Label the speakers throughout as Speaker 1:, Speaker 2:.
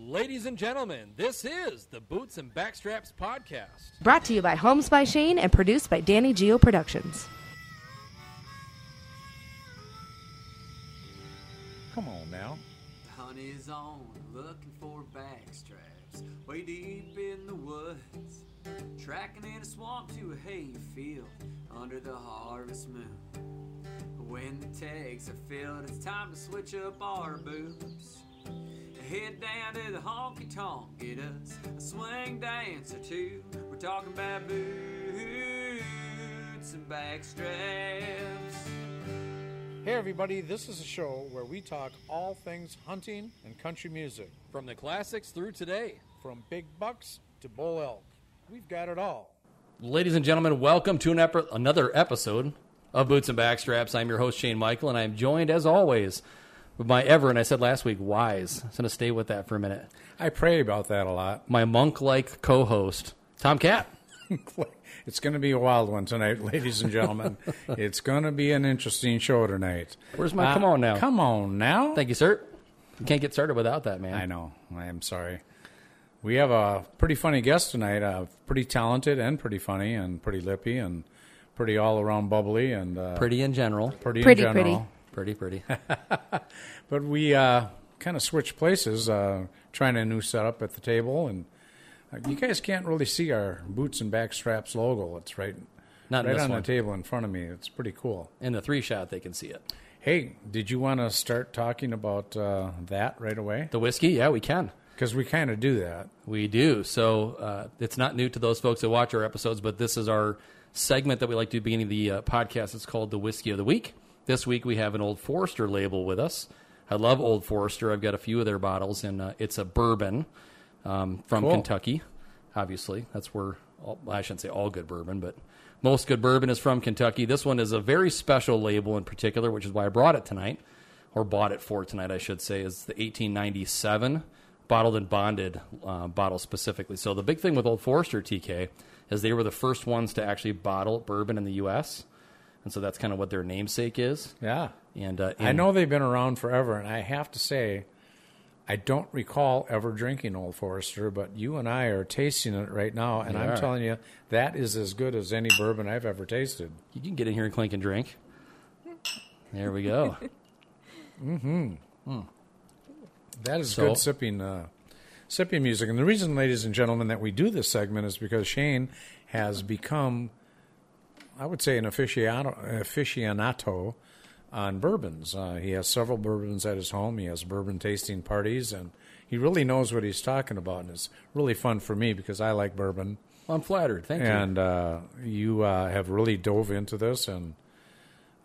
Speaker 1: Ladies and gentlemen, this is the Boots and Backstraps Podcast.
Speaker 2: Brought to you by Homes by Shane and produced by Danny Geo Productions.
Speaker 3: Come on now.
Speaker 4: Honey's on, looking for backstraps. Way deep in the woods, tracking in a swamp to a hay field under the harvest moon. When the tags are filled, it's time to switch up our boots. Head down to the honky tonk, get us a swing dance or two. We're talking about boots and backstraps.
Speaker 3: Hey, everybody, this is a show where we talk all things hunting and country music,
Speaker 1: From the classics through today.
Speaker 3: from big bucks to bull elk. We've got it all.
Speaker 1: Ladies and gentlemen, welcome to an ep- another episode of Boots and Backstraps. I'm your host, Shane Michael, and I'm joined, as always, with my ever, and I said last week, wise. I'm going to stay with that for a minute.
Speaker 5: I pray about that a lot.
Speaker 1: My monk like co host, Tom Cat.
Speaker 5: it's going to be a wild one tonight, ladies and gentlemen. it's going to be an interesting show tonight. Uh,
Speaker 1: Where's my come on now?
Speaker 5: Come on now.
Speaker 1: Thank you, sir. You can't get started without that, man.
Speaker 5: I know. I am sorry. We have a pretty funny guest tonight. Uh, pretty talented and pretty funny and pretty lippy and pretty all around bubbly and uh,
Speaker 1: Pretty in general.
Speaker 5: pretty,
Speaker 2: Pretty,
Speaker 5: in general.
Speaker 2: pretty.
Speaker 1: Pretty, pretty.
Speaker 5: But we uh, kind of switched places, uh, trying a new setup at the table, and uh, you guys can't really see our boots and backstraps logo. It's right,
Speaker 1: Not in
Speaker 5: right
Speaker 1: this
Speaker 5: on
Speaker 1: one.
Speaker 5: the table in front of me. It's pretty cool.
Speaker 1: In the three shot, they can see it.
Speaker 5: Hey, did you want to start talking about uh, that right away?
Speaker 1: The whiskey, yeah, we can.
Speaker 5: Because we kind of do that.
Speaker 1: We do. So uh, it's not new to those folks that watch our episodes, but this is our segment that we like to do at the beginning of the uh, podcast. It's called the Whiskey of the Week. This week we have an Old Forester label with us. I love Old Forester. I've got a few of their bottles, and uh, it's a bourbon um, from
Speaker 5: Cool.
Speaker 1: Kentucky. Obviously, that's where all, well, I shouldn't say all good bourbon, but most good bourbon is from Kentucky. This one is a very special label in particular, which is why I brought it tonight, or bought it for tonight, I should say. Is the 1897 bottled and bonded uh, bottle specifically. So the big thing with Old Forester TK is they were the first ones to actually bottle bourbon in the U.S. And so that's kind of what their namesake is.
Speaker 5: Yeah.
Speaker 1: And uh,
Speaker 5: I
Speaker 1: in-
Speaker 5: know they've been around forever, and I have to say, I don't recall ever drinking Old Forester, but you and I are tasting it right now, and I'm
Speaker 1: are.
Speaker 5: telling you, that is as good as any bourbon I've ever tasted.
Speaker 1: You can get in here and clink and drink. There we go.
Speaker 5: That is
Speaker 1: So-
Speaker 5: good sipping, uh, sipping music. And the reason, ladies and gentlemen, that we do this segment is because Shane has become, I would say, an aficionado, aficionato on bourbons. Uh, he has several bourbons at his home. He has bourbon tasting parties, and he really knows what he's talking about. And it's really fun for me because I like bourbon,
Speaker 1: I'm flattered. Thank you.
Speaker 5: and uh, you uh, have really dove into this and.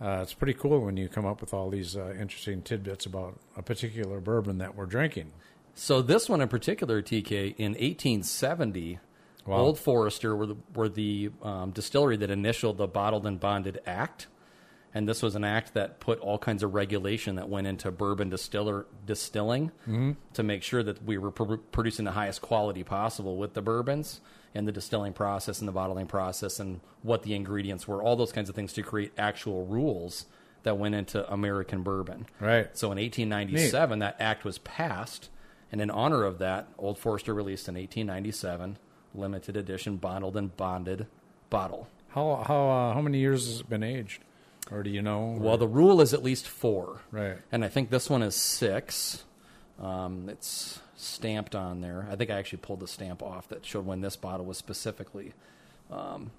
Speaker 5: Uh, it's pretty cool when you come up with all these uh, interesting tidbits about a particular bourbon that we're drinking.
Speaker 1: So this one in particular, TK, in 1870, Old Forester were the, were the um, distillery that initialed the Bottled and Bonded Act, and this was an act that put all kinds of regulation that went into bourbon distiller distilling to make sure that we were pro- producing the highest quality possible with the bourbons and the distilling process and the bottling process and what the ingredients were, all those kinds of things to create actual rules that went into American bourbon.
Speaker 5: Right.
Speaker 1: So in 1897, that act was passed, and in honor of that, Old Forester released an 1897 limited edition bottled and bonded bottle.
Speaker 5: How how uh, how many years has it been aged, or do you know?
Speaker 1: Well, the rule is at least four,
Speaker 5: Right.
Speaker 1: And I think this one is six. Um, it's stamped on there. I think I actually pulled the stamp off that showed when this bottle was specifically um,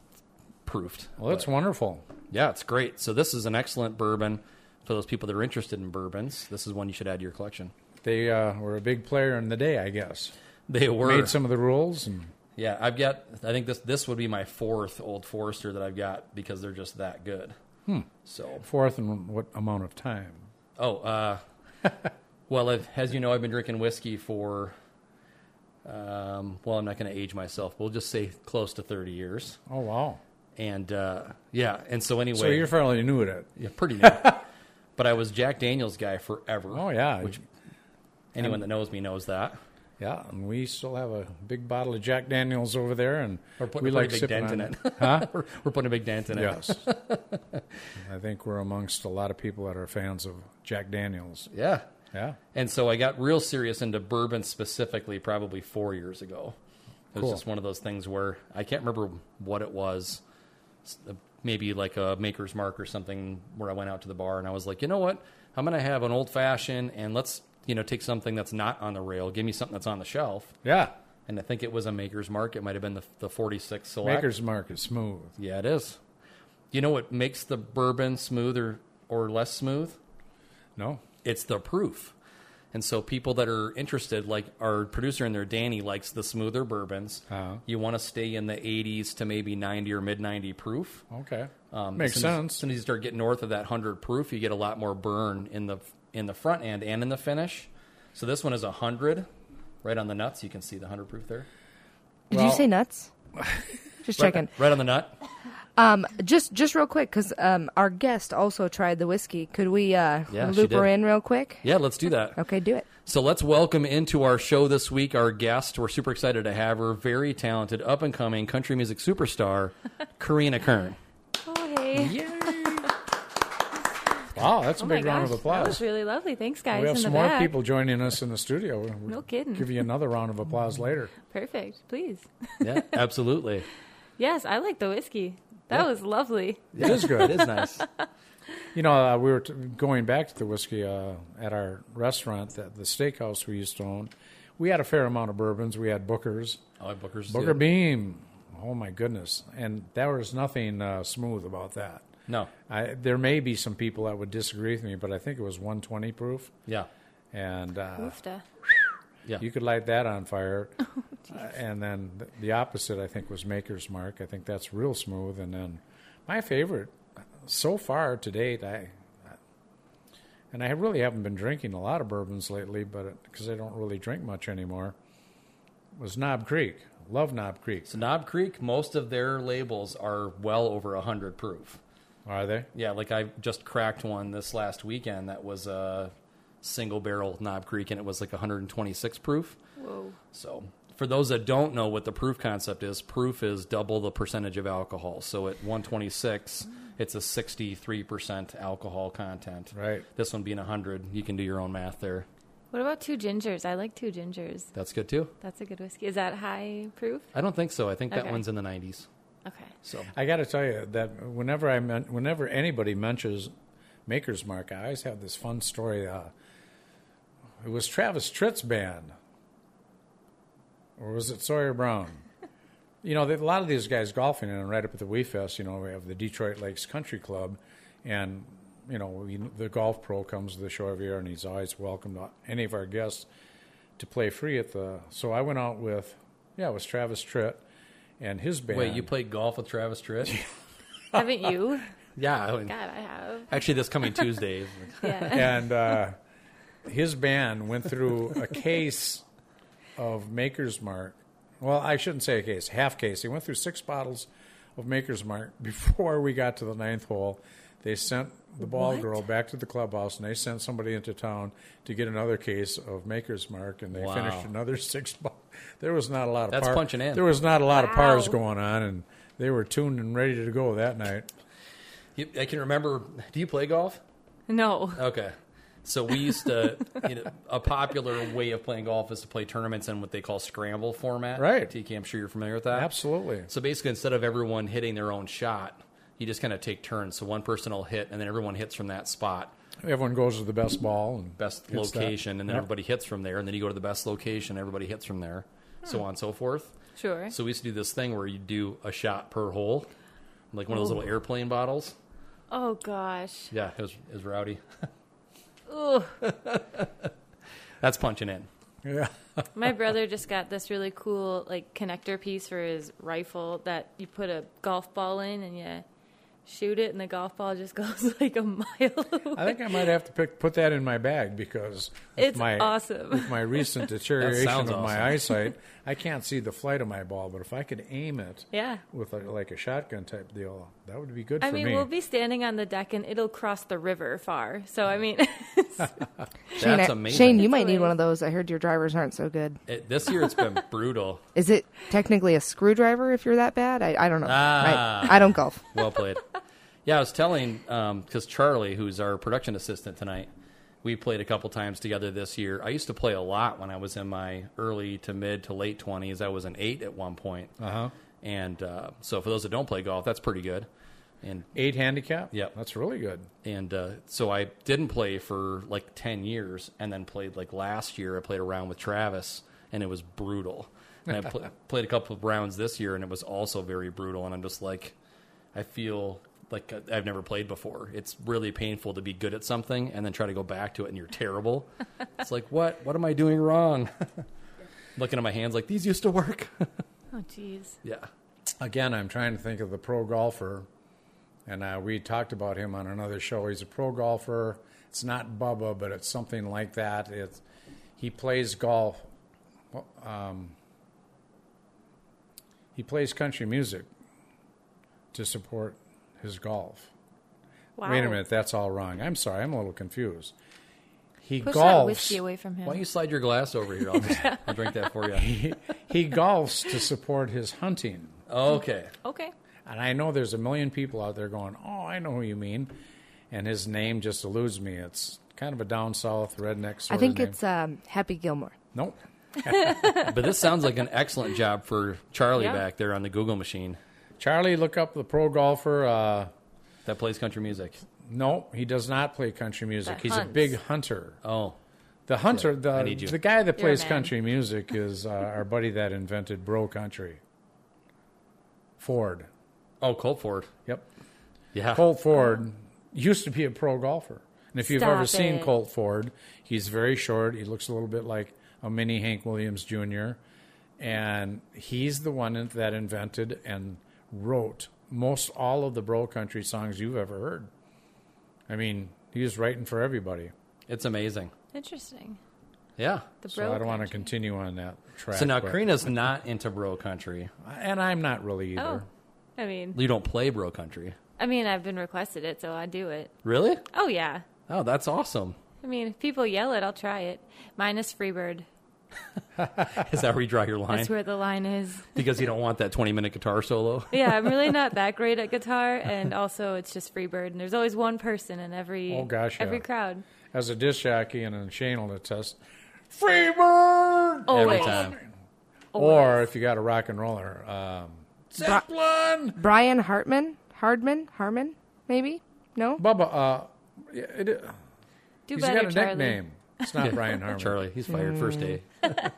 Speaker 1: proofed.
Speaker 5: well, that's wonderful.
Speaker 1: Yeah, it's great. So this is an excellent bourbon for those people that are interested in bourbons. This is one you should add to your collection.
Speaker 5: They uh, were a big player in the day, I guess.
Speaker 1: They were
Speaker 5: Made some of the rules, and
Speaker 1: Yeah, I've got. I think this this would be my fourth Old Forester that I've got because they're just that good. Hmm. So,
Speaker 5: fourth, and what amount of time?
Speaker 1: oh, uh, well, I've, as you know, I've been drinking whiskey for. Um, well, I'm not going to age myself. We'll just say close to 30 years,
Speaker 5: Oh wow!
Speaker 1: and uh, yeah, and so anyway,
Speaker 5: So you're fairly new at it.
Speaker 1: yeah, pretty new. but I was Jack Daniel's guy forever.
Speaker 5: Oh yeah,
Speaker 1: which anyone that knows me knows that.
Speaker 5: yeah. And we still have a big bottle of Jack Daniels over there, and
Speaker 1: We're putting,
Speaker 5: we
Speaker 1: we're putting a
Speaker 5: like
Speaker 1: big
Speaker 5: sipping
Speaker 1: dent
Speaker 5: on
Speaker 1: in
Speaker 5: it.
Speaker 1: it. we're, we're putting a big dent in it.
Speaker 5: Yes, I think we're amongst a lot of people that are fans of Jack Daniels.
Speaker 1: Yeah.
Speaker 5: Yeah.
Speaker 1: And so I got real serious into bourbon specifically probably four years ago. It was
Speaker 5: Cool.
Speaker 1: just one of those things where I can't remember what it was. S- uh, Maybe like a maker's mark or something where I went out to the bar and I was like, you know what? I'm going to have an old fashioned and let's, you know, take something that's not on the rail. Give me something that's on the shelf.
Speaker 5: Yeah.
Speaker 1: And I think it was a maker's mark. It might have been the, the 46 select.
Speaker 5: Maker's Mark is smooth.
Speaker 1: Yeah, it is. You know what makes the bourbon smooth or, or less smooth?
Speaker 5: No.
Speaker 1: it's the proof. And so people that are interested, like our producer in there, Danny, likes the smoother bourbons.
Speaker 5: Uh-huh.
Speaker 1: You want to stay in the 80s to maybe 90 or mid 90 proof.
Speaker 5: Okay.
Speaker 1: Um,
Speaker 5: Makes
Speaker 1: as soon as-
Speaker 5: sense.
Speaker 1: As soon as you start getting north of that 100 proof, you get a lot more burn in the in the front end and in the finish. So this one is 100, right on the nuts. You can see the 100 proof there.
Speaker 2: Did
Speaker 5: Well-
Speaker 2: you say nuts? Just checking.
Speaker 1: Right on the nut.
Speaker 2: Just just real quick, because um, our guest also tried the whiskey. Could we uh,
Speaker 1: Yeah, she
Speaker 2: loop her
Speaker 1: did.
Speaker 2: in real quick?
Speaker 1: Yeah, let's do that.
Speaker 2: Okay, do it.
Speaker 1: So let's welcome into our show this week our guest. We're super excited to have her. Very talented, up and coming country music superstar, Karina Kern.
Speaker 6: Oh, hey.
Speaker 5: Wow, that's a
Speaker 6: Oh my
Speaker 5: big round of
Speaker 6: gosh, That was
Speaker 5: applause.
Speaker 6: really lovely. Thanks, guys.
Speaker 5: we have
Speaker 6: in the
Speaker 5: some more
Speaker 6: back.
Speaker 5: people joining us in the studio. We'll
Speaker 6: No kidding.
Speaker 5: Give you another round of applause later.
Speaker 6: Perfect. Please.
Speaker 1: Yeah, absolutely.
Speaker 6: Yes, I like the whiskey. That was lovely.
Speaker 5: It is good.
Speaker 1: It is nice.
Speaker 5: You know, uh, we were t- going back to the whiskey uh, at our restaurant, the, the steakhouse we used to own. We had a fair amount of bourbons. We had Booker's,
Speaker 1: Oh, Booker's
Speaker 5: Booker
Speaker 1: good.
Speaker 5: Beam. Oh my goodness! And there was nothing uh, smooth about that.
Speaker 1: No.
Speaker 5: I, there may be some people that would disagree with me, but I think it was 120 proof,
Speaker 1: Yeah.
Speaker 5: and uh,
Speaker 6: Oofta.
Speaker 1: Yeah.
Speaker 5: you could light that on fire. Uh, and then th- the opposite, I think, was Maker's Mark. I think that's real smooth. And then my favorite so far to date, I and I really haven't been drinking a lot of bourbons lately, but because I don't really drink much anymore, was Knob Creek. Love Knob Creek.
Speaker 1: so Knob Creek, most of their labels are well over 100 proof.
Speaker 5: Are they?
Speaker 1: Yeah, like I just cracked one this last weekend that was a single barrel Knob Creek and it was like 126 proof.
Speaker 6: Whoa.
Speaker 1: So, for those that don't know what the proof concept is, proof is double the percentage of alcohol. So, at 126, it's a 63% alcohol content.
Speaker 5: Right.
Speaker 1: This one being 100, you can do your own math there.
Speaker 6: What about two gingers? I like two gingers.
Speaker 1: That's good too.
Speaker 6: That's a good whiskey. Is that high proof?
Speaker 1: I don't think so. I think that
Speaker 6: Okay.
Speaker 1: one's in the 90s.
Speaker 6: Okay.
Speaker 1: So,
Speaker 5: I got to tell you that whenever I men- whenever anybody mentions Maker's Mark, I always have this fun story. Uh, it was Travis Tritt's band, or was it Sawyer Brown? you know, a lot of these guys golfing, and right up at the Wee Fest, you know, we have the Detroit Lakes Country Club, and you know, we, the golf pro comes to the show every year, and he's always welcome to any of our guests to play free at the. So I went out with, yeah, it was Travis Tritt and his band.
Speaker 1: wait, you played golf with Travis Tritt?
Speaker 6: Haven't you?
Speaker 1: yeah. I mean,
Speaker 6: God, I have.
Speaker 1: actually, this coming Tuesday. is-
Speaker 6: Yeah.
Speaker 5: and uh, his band went through a case of Maker's Mark. Well, I shouldn't say a case, half case. They went through six bottles of Maker's Mark before we got to the ninth hole. They sent the ball
Speaker 6: What?
Speaker 5: girl back to the clubhouse, and they sent somebody into town to get another case of Maker's Mark, and they
Speaker 1: Wow.
Speaker 5: finished another six. Bo- there was not a lot of
Speaker 1: That's
Speaker 5: par-
Speaker 1: punching in.
Speaker 5: There was not a lot of pars
Speaker 6: Wow.
Speaker 5: going on, and they were tuned and ready to go that night.
Speaker 1: You- I can remember. Do you play golf?
Speaker 6: No.
Speaker 1: Okay. So we used to, you know, a popular way of playing golf is to play tournaments in what they call scramble format.
Speaker 5: Right.
Speaker 1: TK, I'm sure you're familiar with that.
Speaker 5: Absolutely.
Speaker 1: So basically, instead of everyone hitting their own shot, you just kind of take turns. So one person will hit, and then everyone hits from that spot,
Speaker 5: Everyone goes to the best ball and
Speaker 1: best
Speaker 5: gets that.
Speaker 1: location, and then
Speaker 5: Yep.
Speaker 1: everybody hits from there, and then you go to the best location, everybody hits from there, so on and so forth.
Speaker 6: Sure.
Speaker 1: So we used to do this thing where you do a shot per hole, like one of those little airplane bottles.
Speaker 6: Oh gosh.
Speaker 1: Yeah, it was, it was rowdy.
Speaker 6: Ugh.
Speaker 1: That's punching in.
Speaker 5: Yeah. Uh,
Speaker 6: My brother just got this really cool like connector piece for his rifle that you put a golf ball in and you shoot it and the golf ball just goes like a mile away.
Speaker 5: I think I might have to pick, put that in my bag because with
Speaker 6: It's
Speaker 5: my,
Speaker 6: awesome.
Speaker 5: With my recent deterioration of
Speaker 1: sounds
Speaker 5: my
Speaker 1: awesome.
Speaker 5: eyesight, I can't see the flight of my ball. But if I could aim it
Speaker 6: Yeah.
Speaker 5: with a, like a shotgun type deal, that would be good
Speaker 6: I
Speaker 5: for
Speaker 6: mean,
Speaker 5: me.
Speaker 6: we'll be standing on the deck and it'll cross the river far. So I mean,
Speaker 2: Shane,
Speaker 1: That's
Speaker 2: I-
Speaker 1: amazing.
Speaker 2: Shane, you
Speaker 6: That's
Speaker 2: might need one
Speaker 6: hilarious.
Speaker 2: of those. I heard your drivers aren't so good.
Speaker 1: It, this year it's been brutal.
Speaker 2: Is it technically a screwdriver if you're that bad? I, I don't know.
Speaker 1: Ah.
Speaker 2: Right. I don't golf.
Speaker 1: um, Well played. yeah, I was telling because Charlie, who's our production assistant tonight, We played a couple times together this year. I used to play a lot when I was in my early to mid to late 20s. I was an eight at one point.
Speaker 5: Uh-huh.
Speaker 1: And uh, so for those that don't play golf, that's pretty good. And
Speaker 5: Eight handicap.
Speaker 1: Yep.
Speaker 5: that's really good.
Speaker 1: and uh, so I didn't play for like 10 years and then played like last year I played a round with Travis and it was brutal and I pl- played a couple of rounds this year and it was also very brutal and I'm just like I feel like I- I've never played before it's really painful to be good at something and then try to go back to it and you're terrible it's like what what am I doing wrong looking at my hands like these used to work
Speaker 6: Oh, jeez.
Speaker 1: yeah
Speaker 5: Again, I'm trying to think of the pro golfer, and uh, we talked about him on another show. He's a pro golfer. It's not Bubba, but it's something like that. It's he plays golf. Um, he plays country music to support his golf.
Speaker 6: Wow.
Speaker 5: Wait a minute, that's all wrong. I'm sorry, I'm a little confused. He
Speaker 6: Push that whiskey
Speaker 5: golfs.
Speaker 6: away from him.
Speaker 1: why don't you slide your glass over here I'll, just, I'll drink that for you
Speaker 5: He golfs to support his hunting.
Speaker 1: okay
Speaker 6: okay.
Speaker 5: And I know there's a million people out there going, "Oh, I know who you mean," and his name just eludes me. It's kind of a down south redneck
Speaker 2: I
Speaker 5: sort
Speaker 2: think
Speaker 5: of name.
Speaker 2: it's um, Happy Gilmore.
Speaker 5: nope.
Speaker 1: But this sounds like an excellent job for Charlie
Speaker 6: Yeah.
Speaker 1: back there on the Google machine
Speaker 5: Charlie, look up the pro golfer. Uh,
Speaker 1: that plays country music.
Speaker 5: no, he does not play country music.
Speaker 6: That
Speaker 5: He's a
Speaker 6: hunts.
Speaker 5: big hunter.
Speaker 1: Oh,
Speaker 5: The hunter,
Speaker 1: I
Speaker 5: the
Speaker 1: need you.
Speaker 5: the guy that
Speaker 6: You're a
Speaker 5: plays
Speaker 6: man.
Speaker 5: country music is uh, our buddy that invented bro country. Ford.
Speaker 1: oh, Colt Ford.
Speaker 5: Yep.
Speaker 1: Yeah,
Speaker 5: Colt Ford used to be a pro golfer. And if you've
Speaker 6: Stop
Speaker 5: ever seen
Speaker 6: it.
Speaker 5: Colt Ford, he's very short. He looks a little bit like a mini Hank Williams Jr. And he's the one that invented and wrote most all of the bro country songs you've ever heard. I mean, he was writing for everybody.
Speaker 1: it's amazing.
Speaker 6: Interesting.
Speaker 1: Yeah.
Speaker 6: The
Speaker 5: So I don't want to
Speaker 6: country.
Speaker 5: continue on that track.
Speaker 1: So now
Speaker 5: but-
Speaker 1: Karina's not into bro country.
Speaker 5: and I'm not really
Speaker 6: Oh,
Speaker 5: either.
Speaker 6: I mean,
Speaker 1: You don't play bro country,
Speaker 6: I mean, I've been requested it, so I do it.
Speaker 1: really?
Speaker 6: Oh yeah.
Speaker 1: Oh, that's awesome.
Speaker 6: I mean, if people yell it, I'll try it. Minus Freebird.
Speaker 1: Is that where you draw your line?
Speaker 6: That's where the line is.
Speaker 1: Because you don't want that twenty-minute guitar solo.
Speaker 6: Yeah, I'm really not that great at guitar, and also it's just Freebird, and there's always one person in every
Speaker 5: Oh, gosh,
Speaker 6: every
Speaker 5: yeah.
Speaker 6: crowd.
Speaker 5: As a disc jockey and a Shane will attest, Freebird!
Speaker 1: Every
Speaker 6: Always.
Speaker 1: time.
Speaker 5: Or if you got a rock and roller, um, Zeppelin,
Speaker 2: Brian Hartman? Hardman? Harmon? Maybe? No?
Speaker 5: Bubba. Uh, yeah, it, is-
Speaker 6: Do
Speaker 5: he's
Speaker 6: better,
Speaker 5: got a
Speaker 6: Charlie.
Speaker 5: nickname. It's not Brian Harmon.
Speaker 1: Charlie, he's fired first day.
Speaker 6: Mm.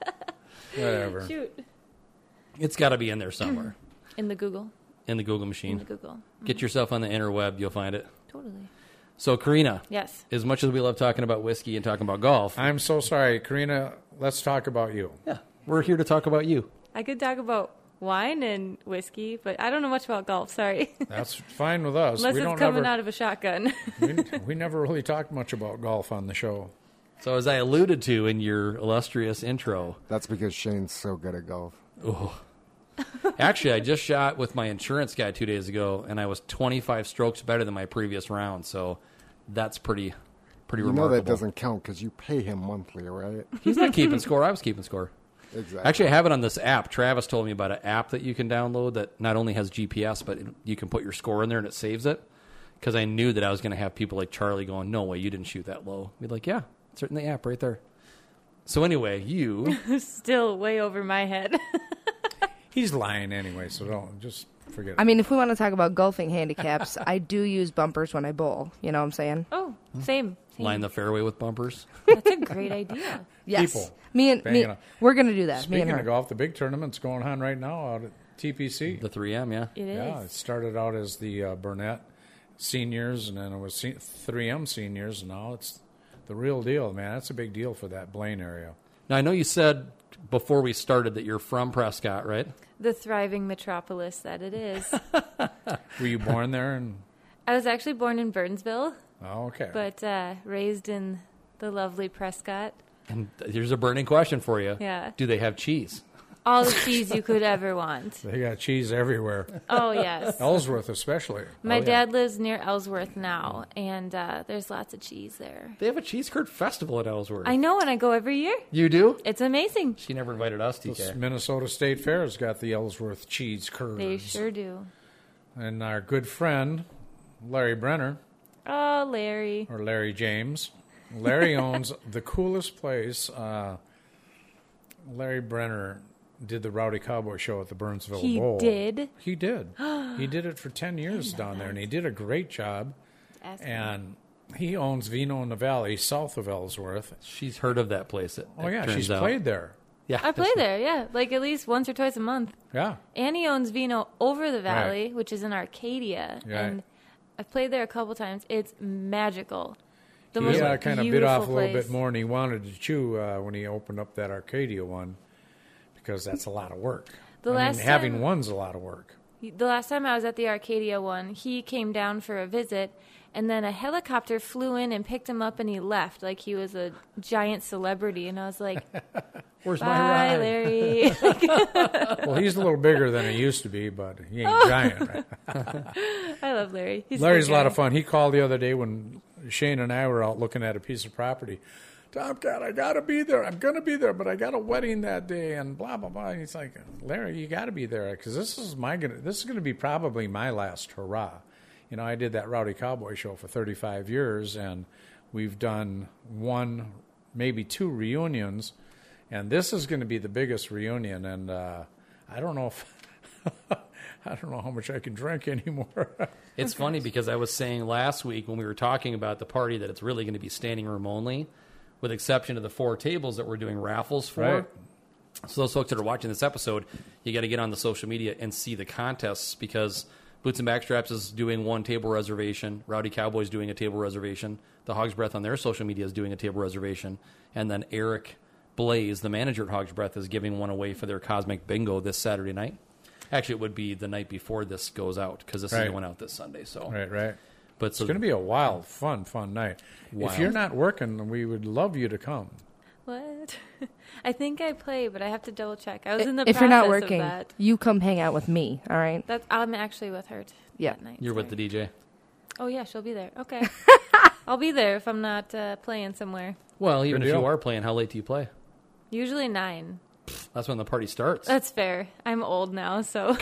Speaker 5: Whatever.
Speaker 6: Shoot.
Speaker 1: It's got to be in there somewhere
Speaker 6: In the Google.
Speaker 1: in the Google
Speaker 6: In the
Speaker 1: machine.
Speaker 6: Google.
Speaker 1: Get yourself on the interweb; you'll find it.
Speaker 6: Totally.
Speaker 1: So, Karina,
Speaker 6: Yes.
Speaker 1: as much as we love talking about whiskey and talking about golf,
Speaker 5: I'm so sorry, Karina. Let's talk about you.
Speaker 1: yeah, we're here to talk about you.
Speaker 6: I could talk about wine and whiskey, but I don't know much about golf, sorry.
Speaker 5: That's fine with us.
Speaker 6: Unless
Speaker 5: we
Speaker 6: it's
Speaker 5: don't
Speaker 6: coming
Speaker 5: ever,
Speaker 6: out of a shotgun.
Speaker 5: we, we never really talked much about golf on the show.
Speaker 1: So, as I alluded to in your illustrious intro,
Speaker 7: That's because Shane's so good at golf.
Speaker 1: actually, I just shot with my insurance guy two days ago, and I was 25 strokes better than my previous round. So, that's pretty, pretty
Speaker 7: You know
Speaker 1: remarkable.
Speaker 7: that doesn't count because you pay him monthly, right?
Speaker 1: He's not keeping score. I was keeping score.
Speaker 7: Exactly.
Speaker 1: Actually, I have it on this app. Travis told me about an app that you can download that not only has GPS, but it, you can put your score in there and it saves it. Because I knew that I was going to have people like Charlie going, "No way, you didn't shoot that low." We'd like, "Yeah, it's right in the app right there." So anyway, you
Speaker 6: Still way over my head.
Speaker 5: He's lying anyway, so don't just forget.
Speaker 2: I mean, if we want to talk about golfing handicaps, I do use bumpers when I bowl. You know what I'm saying?
Speaker 6: oh, same. same.
Speaker 1: line the fairway with bumpers.
Speaker 6: That's a great idea.
Speaker 2: Yes.
Speaker 5: People.
Speaker 2: Me and
Speaker 5: Banging
Speaker 2: me,
Speaker 5: on.
Speaker 2: we're gonna do that. me
Speaker 5: Speaking
Speaker 2: and her.
Speaker 5: of golf, the big tournament's going on right now out at TPC.
Speaker 1: The 3M, yeah.
Speaker 6: It is.
Speaker 5: Yeah, it started out as the uh, Burnett seniors, and then it was se- 3M seniors, and now it's the real deal, man. That's a big deal for that Blaine area.
Speaker 1: Now I know you said before we started that you're from Prescott, right?
Speaker 6: The thriving metropolis that it is.
Speaker 5: Were you born there? And
Speaker 6: I was actually born in Burnsville,
Speaker 5: oh, okay,
Speaker 6: but uh, raised in the lovely Prescott.
Speaker 1: And here's a burning question for you.
Speaker 6: Yeah.
Speaker 1: Do they have cheese?
Speaker 6: All the cheese you could ever want.
Speaker 5: they got cheese everywhere,
Speaker 6: Oh, yes.
Speaker 5: Ellsworth especially.
Speaker 6: My
Speaker 1: Oh, yeah.
Speaker 6: dad lives near Ellsworth now, and uh, there's lots of cheese there.
Speaker 1: They have a cheese curd festival at Ellsworth.
Speaker 6: I know, and I go every year.
Speaker 1: you do?
Speaker 6: It's amazing.
Speaker 1: She never invited us,
Speaker 5: This
Speaker 1: TK.
Speaker 5: Minnesota State Fair's got the Ellsworth cheese curds,
Speaker 6: They sure do.
Speaker 5: and our good friend Larry Brenner
Speaker 6: Oh, Larry.
Speaker 5: or Larry James Larry owns the coolest place. Uh, Larry Brenner did the Rowdy Cowboy show at the Burnsville
Speaker 6: He
Speaker 5: Bowl.
Speaker 6: did?
Speaker 5: He did. he did it for 10 years down there, and he did a great job.
Speaker 6: Ask him.
Speaker 5: And he owns Vino in the Valley, south of Ellsworth.
Speaker 1: She's heard of that place. It,
Speaker 5: Oh,
Speaker 1: it
Speaker 5: yeah,
Speaker 1: turns
Speaker 5: she's
Speaker 1: out.
Speaker 5: played there.
Speaker 1: Yeah,
Speaker 6: I play there, yeah, like at least once or twice a month.
Speaker 5: Yeah.
Speaker 6: Annie owns Vino over the valley,
Speaker 5: Right.
Speaker 6: which is in Arcadia,
Speaker 5: Right.
Speaker 6: and I've played there a couple times. It's magical. The
Speaker 5: He uh,
Speaker 6: like,
Speaker 5: kind of bit off a
Speaker 6: beautiful
Speaker 5: little bit
Speaker 6: place.
Speaker 5: more than he wanted to chew uh, when he opened up that Arcadia one because that's a lot of work.
Speaker 6: The
Speaker 5: I mean,
Speaker 6: last
Speaker 5: having
Speaker 6: time-
Speaker 5: one's a lot of work.
Speaker 6: The last time I was at the Arcadia one, he came down for a visit, and then a helicopter flew in and picked him up, and he left like he was a giant celebrity. And I was like,
Speaker 1: Where's
Speaker 6: "Bye,
Speaker 1: my ride?
Speaker 6: Larry."
Speaker 5: Well, he's a little bigger than he used to be, but he ain't giant. Right?
Speaker 6: I love Larry. He's
Speaker 5: Larry's a
Speaker 6: good
Speaker 5: lot
Speaker 6: guy.
Speaker 5: of fun. He called the other day when Shane and I were out looking at a piece of property. Tom, God, I gotta be there. I'm gonna be there, but I got a wedding that day, and blah blah blah. And he's like, Larry, you gotta be there because this is my gonna. This is gonna be probably my last hurrah. You know, I did that Rowdy Cowboy show for 35 years, and we've done one, maybe two reunions, and this is going to be the biggest reunion. And uh, I don't know if I don't know how much I can drink anymore.
Speaker 1: It's funny because I was saying last week when we were talking about the party that it's really going to be standing room only, with exception of the four tables that we're doing raffles for.
Speaker 5: Right.
Speaker 1: So those folks that are watching this episode, you got to get on the social media and see the contests because Boots and Backstraps is doing one table reservation, Rowdy Cowboys doing a table reservation, The Hog's Breath on their social media is doing a table reservation, and then Eric Blaze, the manager at Hog's Breath, is giving one away for their Cosmic Bingo this Saturday night. Actually, it would be the night before this goes out because this is
Speaker 5: Right.
Speaker 1: going out this Sunday. So
Speaker 5: Right, right.
Speaker 1: but so
Speaker 5: It's going to be a wild, fun, fun night. If
Speaker 1: Wild.
Speaker 5: you're not working, we would love you to come.
Speaker 6: What? I think I play, but I have to double check. I was in the
Speaker 2: if you're not
Speaker 6: process of
Speaker 2: working,
Speaker 6: that.
Speaker 2: you come hang out with me. All right.
Speaker 6: That's I'm actually with her. T-
Speaker 2: Yeah.
Speaker 6: that night,
Speaker 1: you're with the
Speaker 6: sorry.
Speaker 1: DJ.
Speaker 6: Oh yeah, she'll be there. Okay, I'll be there if I'm not uh, playing somewhere.
Speaker 1: Well, even
Speaker 5: Good
Speaker 1: if
Speaker 5: deal.
Speaker 1: you are playing, how late do you play?
Speaker 6: Usually nine.
Speaker 1: That's when the party starts.
Speaker 6: That's fair. I'm old now, so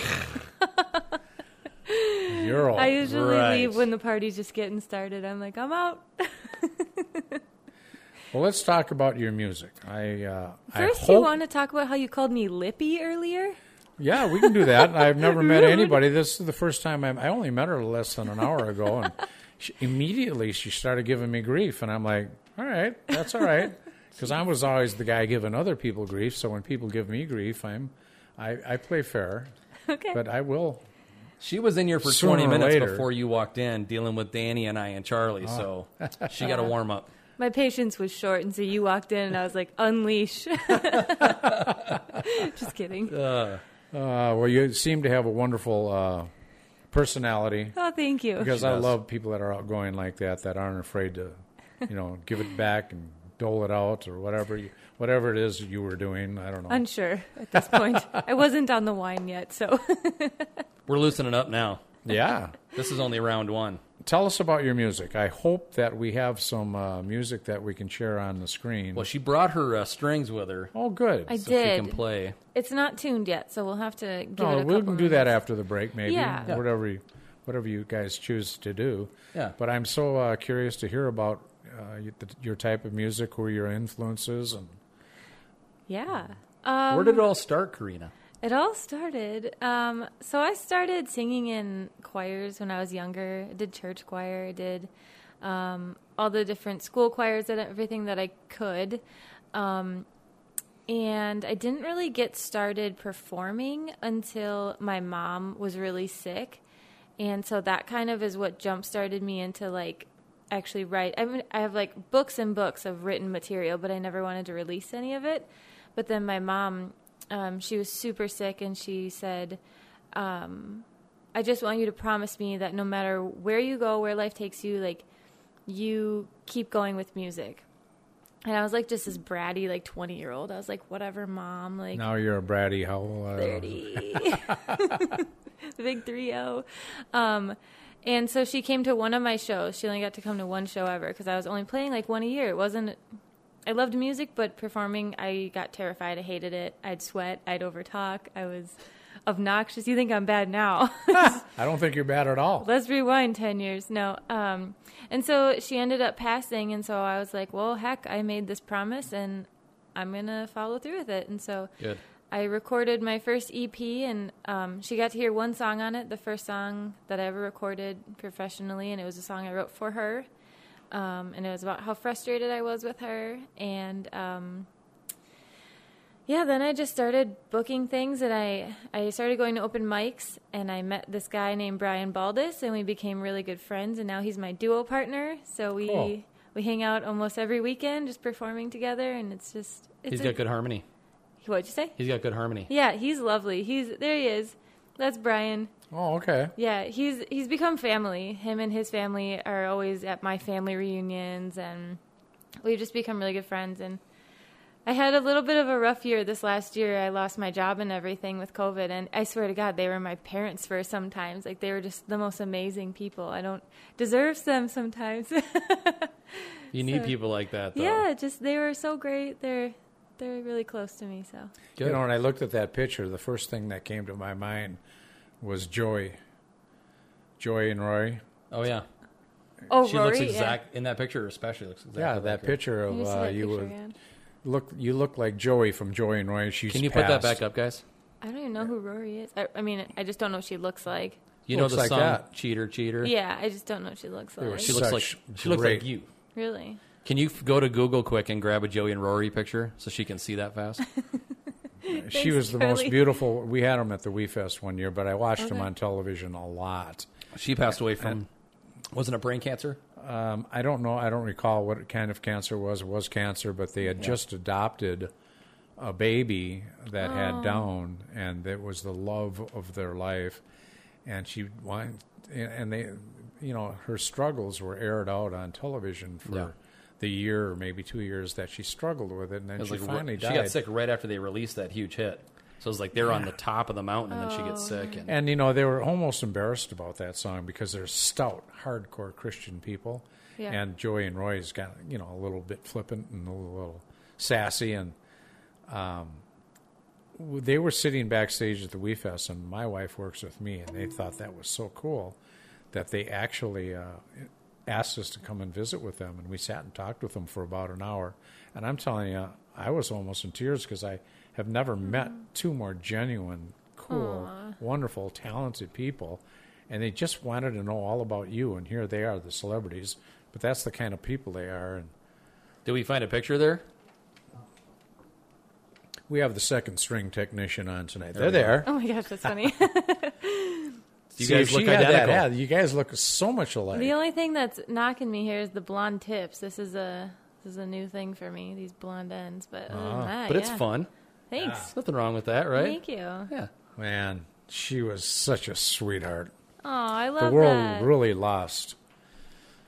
Speaker 5: You're all.
Speaker 6: I usually
Speaker 1: right.
Speaker 6: leave when the party's just getting started. I'm like, I'm out.
Speaker 5: well, let's talk about your music. I uh,
Speaker 6: First,
Speaker 5: I
Speaker 6: you
Speaker 5: hope-
Speaker 6: want to talk about how you called me lippy earlier?
Speaker 5: Yeah, we can do that. I've never met anybody. This is the first time I'm, I only met her less than an hour ago, and she, immediately she started giving me grief, and I'm like, all right, that's all right, because I was always the guy giving other people grief. So when people give me grief, I'm I, I play fair,
Speaker 6: Okay.
Speaker 5: but I will.
Speaker 1: she was in here for
Speaker 5: Sooner
Speaker 1: 20
Speaker 5: or
Speaker 1: minutes
Speaker 5: later.
Speaker 1: before you walked in, dealing with Danny and I and Charlie. So she got to warm up.
Speaker 6: My patience was short, and so you walked in, and I was like, unleash. just kidding.
Speaker 5: Uh, well, you seem to have a wonderful uh, personality.
Speaker 6: Oh, thank you.
Speaker 5: because
Speaker 1: She
Speaker 5: I
Speaker 1: does.
Speaker 5: love people that are outgoing like that that aren't afraid to, you know, give it back and dole it out or whatever you, whatever it is you were doing. I don't know.
Speaker 6: Unsure at this point. I wasn't on the wine yet, so
Speaker 1: We're loosening up now.
Speaker 5: yeah.
Speaker 1: This is only round one.
Speaker 5: Tell us about your music. I hope that we have some uh, music that we can share on the screen.
Speaker 1: Well, she brought her uh, strings with her.
Speaker 5: oh, good.
Speaker 6: I
Speaker 1: So
Speaker 6: did.
Speaker 1: she can play.
Speaker 6: It's not tuned yet, so we'll have to give
Speaker 5: no,
Speaker 6: it a
Speaker 5: Oh, we
Speaker 6: couple
Speaker 5: can do that
Speaker 6: minutes.
Speaker 5: after the break, maybe.
Speaker 6: Yeah. Yeah.
Speaker 5: Whatever, you, whatever you guys choose to do.
Speaker 1: Yeah.
Speaker 5: But I'm so uh, curious to hear about uh, y- the, your type of music, who your influences, and
Speaker 6: Yeah. Uh, Um,
Speaker 1: Where did it all start, Karina?
Speaker 6: It all started. Um, so I started singing in choirs when I was younger. I did church choir. I did um, all the different school choirs and everything that I could. Um, and I didn't really get started performing until my mom was really sick. And so that kind of is what jump started me into like actually write. I mean, I have like books and books of written material, but I never wanted to release any of it. But then my mom, um, she was super sick and she said, I just want you to promise me that no matter where you go, where life takes you, like you keep going with music. And I was like just this bratty like 20 year old. I was like whatever mom, like
Speaker 5: now you're a bratty. How uh,
Speaker 6: 30. the big 3-0. Um, and so she came to one of my shows. She only got to come to one show ever because I was only playing like one a year. It wasn't. I loved music, but performing, I got terrified. I hated it. I'd sweat. I'd overtalk. I was obnoxious. You think I'm bad now.
Speaker 5: I don't think you're bad at all.
Speaker 6: Let's rewind 10 years. No. Um, and so she ended up passing. And so I was like, well, heck, I made this promise and I'm going to follow through with it. And so
Speaker 1: Good.
Speaker 6: I recorded my first EP and um, she got to hear one song on it, the first song that I ever recorded professionally. And it was a song I wrote for her. Um, and it was about how frustrated I was with her. And. Um, yeah, then I just started booking things and I, I started going to open mics and I met this guy named Brian Baldus and we became really good friends and now he's my duo partner. So we
Speaker 5: Cool.
Speaker 6: we hang out almost every weekend just performing together and it's just it's
Speaker 1: He's
Speaker 6: a-
Speaker 1: got good harmony.
Speaker 6: What'd you say?
Speaker 1: He's got good harmony.
Speaker 6: Yeah, he's lovely. He's there he is. That's Brian.
Speaker 5: Oh, okay.
Speaker 6: Yeah, he's he's become family. Him and his family are always at my family reunions, and we've just become really good friends. And I had a little bit of a rough year this last year. I lost my job and everything with COVID, and I swear to God, they were my parents for sometimes. Like they were just the most amazing people. I don't deserve them sometimes.
Speaker 1: You need people like that, though.
Speaker 6: yeah, just they were so great. They're they're really close to me. So
Speaker 1: Good.
Speaker 5: You know, when I looked at that picture, the first thing that came to my mind was Joy. Joy and Roy.
Speaker 1: oh yeah.
Speaker 6: oh,
Speaker 1: she
Speaker 6: Rory,
Speaker 1: looks
Speaker 6: yeah.
Speaker 1: exact in that picture, especially looks exactly.
Speaker 5: yeah,
Speaker 1: like
Speaker 5: that
Speaker 1: her.
Speaker 5: picture
Speaker 6: Let
Speaker 5: of
Speaker 6: me see
Speaker 5: uh,
Speaker 6: that
Speaker 5: you
Speaker 6: picture
Speaker 5: were-
Speaker 6: again.
Speaker 5: look. You look like Joey from Joy and Roy. She's
Speaker 1: Can you put that
Speaker 5: passed.
Speaker 1: back up, guys?
Speaker 6: I don't even know who Rory is. I, I mean, I just don't know what she looks like.
Speaker 1: You know
Speaker 5: Looks
Speaker 1: the
Speaker 5: like
Speaker 1: song
Speaker 5: that.
Speaker 1: "Cheater, Cheater."
Speaker 6: Yeah, I just don't know what she looks
Speaker 5: were
Speaker 6: like.
Speaker 1: she looks like
Speaker 5: Such
Speaker 1: she looks
Speaker 5: great-
Speaker 1: like you.
Speaker 6: really?
Speaker 1: Can you f- go to Google quick and grab a Joey and Rory picture so she can see that fast?
Speaker 5: She was the most
Speaker 6: Charlie. Uh-huh.
Speaker 5: beautiful. We had them at the Wee Fest one year, but I watched them
Speaker 6: Okay.
Speaker 5: on television a lot.
Speaker 1: she passed away from wasn't it brain cancer?
Speaker 5: Um, I don't know. I don't recall what kind of cancer it was. It was cancer, but they had just adopted a baby that
Speaker 1: Oh.
Speaker 5: had Down, and it was the love of their life. And she wanted, and they, you know, her struggles were aired out on television for
Speaker 1: Yeah.
Speaker 5: the year or maybe two years that she struggled with it, and then
Speaker 1: It was
Speaker 5: she
Speaker 1: like
Speaker 5: finally
Speaker 1: she
Speaker 5: died.
Speaker 1: got sick right after they released that huge hit. So it was like they're on the top of the mountain and then she gets
Speaker 6: Oh,
Speaker 1: sick and,
Speaker 5: And you know they were almost embarrassed about that song because they're stout, hardcore Christian people,
Speaker 6: Yeah.
Speaker 5: and Joey and Roy's got you know a little bit flippant and a little sassy, and um, w- they were sitting backstage at the Wee Fest, and my wife works with me, and they thought that was so cool that they actually uh, asked us to come and visit with them, and we sat and talked with them for about an hour, and I'm telling you, I was almost in tears because I have never met two more genuine, cool, wonderful, talented people, and they just wanted to know all about you, and here they are, the celebrities, but that's the kind of people they are, and
Speaker 1: did we find a picture there?
Speaker 5: we have the second string technician on tonight.
Speaker 1: There
Speaker 5: They're
Speaker 1: we
Speaker 5: there.
Speaker 6: Oh my gosh, that's funny.
Speaker 1: You
Speaker 5: See,
Speaker 1: guys
Speaker 5: if she
Speaker 1: look
Speaker 5: had that
Speaker 1: identical.
Speaker 5: ad, you guys look so much alike.
Speaker 6: the only thing that's knocking me here is the blonde tips. This is a this is a new thing for me. These blonde ends, but other
Speaker 5: Ah,
Speaker 6: than that,
Speaker 1: But it's
Speaker 6: yeah.
Speaker 1: fun. Ah.
Speaker 6: Thanks.
Speaker 1: Nothing wrong with that, right?
Speaker 6: Thank you.
Speaker 1: Yeah.
Speaker 5: Man, she was such a sweetheart.
Speaker 6: Oh, I
Speaker 5: The
Speaker 6: love
Speaker 5: world
Speaker 6: that.
Speaker 5: really lost.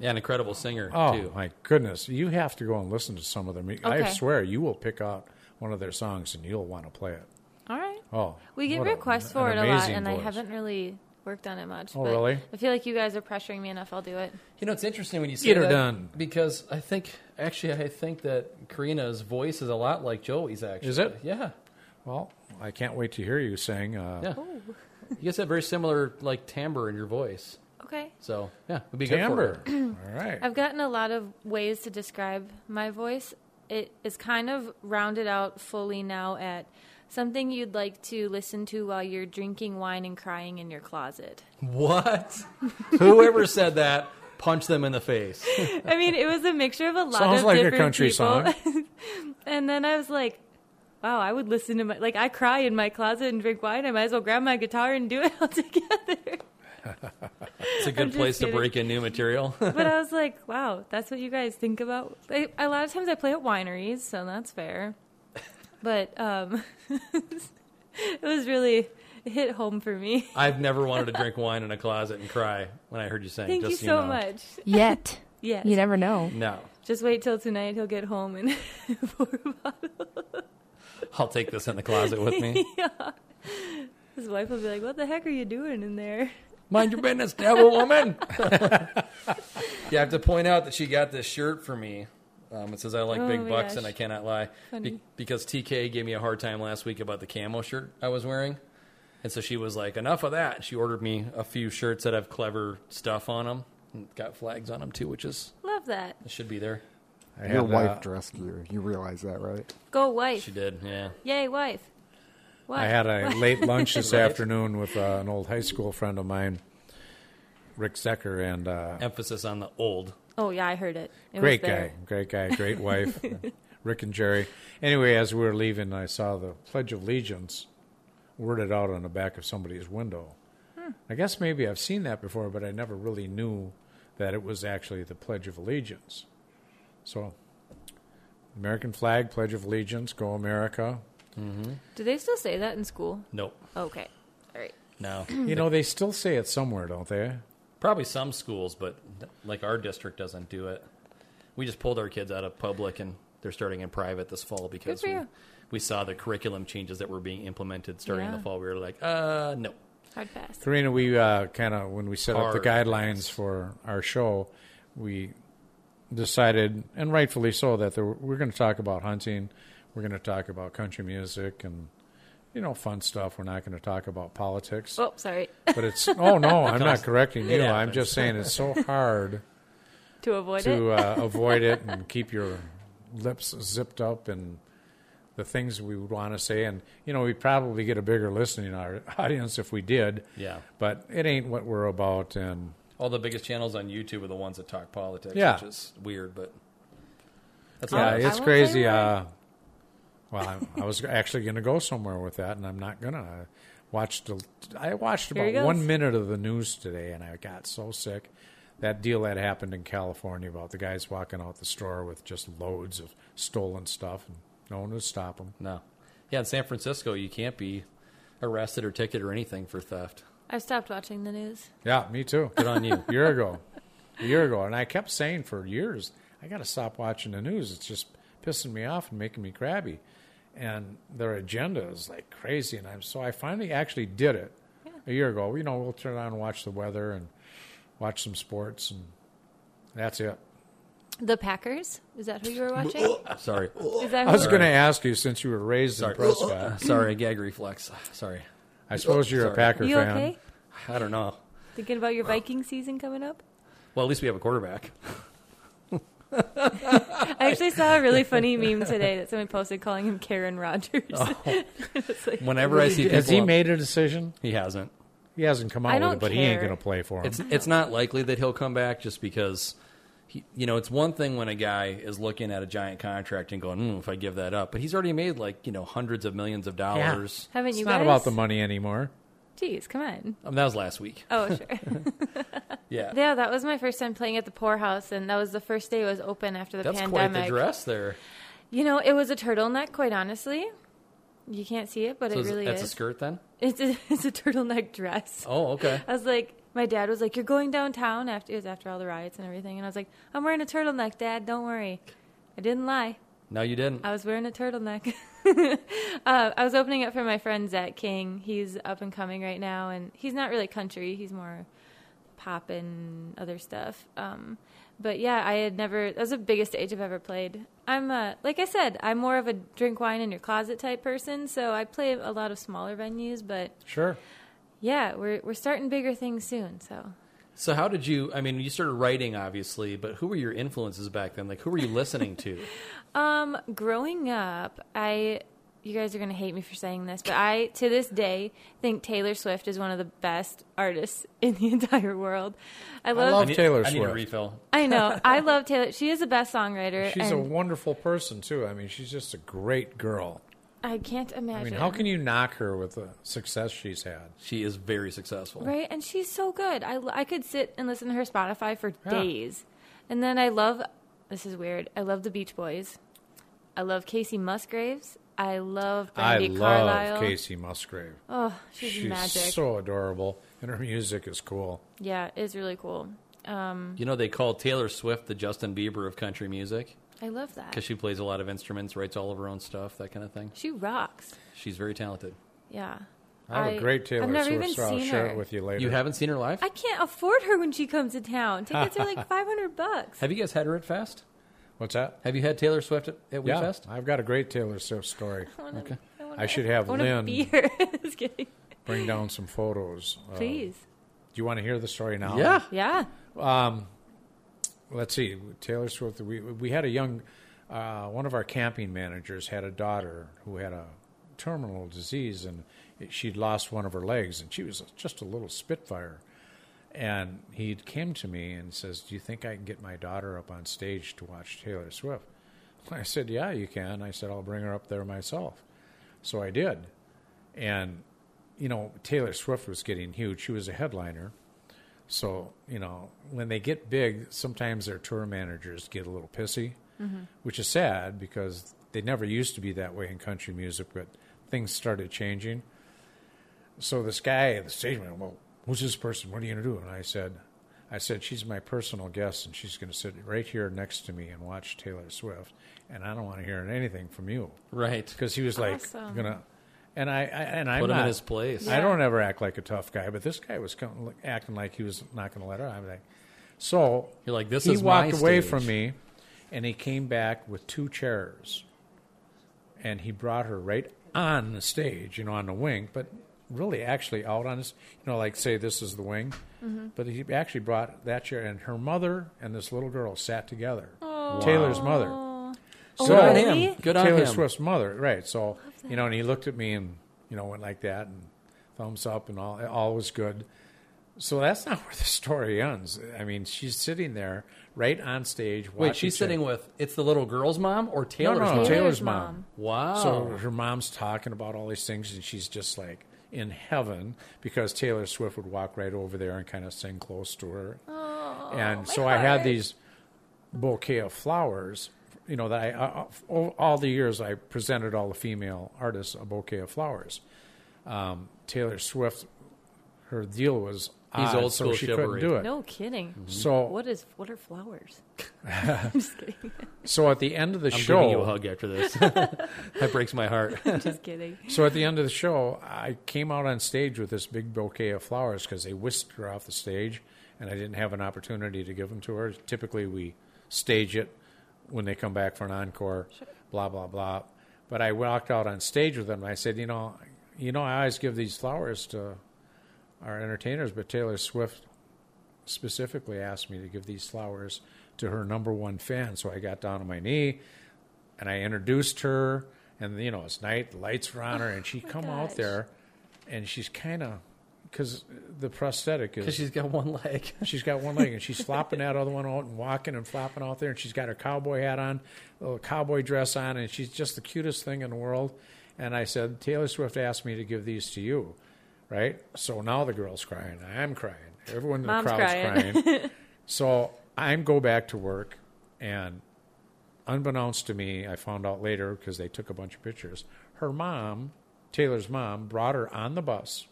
Speaker 1: Yeah, an incredible singer
Speaker 5: Oh
Speaker 1: too.
Speaker 5: my goodness! You have to go and listen to some of their music. I
Speaker 6: Okay.
Speaker 5: swear, you will pick out one of their songs and you'll want to play it.
Speaker 6: All right.
Speaker 5: Oh,
Speaker 6: We get
Speaker 5: what a-
Speaker 6: requests
Speaker 5: an
Speaker 6: for it a lot,
Speaker 5: amazing
Speaker 6: and I
Speaker 5: voice.
Speaker 6: haven't really worked on it much.
Speaker 5: Oh,
Speaker 6: but
Speaker 5: really?
Speaker 6: I feel like you guys are pressuring me enough. I'll do it.
Speaker 1: You know, it's interesting when you say
Speaker 5: Get her
Speaker 1: that
Speaker 5: done.
Speaker 1: because I think actually I think that Karina's voice is a lot like Joey's. Actually,
Speaker 5: Is it?
Speaker 1: Yeah,
Speaker 5: Well, I can't wait to hear you sing. Uh,
Speaker 1: yeah.
Speaker 6: Oh.
Speaker 1: You guys have very similar like timbre in your voice,
Speaker 6: Okay.
Speaker 1: so yeah, it'd be
Speaker 5: Timbre.
Speaker 1: good for her.
Speaker 5: All right.
Speaker 6: I've gotten a lot of ways to describe my voice. It is kind of rounded out fully now at something you'd like to listen to while you're drinking wine and crying in your closet.
Speaker 1: What? Whoever said that, punch them in the face.
Speaker 6: I mean, it was a mixture of a lot
Speaker 5: Sounds
Speaker 6: of
Speaker 5: like a
Speaker 6: different
Speaker 5: country
Speaker 6: people. and then I was like, wow, I would listen to my like I cry in my closet and drink wine. I might as well grab my guitar and do it all together.
Speaker 1: It's a good
Speaker 6: just
Speaker 1: place to
Speaker 6: kidding.
Speaker 1: break in new material.
Speaker 6: but I was like, wow, that's what you guys think about. I, a lot of times I play at wineries, so that's fair. But um, it was really it hit home for me.
Speaker 1: I've never wanted to drink wine in a closet and cry when I heard you sing.
Speaker 6: Thank
Speaker 1: just
Speaker 6: you
Speaker 1: so
Speaker 6: so
Speaker 1: know.
Speaker 6: much.
Speaker 2: Yet.
Speaker 6: Yes.
Speaker 2: You never know.
Speaker 1: No,
Speaker 6: Just wait till tonight. He'll get home and pour a bottle.
Speaker 1: I'll take this in the closet with me.
Speaker 6: His wife will be like, "What the heck are you doing in there?"
Speaker 1: Mind your business, devil woman. yeah, I have to point out that she got this shirt for me. Um, it says, I like
Speaker 6: Oh
Speaker 1: big
Speaker 6: my
Speaker 1: bucks
Speaker 6: gosh.
Speaker 1: and I cannot lie.
Speaker 6: Funny.
Speaker 1: because TK gave me a hard time last week about the camo shirt I was wearing. And so she was like, enough of that. She ordered me a few shirts that have clever stuff on them. Got flags on them too, which is
Speaker 6: Love that.
Speaker 1: should be there.
Speaker 5: I
Speaker 7: Your
Speaker 5: had,
Speaker 7: wife
Speaker 5: uh,
Speaker 7: dressed you. You realize that, right?
Speaker 6: Go wife.
Speaker 1: She did, yeah.
Speaker 6: Yay, wife. Wife.
Speaker 5: I had a late lunch this afternoon with uh, an old high school friend of mine, Rick Zecker, and uh,
Speaker 1: Emphasis on the old.
Speaker 6: Oh yeah, I heard it. it
Speaker 5: great
Speaker 6: was there.
Speaker 5: guy, great guy, great wife, Rick and Jerry. Anyway, as we were leaving, I saw the Pledge of Allegiance worded out on the back of somebody's window.
Speaker 6: Hmm.
Speaker 5: I guess maybe I've seen that before, but I never really knew that it was actually the Pledge of Allegiance. So, American flag, Pledge of Allegiance, go America.
Speaker 6: Do they still say that in school?
Speaker 1: Nope.
Speaker 6: Okay. All right.
Speaker 1: No.
Speaker 6: Hmm.
Speaker 5: You know, they still say it somewhere, don't they?
Speaker 1: Probably some schools, but th- like our district doesn't do it. We just pulled our kids out of public and they're starting in private this fall because
Speaker 6: for
Speaker 1: we,
Speaker 6: you.
Speaker 1: we saw the curriculum changes that were being implemented starting in
Speaker 6: Yeah.
Speaker 1: the fall. We were like, uh, no.
Speaker 6: Hard pass.
Speaker 5: Karina, we uh, kind of when we set up the
Speaker 1: Hard.
Speaker 5: guidelines for our show, we decided, and rightfully so, that there, we're going to talk about hunting, we're going to talk about country music, and you know, fun stuff. We're not going to talk about politics.
Speaker 6: Oh, sorry.
Speaker 5: But it's oh no, I'm not correcting you.
Speaker 1: It
Speaker 5: I'm
Speaker 1: happens.
Speaker 5: just saying it's so hard
Speaker 6: to avoid
Speaker 5: to
Speaker 6: it.
Speaker 5: uh, avoid it and keep your lips zipped up and the things we would want to say. And you know, we probably get a bigger listening au- audience if we did.
Speaker 1: Yeah.
Speaker 5: But it ain't what we're about. And
Speaker 1: All the biggest channels on YouTube are the ones that talk politics,
Speaker 5: Yeah.
Speaker 1: which is weird, but that's
Speaker 5: yeah,
Speaker 1: not us.
Speaker 5: it's
Speaker 6: won't
Speaker 5: crazy.
Speaker 6: Oh, say a
Speaker 5: Uh, well, I, I was actually going to go somewhere with that, and I'm not gonna. I watched. a- I watched
Speaker 6: Here he
Speaker 5: about one
Speaker 6: goes.
Speaker 5: minute of the news today, and I got so sick. That deal that happened in California about the guys walking out the store with just loads of stolen stuff, and no one would stop them.
Speaker 1: No. Yeah, in San Francisco, you can't be arrested or ticketed or anything for theft.
Speaker 6: I stopped watching the news.
Speaker 5: Yeah, me too.
Speaker 1: Good on you.
Speaker 5: a year ago. A year ago. And I kept saying for years, I got to stop watching the news. It's just pissing me off and making me crabby. And their agenda is like crazy. And I'm so I finally actually did it a year ago. You know, we'll turn on and watch the weather and watch some sports, and that's it.
Speaker 6: The Packers? Is that who you were watching?
Speaker 1: Sorry.
Speaker 6: Is that
Speaker 5: I was
Speaker 6: who-
Speaker 5: going to ask you since you were raised in
Speaker 1: Sorry.
Speaker 5: Prescott.
Speaker 1: Sorry, gag reflex. Sorry.
Speaker 5: I suppose you're a
Speaker 1: Sorry.
Speaker 5: Packer
Speaker 6: you
Speaker 5: fan.
Speaker 6: okay?
Speaker 1: I don't know.
Speaker 6: Thinking about your Viking season coming up?
Speaker 1: Well, at least we have a quarterback.
Speaker 6: I actually saw a really funny meme today that someone posted calling him Karen Rogers.
Speaker 5: Oh,
Speaker 6: It's like-
Speaker 1: Whenever I see people,
Speaker 5: Has he
Speaker 1: on-
Speaker 5: made a decision?
Speaker 1: he hasn't.
Speaker 5: He hasn't come
Speaker 6: I
Speaker 5: out with
Speaker 6: don't
Speaker 5: it, but he ain't
Speaker 6: care.
Speaker 5: going to play for him.
Speaker 1: It's it's not likely that he'll come back just because he, you know, it's one thing when a guy is looking at a giant contract and going, mm, if I give that up, but he's already made like, you know, hundreds of millions of dollars.
Speaker 6: Haven't
Speaker 5: It's
Speaker 6: you
Speaker 5: not
Speaker 6: guys?
Speaker 5: about the money anymore.
Speaker 6: Jeez, come on.
Speaker 1: I mean, Um, that was last week.
Speaker 6: Oh, sure.
Speaker 1: Yeah.
Speaker 6: yeah, that was my first time playing at the poorhouse, and that was the first day it was open after the
Speaker 1: That's
Speaker 6: pandemic.
Speaker 1: quite the dress there.
Speaker 6: You know, it was a turtleneck, quite honestly. You can't see it, but
Speaker 1: So
Speaker 6: it
Speaker 1: is-
Speaker 6: really
Speaker 1: that's
Speaker 6: is.
Speaker 1: a skirt then?
Speaker 6: It's a, it's a turtleneck dress.
Speaker 1: Oh, okay.
Speaker 6: I was like, my dad was like, "You're going downtown after it was after all the riots and everything," and I was like, "I'm wearing a turtleneck, Dad. Don't worry." I didn't lie.
Speaker 1: No, you didn't.
Speaker 6: I was wearing a turtleneck. uh, I was opening up for my friend Zach King. He's up and coming right now, and he's not really country. He's more pop and other stuff. Um, but yeah, I had never. That was the biggest stage I've ever played. I'm uh, like I said, I'm more of a drink wine in your closet type person. So I play a lot of smaller venues, but
Speaker 5: Sure.
Speaker 6: yeah, we're we're starting bigger things soon. So
Speaker 1: So how did you? I mean, you started writing, obviously, but who were your influences back then? Like, who were you listening to?
Speaker 6: Um, growing up, I you guys are gonna hate me for saying this, but I to this day think Taylor Swift is one of the best artists in the entire world. I love. I,
Speaker 5: love-
Speaker 1: need-
Speaker 5: Taylor
Speaker 1: I need a
Speaker 5: Swift.
Speaker 1: refill.
Speaker 6: know. I love Taylor. She is the best songwriter.
Speaker 5: She's a
Speaker 6: and
Speaker 5: wonderful person too. I mean, she's just a great girl.
Speaker 6: I can't imagine.
Speaker 5: I mean, how can you knock her with the success she's had?
Speaker 1: She is very successful.
Speaker 6: Right, and she's so good. I I could sit and listen to her Spotify for
Speaker 5: Yeah.
Speaker 6: days, and then I love. This is weird. I love the Beach Boys. I love Casey Musgraves. I love Brandy
Speaker 5: I love
Speaker 6: Carlisle.
Speaker 5: Casey Musgrave.
Speaker 6: Oh, she's,
Speaker 5: she's
Speaker 6: magic.
Speaker 5: so adorable, and her music is cool.
Speaker 6: yeah, it's really cool.
Speaker 1: You know, they call Taylor Swift the Justin Bieber of country music
Speaker 6: I love that.
Speaker 1: because she plays a lot of instruments, writes all of her own stuff, that kind of thing.
Speaker 6: She rocks.
Speaker 1: She's very talented.
Speaker 6: Yeah.
Speaker 5: I have a
Speaker 6: a
Speaker 5: great Taylor
Speaker 6: I've never
Speaker 5: Swift.
Speaker 6: even
Speaker 5: so I'll
Speaker 6: seen
Speaker 5: share
Speaker 6: her.
Speaker 5: it with you later.
Speaker 1: You haven't seen her live?
Speaker 6: I can't afford her when she comes to town. Tickets are like 500 bucks.
Speaker 1: Have you guys had her at Fest?
Speaker 5: What's that?
Speaker 1: Have you had Taylor Swift at, at
Speaker 5: Yeah,
Speaker 1: WeFest?
Speaker 5: I've got a great Taylor Swift story.
Speaker 6: I, wanna, I, wanna,
Speaker 5: I should have
Speaker 6: I wanna
Speaker 5: Lynn.
Speaker 6: be here. Just kidding.
Speaker 5: bring down some photos. Uh,
Speaker 6: Please.
Speaker 5: do you want to hear the story now?
Speaker 1: Yeah.
Speaker 6: Yeah.
Speaker 5: let's see taylor swift we, we had a young uh, one of our camping managers had a daughter who had a terminal disease and she'd lost one of her legs and she was just a little spitfire and he came to me and says do you think i can get my daughter up on stage to watch taylor swift i said yeah you can i said i'll bring her up there myself so i did and you know taylor swift was getting huge she was a headliner so, you know, when they get big, sometimes their tour managers get a little pissy, which is sad because they never used to be that way in country music, but things started changing. So this guy at the stage went, Well, who's this person? What are you going to do? And I said, I said, She's my personal guest, and she's going to sit right here next to me and watch Taylor Swift, and I don't want to hear anything from you.
Speaker 1: Right.
Speaker 5: Because he was like,
Speaker 6: Awesome.
Speaker 5: gonna, and I, I and I'm
Speaker 1: Put him in
Speaker 5: not-
Speaker 1: his place.
Speaker 5: I don't ever act like a tough guy, but this guy was com- acting like he was not going to let her. I'm like, so
Speaker 1: You're like, this
Speaker 5: he
Speaker 1: is my
Speaker 5: walked away
Speaker 1: stage.
Speaker 5: from me, and he came back with two chairs, and he brought her right on the stage, you know, on the wing, but really actually out on his, you know, like say this is the wing,
Speaker 6: Mm-hmm.
Speaker 5: but he actually brought that chair, and her mother and this little girl sat together. Taylor's mother.
Speaker 6: Oh,
Speaker 5: So-
Speaker 1: Good on
Speaker 6: really?
Speaker 1: him. Good on
Speaker 5: Taylor
Speaker 1: him.
Speaker 5: Swift's mother, right? So you know, and he looked at me and you know went like that and thumbs up and all all was good. So that's not where the story ends. I mean, she's sitting there right on stage.
Speaker 1: Wait, she's sitting with it's the little girl's mom or
Speaker 5: no,
Speaker 1: Taylor's
Speaker 5: no,
Speaker 1: mom?
Speaker 5: Taylor's,
Speaker 6: Taylor's
Speaker 5: mom.
Speaker 6: mom.
Speaker 1: Wow.
Speaker 5: So
Speaker 6: Oh.
Speaker 5: her mom's talking about all these things, and she's just like in heaven because Taylor Swift would walk right over there and kind of sing close to her. and so I had
Speaker 6: Oh, heart.
Speaker 5: these bouquet of flowers, you know, that I, uh, all the years I presented all the female artists a bouquet of flowers. Um, Taylor Swift, her deal was
Speaker 1: He's
Speaker 5: odd,
Speaker 1: old
Speaker 5: so
Speaker 1: school
Speaker 5: she
Speaker 1: chivalry.
Speaker 5: couldn't do it.
Speaker 6: No kidding.
Speaker 5: So,
Speaker 6: What is what are flowers? I'm just kidding.
Speaker 5: so at the end of the
Speaker 1: I'm
Speaker 5: show,
Speaker 1: giving you a hug after this. that breaks my heart.
Speaker 6: I'm just kidding.
Speaker 5: So at the end of the show, I came out on stage with this big bouquet of flowers because they whisked her off the stage, and I didn't have an opportunity to give them to her. Typically, we stage it when they come back for an encore, blah blah blah. But I walked out on stage with them. And I said, you know, you know, I always give these flowers to our entertainers, but Taylor Swift specifically asked me to give these flowers to her number one fan. So I got down on my knee and I introduced her. And you know, it's night, the lights were on her, and she come out
Speaker 6: gosh.
Speaker 5: there, and she's kind of because the prosthetic is
Speaker 1: Because she's got one leg.
Speaker 5: She's got one leg and she's flopping that other one out and walking and flopping out there. And she's got her cowboy hat on, little cowboy dress on, and she's just the cutest thing in the world. And I said, Taylor Swift asked me to give these to you, right? So now the girl's crying. I'm crying. Everyone in the
Speaker 6: Mom's
Speaker 5: crowd's
Speaker 6: crying.
Speaker 5: crying. so I go back to work, and unbeknownst to me, I found out later because they took a bunch of pictures. Her mom, Taylor's mom, brought her on the bus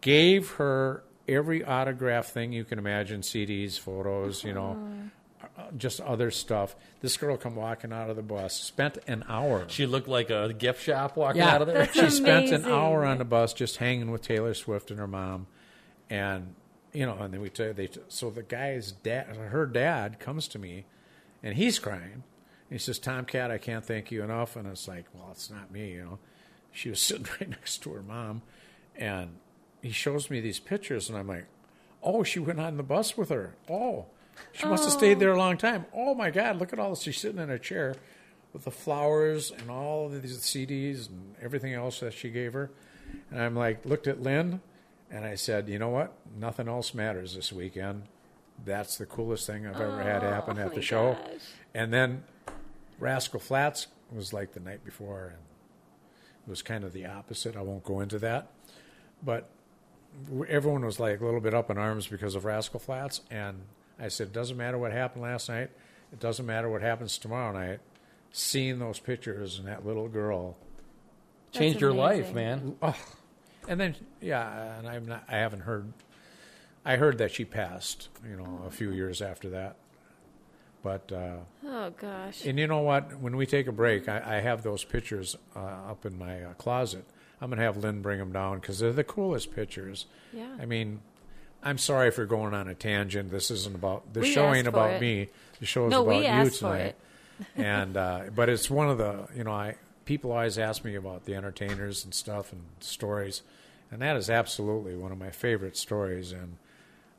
Speaker 5: gave her every autograph thing you can imagine CDs, photos, you know, uh, just other stuff. This girl come walking out of the bus, spent an hour.
Speaker 1: She looked like a gift shop walking out of there.
Speaker 6: That's
Speaker 5: she spent an
Speaker 6: amazing.
Speaker 5: hour on the bus just hanging with Taylor Swift and her mom, and you know, and then we tell they so the guy's dad, her dad, comes to me, and he's crying. And he says, "Tomcat, I can't thank you enough." And it's like, well, it's not me, you know. She was sitting right next to her mom, and he shows me these pictures, and I'm like, "Oh, she went on the bus with her. Oh, she must have stayed there a long time. Oh my God, look at all this. She's sitting in a chair with the flowers and all of these CDs and everything else that she gave her." And I'm like, looked at Lynn, and I said, "You know what? Nothing else matters this weekend. That's the coolest thing I've ever had happen at the show." And then Rascal Flats was like the night before, and it was kind of the opposite. I won't go into that, but everyone was like a little bit up in arms because of Rascal Flats, and I said, "Doesn't matter what happened last night. It doesn't matter what happens tomorrow night." Seeing those pictures and that little girl,
Speaker 1: Changed your life,
Speaker 6: amazing.
Speaker 1: man.
Speaker 5: and then yeah, and I'm not. I haven't heard. I heard that she passed. You know, a few years after that, but. uh
Speaker 6: Oh gosh.
Speaker 5: And you know what? When we take a break, I, I have those pictures uh, up in my uh, closet. I'm going to have Lynn bring them down because they're the coolest pictures.
Speaker 6: Yeah.
Speaker 5: I mean, I'm sorry for going on a tangent. This isn't about the
Speaker 6: We
Speaker 5: show.
Speaker 6: asked
Speaker 5: Ain't
Speaker 6: for
Speaker 5: about
Speaker 6: it.
Speaker 5: me. The show is
Speaker 6: No,
Speaker 5: about
Speaker 6: we
Speaker 5: you
Speaker 6: asked for
Speaker 5: tonight.
Speaker 6: it.
Speaker 5: and uh, but it's one of the you know I people always ask me about the entertainers and stuff and stories, And that is absolutely one of my favorite stories. And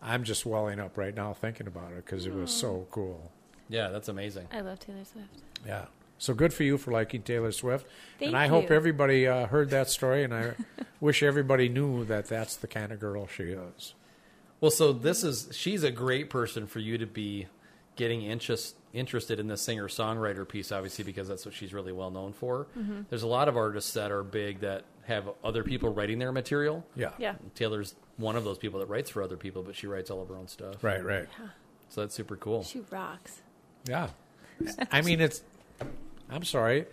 Speaker 5: I'm just welling up right now thinking about it because it was so cool.
Speaker 1: Yeah, that's amazing.
Speaker 6: I love Taylor Swift.
Speaker 5: Yeah. So good for you for liking Taylor Swift.
Speaker 6: Thank
Speaker 5: and I hope
Speaker 6: you.
Speaker 5: everybody uh, heard that story, and I wish everybody knew that that's the kind of girl she is.
Speaker 1: Well, so this is she's a great person for you to be getting interest, interested in the singer songwriter piece, obviously, because that's what she's really well known for.
Speaker 6: Mm-hmm.
Speaker 1: There's a lot of artists that are big that have other people writing their material.
Speaker 5: Yeah.
Speaker 6: Yeah.
Speaker 1: Taylor's one of those people that writes for other people, but she writes all of her own stuff.
Speaker 5: Right, right.
Speaker 1: So that's super cool.
Speaker 6: She rocks.
Speaker 5: Yeah. I mean, it's, I'm sorry.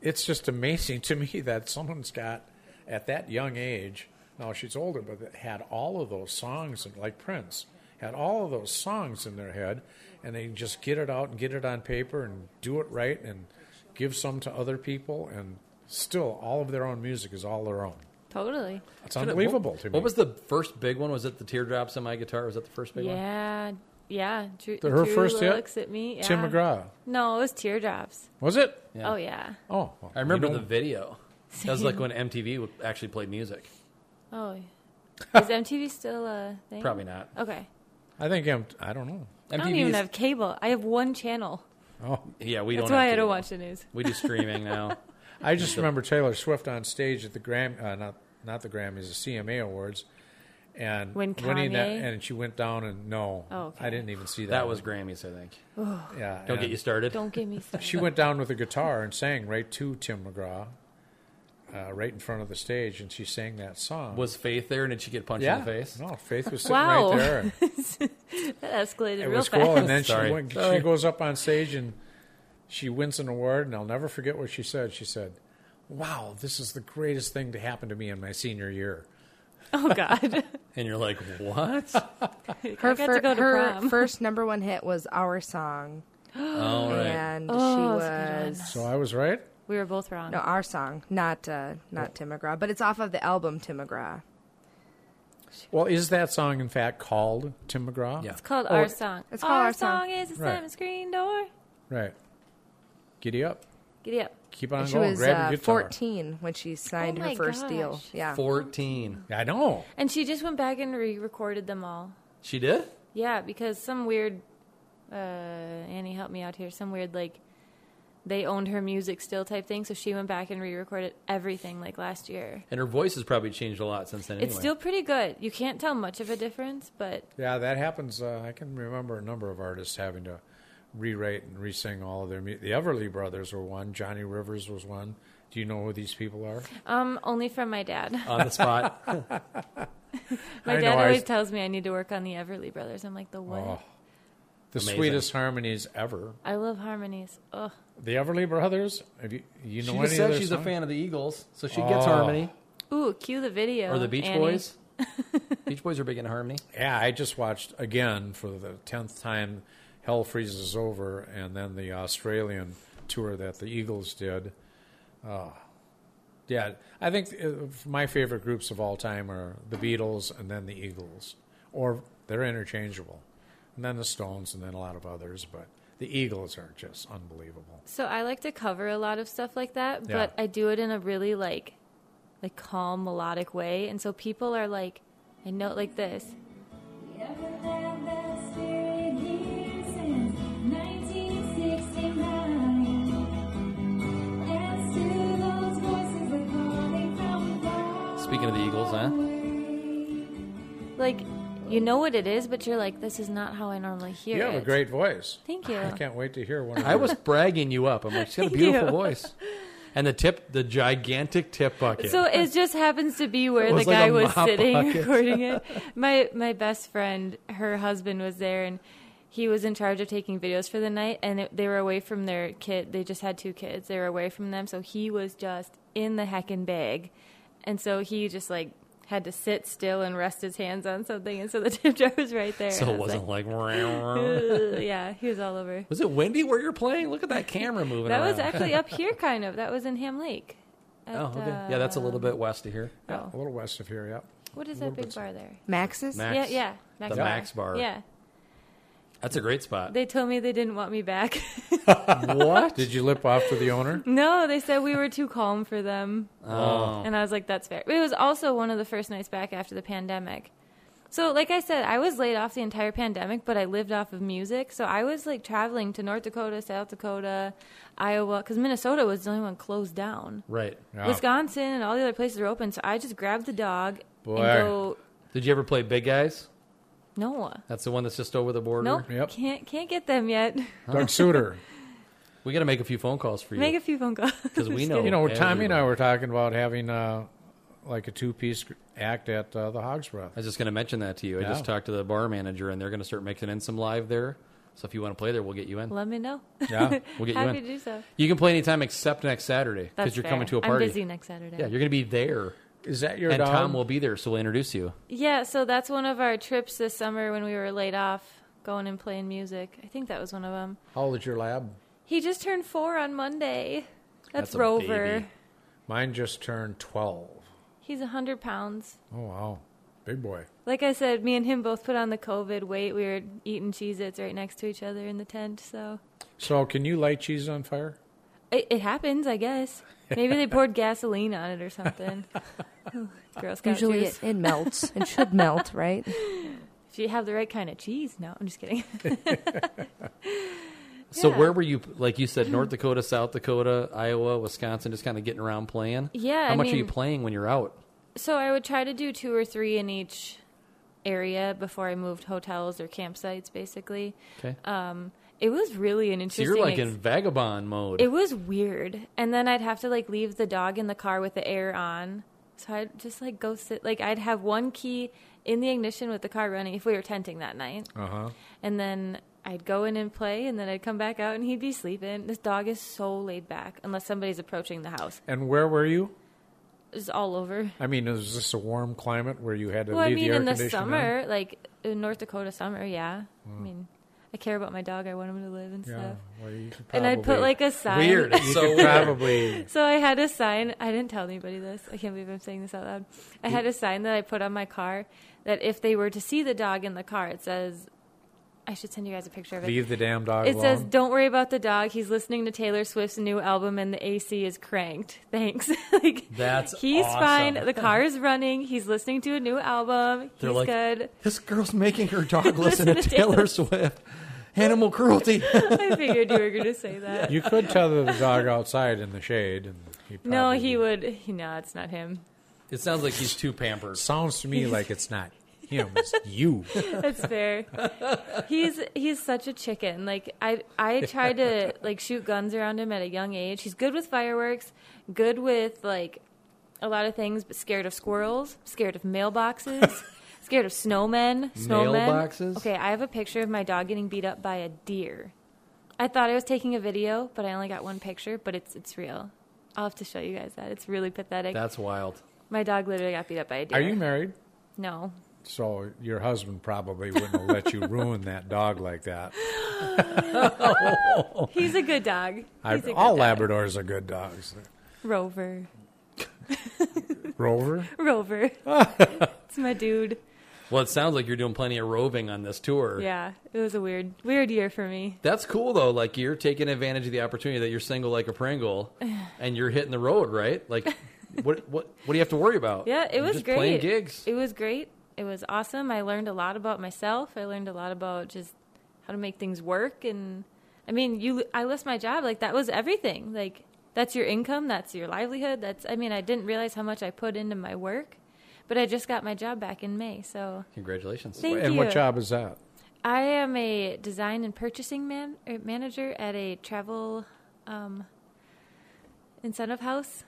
Speaker 5: It's just amazing to me that someone's got, at that young age, now she's older, but that had all of those songs, and like Prince, had all of those songs in their head, and they just get it out and get it on paper and do it right and give some to other people, and still all of their own music is all their own.
Speaker 6: Totally.
Speaker 5: It's unbelievable to me.
Speaker 1: What was the first big one? Was it the teardrops on my guitar? Was that the first big one?
Speaker 6: Yeah. Yeah. Drew,
Speaker 5: The- her
Speaker 6: Drew
Speaker 5: first hit?
Speaker 6: looks at me. Yeah.
Speaker 5: Tim McGraw?
Speaker 6: No, it was Teardrops.
Speaker 5: Was it?
Speaker 1: Yeah.
Speaker 6: Oh yeah.
Speaker 5: Oh, well,
Speaker 1: I remember
Speaker 5: you
Speaker 1: the
Speaker 5: know-
Speaker 1: video. That was like when MTV would actually played music.
Speaker 6: Oh. yeah. Is MTV still a thing?
Speaker 1: Probably not.
Speaker 6: Okay.
Speaker 5: I think I'm. I don't know.
Speaker 6: I don't even have cable. I have one channel.
Speaker 5: Oh,
Speaker 1: Yeah, we
Speaker 6: That's
Speaker 1: don't.
Speaker 6: why
Speaker 1: have
Speaker 6: I don't
Speaker 1: cable.
Speaker 6: watch the news.
Speaker 1: We do streaming now.
Speaker 5: I just remember Taylor Swift on stage at the Gram, uh, not not the Grammys, the CMA Awards, and
Speaker 6: When
Speaker 5: winning that,
Speaker 6: Kanye-
Speaker 5: and she went down and no,
Speaker 6: Oh, okay.
Speaker 5: I didn't even see that.
Speaker 1: That was Grammys, I think.
Speaker 5: yeah.
Speaker 1: Don't get
Speaker 5: and
Speaker 1: you started.
Speaker 6: Don't give me some.
Speaker 5: She went down with a guitar and sang right to Tim McGraw, uh, right in front of the stage, and she sang that song.
Speaker 1: Was Faith there and did she get punched
Speaker 5: yeah,
Speaker 1: in the face?
Speaker 5: No, Faith was sitting
Speaker 6: Wow.
Speaker 5: right there.
Speaker 6: that escalated
Speaker 5: It
Speaker 6: real
Speaker 5: was
Speaker 6: fast.
Speaker 5: cool, and then she
Speaker 1: Sorry.
Speaker 5: went, she
Speaker 1: Sorry.
Speaker 5: goes up on stage and she wins an award, and I'll never forget what she said. She said, "Wow, this is the greatest thing to happen to me in my senior year."
Speaker 6: oh God.
Speaker 1: And you're like, what?
Speaker 6: Uh-uh.
Speaker 2: Her,
Speaker 6: I got to go to
Speaker 2: her
Speaker 6: prom.
Speaker 2: first number one hit was Our Song.
Speaker 1: All right.
Speaker 2: And
Speaker 6: Oh,
Speaker 2: she
Speaker 6: that's a good one.
Speaker 2: was.
Speaker 5: So I was right.
Speaker 6: we were both wrong.
Speaker 2: No, Our Song, not uh, not Tim McGraw, but it's off of the album Tim McGraw.
Speaker 5: Well, is that song in fact called Tim McGraw?
Speaker 1: Yeah.
Speaker 6: It's called our song.
Speaker 2: Oh. it's called Our Song.
Speaker 6: is a
Speaker 5: Right.
Speaker 6: seven screen door.
Speaker 5: Right. Giddy up.
Speaker 6: Giddy up.
Speaker 5: Keep on
Speaker 2: She
Speaker 5: going.
Speaker 2: was
Speaker 5: Grab
Speaker 2: uh,
Speaker 5: your guitar.
Speaker 2: 14 when she signed
Speaker 6: Oh
Speaker 2: her
Speaker 6: my
Speaker 2: first
Speaker 6: gosh.
Speaker 2: deal. Yeah.
Speaker 1: 14.
Speaker 5: I know.
Speaker 6: And she just went back and re-recorded them all.
Speaker 1: She did?
Speaker 6: Yeah, because some weird uh, Annie help me out here. Some weird like they owned her music still type thing. So she went back and re-recorded everything like last year.
Speaker 1: And her voice has probably changed a lot since then. Anyway.
Speaker 6: It's still pretty good. You can't tell much of a difference, but
Speaker 5: Yeah, that happens. Uh, I can remember a number of artists having to rewrite and re-sing all of their music. The Everly Brothers were one. Johnny Rivers was one. Do you know who these people are?
Speaker 6: um, only from my dad.
Speaker 1: on the spot.
Speaker 6: My
Speaker 5: I
Speaker 6: dad
Speaker 5: know, I
Speaker 6: always
Speaker 5: was-
Speaker 6: tells me I need to work on the Everly Brothers. I'm like the what?
Speaker 5: Oh, the
Speaker 1: Amazing.
Speaker 5: sweetest harmonies ever.
Speaker 6: I love harmonies. Ugh.
Speaker 5: The Everly Brothers. Have you you know
Speaker 1: she
Speaker 5: any
Speaker 1: just
Speaker 5: of
Speaker 1: said
Speaker 5: their
Speaker 1: she's a
Speaker 5: songs?
Speaker 1: fan of the Eagles, so she gets
Speaker 5: Oh.
Speaker 1: Harmony.
Speaker 6: Ooh, cue the video.
Speaker 1: Or the Beach
Speaker 6: Uh, Annie.
Speaker 1: Boys. Beach Boys are big into Harmony.
Speaker 5: Yeah, I just watched again for the tenth time. Hell freezes over, and then the Australian tour that the Eagles did. Uh, yeah, I think uh, my favorite groups of all time are the Beatles and then the Eagles, or they're interchangeable, and then the Stones and then a lot of others. But the Eagles are just unbelievable.
Speaker 6: So I like to cover a lot of stuff like that,
Speaker 5: Yeah.
Speaker 6: but I do it in a really like like calm melodic way and so people are like I know like this.
Speaker 1: Speaking of the Eagles, huh?
Speaker 6: Like you know what it is, but you're like this is not how I normally hear
Speaker 5: You
Speaker 6: it.
Speaker 5: have a great voice.
Speaker 6: Thank you.
Speaker 5: I can't wait to hear one. Of
Speaker 1: I
Speaker 5: your-
Speaker 1: was bragging you up. I'm like, she's got a
Speaker 6: Thank
Speaker 1: beautiful
Speaker 6: you.
Speaker 1: voice. And the tip, the gigantic tip bucket.
Speaker 6: So it just happens to be where
Speaker 1: It
Speaker 6: the
Speaker 1: was like
Speaker 6: guy
Speaker 1: a
Speaker 6: was
Speaker 1: mop
Speaker 6: sitting
Speaker 1: bucket.
Speaker 6: recording it. My my best friend, her husband was there, and he was in charge of taking videos for the night. And it, they were away from their kid. They just had two kids. They were away from them, so he was just in the heckin' bag, and so he just like had to sit still and rest his hands on something. And so the tip jar was right there.
Speaker 1: So
Speaker 6: and I
Speaker 1: it
Speaker 6: was
Speaker 1: wasn't like.
Speaker 6: like, "Ugh." yeah, he was all over.
Speaker 1: was it windy where you're playing? Look at that camera moving
Speaker 6: That
Speaker 1: around.
Speaker 6: was actually up here, kind of. That was in Ham Lake. At,
Speaker 1: uh, Oh, okay.
Speaker 6: uh,
Speaker 1: Yeah, that's a little bit west of here.
Speaker 6: oh.
Speaker 5: a little west of here. Yeah.
Speaker 6: What is that big bar there?
Speaker 2: Max's?
Speaker 1: Max.
Speaker 6: Yeah, yeah.
Speaker 1: The Max Bar.
Speaker 6: Yeah.
Speaker 1: I That's a great spot.
Speaker 6: They told me they didn't want me back.
Speaker 1: what?
Speaker 5: Did you lip off to the owner?
Speaker 6: no, they said we were too calm for them.
Speaker 1: Oh.
Speaker 6: And I was like, that's fair. It was also one of the first nights back after the pandemic. So, like I said, I was laid off the entire pandemic, but I lived off of music. So I was like traveling to North Dakota, South Dakota, Iowa, because Minnesota was the only one closed down.
Speaker 1: Right.
Speaker 5: Yeah.
Speaker 6: Wisconsin and all the other places were open. So I just grabbed the dog
Speaker 5: Boy.
Speaker 6: and go,
Speaker 1: Did you ever play Big Guys?
Speaker 6: no,
Speaker 1: That's the one that's just over the border.
Speaker 6: nope,
Speaker 5: Yep.
Speaker 6: can't, can't get them yet.
Speaker 5: Doug Suter.
Speaker 1: We got to make a few phone calls for you.
Speaker 6: Make a few phone calls.
Speaker 1: 'Cause we know-
Speaker 5: You know,
Speaker 1: Everyone.
Speaker 5: Tommy and I were talking about having uh, like a two piece act at uh, the Hogs Breath.
Speaker 1: I was just going to mention that to you. I just
Speaker 5: Yeah.
Speaker 1: talked to the bar manager, and they're going to start mixing in some live there. So if you want to play there, we'll get you in.
Speaker 6: Let me know.
Speaker 5: Yeah.
Speaker 1: We'll get you
Speaker 6: Happy
Speaker 1: in.
Speaker 6: to do so.
Speaker 1: You can play anytime except next Saturday
Speaker 6: That's
Speaker 1: because you're
Speaker 6: fair.
Speaker 1: coming to a party.
Speaker 6: I'm busy next Saturday.
Speaker 1: Yeah, you're going to be there,
Speaker 5: Is that your
Speaker 1: and
Speaker 5: dog?
Speaker 1: Tom will be there, so we'll introduce you.
Speaker 6: Yeah, so that's one of our trips this summer when we were laid off, going and playing music. I think that was one of them.
Speaker 5: How old is your lab?
Speaker 6: He just turned four on Monday. That's,
Speaker 1: That's a
Speaker 6: Rover.
Speaker 1: baby.
Speaker 5: Mine just turned 12.
Speaker 6: He's a hundred pounds.
Speaker 5: Oh, wow. Big boy.
Speaker 6: Like I said, me and him both put on the COVID weight. We were eating Cheez Its right next to each other in the tent, so
Speaker 5: So, can you light cheese on fire?
Speaker 6: it, it happens, I guess. Maybe they poured gasoline on it or something. Girl Scout
Speaker 2: Usually
Speaker 6: juice.
Speaker 2: it, it melts. It should melt, right?
Speaker 6: If you have the right kind of cheese, no, I'm just kidding.
Speaker 1: So
Speaker 6: Yeah.
Speaker 1: where were you? Like you said, North Dakota, South Dakota, Iowa, Wisconsin, just kind of getting around playing.
Speaker 6: Yeah,
Speaker 1: How
Speaker 6: I
Speaker 1: much are you
Speaker 6: mean-
Speaker 1: playing when you're out?
Speaker 6: So I would try to do two or three in each area before I moved hotels or campsites, basically.
Speaker 1: Okay.
Speaker 6: Um, It was really an
Speaker 1: so
Speaker 6: interesting.
Speaker 1: you're like
Speaker 6: ex-
Speaker 1: in vagabond mode.
Speaker 6: it was weird, and then I'd have to like leave the dog in the car with the air on. So I'd just like go sit. Like I'd have one key in the ignition with the car running if we were tenting that night,
Speaker 5: Uh
Speaker 1: Uh-huh.
Speaker 5: huh.
Speaker 6: and then I'd go in and play, and then I'd come back out, and he'd be sleeping. This dog is so laid back, unless somebody's approaching the house.
Speaker 5: And where were you?
Speaker 6: It's all over.
Speaker 5: I mean, is this a warm climate where you had to
Speaker 6: Well, I
Speaker 5: leave
Speaker 6: mean,
Speaker 5: the air
Speaker 6: in the
Speaker 5: conditioner on?
Speaker 6: summer, like in North Dakota summer, yeah. I mean, I care about my dog. I want him to live and
Speaker 5: Hmm. Yeah.
Speaker 6: stuff.
Speaker 5: Well, you could
Speaker 6: And I'd put
Speaker 5: probably-
Speaker 6: like a sign.
Speaker 1: weird. It's
Speaker 5: You
Speaker 1: so
Speaker 5: could
Speaker 1: weird.
Speaker 5: probably.
Speaker 6: So I had a sign. I didn't tell anybody this. I can't believe I'm saying this out loud. I had a sign that I put on my car that if they were to see the dog in the car, it says, I should send you guys a picture of it.
Speaker 5: Leave the damn dog
Speaker 6: It
Speaker 5: alone.
Speaker 6: says, "Don't worry about the dog. He's listening to Taylor Swift's new album, and the AC is cranked. Thanks." like
Speaker 1: That's
Speaker 6: he's
Speaker 1: awesome.
Speaker 6: fine. The car is running. He's listening to a new album.
Speaker 1: They're
Speaker 6: he's
Speaker 1: like,
Speaker 6: good.
Speaker 1: This girl's making her dog listen,
Speaker 6: Listen
Speaker 1: to
Speaker 6: to
Speaker 1: Taylor
Speaker 6: Taylor.
Speaker 1: Swift. Animal cruelty.
Speaker 6: I figured you were going to say that.
Speaker 5: you could tether the dog outside in the shade. And he
Speaker 6: No,
Speaker 5: probably-
Speaker 6: he would. He, no, it's not him.
Speaker 1: it sounds like he's too pampered.
Speaker 5: Sounds to me like it's not him, it's you.
Speaker 6: That's fair. he's he's such a chicken. Like I I tried to like shoot guns around him at a young age. He's good with fireworks, good with like a lot of things, but scared of squirrels, scared of mailboxes, scared of snowmen. Snowmen.
Speaker 1: Mailboxes?
Speaker 6: Okay, I have a picture of my dog getting beat up by a deer. I thought I was taking a video, but I only got one picture. But it's it's real. I'll have to show you guys that. It's really pathetic.
Speaker 1: That's wild.
Speaker 6: my dog literally got beat up by a deer.
Speaker 5: Are you married?
Speaker 6: No.
Speaker 5: So your husband probably wouldn't have let you ruin that dog like that.
Speaker 6: He's a good dog. He's
Speaker 5: I,
Speaker 6: a good
Speaker 5: all
Speaker 6: dog.
Speaker 5: Labradors are good dogs.
Speaker 6: Rover.
Speaker 5: Rover?
Speaker 6: Rover. it's my dude.
Speaker 1: Well, it sounds like you're doing plenty of roving on this tour.
Speaker 6: Yeah, it was a weird, weird year for me.
Speaker 1: That's cool though. Like you're taking advantage of the opportunity that you're single like a Pringle, and you're hitting the road, right? Like, what what what do you have to worry about?
Speaker 6: Yeah, it
Speaker 1: You're
Speaker 6: was
Speaker 1: just
Speaker 6: great.
Speaker 1: Playing gigs.
Speaker 6: It was great. It was awesome. I learned a lot about myself. I learned a lot about just how to make things work. And I mean, you, I lost my job. Like that was everything. Like that's your income. That's your livelihood. That's. I mean, I didn't realize how much I put into my work, but I just got my job back in May. So
Speaker 1: Congratulations.
Speaker 6: thank
Speaker 5: and
Speaker 6: you.
Speaker 5: what job is that?
Speaker 6: I am a design and purchasing man er, manager at a travel um, incentive house.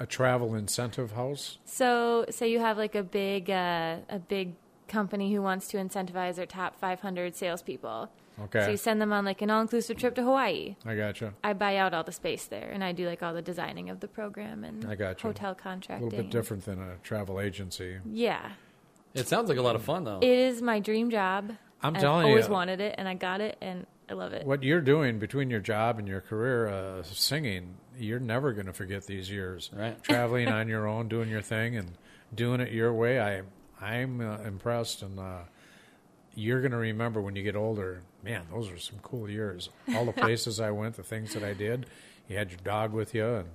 Speaker 5: A travel incentive house?
Speaker 6: So, say you have like a big uh, a big company who wants to incentivize their top 500 salespeople. So
Speaker 5: Okay.
Speaker 6: you send them on like an all inclusive trip to Hawaii.
Speaker 5: I gotcha.
Speaker 6: I buy out all the space there, and I do like all the designing of the program and
Speaker 5: I gotcha.
Speaker 6: hotel
Speaker 5: A
Speaker 6: contracting.
Speaker 5: little bit different than a travel agency.
Speaker 6: Yeah,
Speaker 1: It sounds like a lot of fun though.
Speaker 6: it is my dream job.
Speaker 5: I'm
Speaker 6: I've
Speaker 5: telling
Speaker 6: always
Speaker 5: you.
Speaker 6: wanted it, and I got it, and I love it.
Speaker 5: What you're doing between your job and your career uh, singing, you're never going to forget these years.
Speaker 1: Right.
Speaker 5: Traveling on your own, doing your thing, and doing it your way. I, I'm uh, impressed, and uh, you're going to remember when you get older. man, those were some cool years. All the places I went, the things that I did. You had your dog with you, and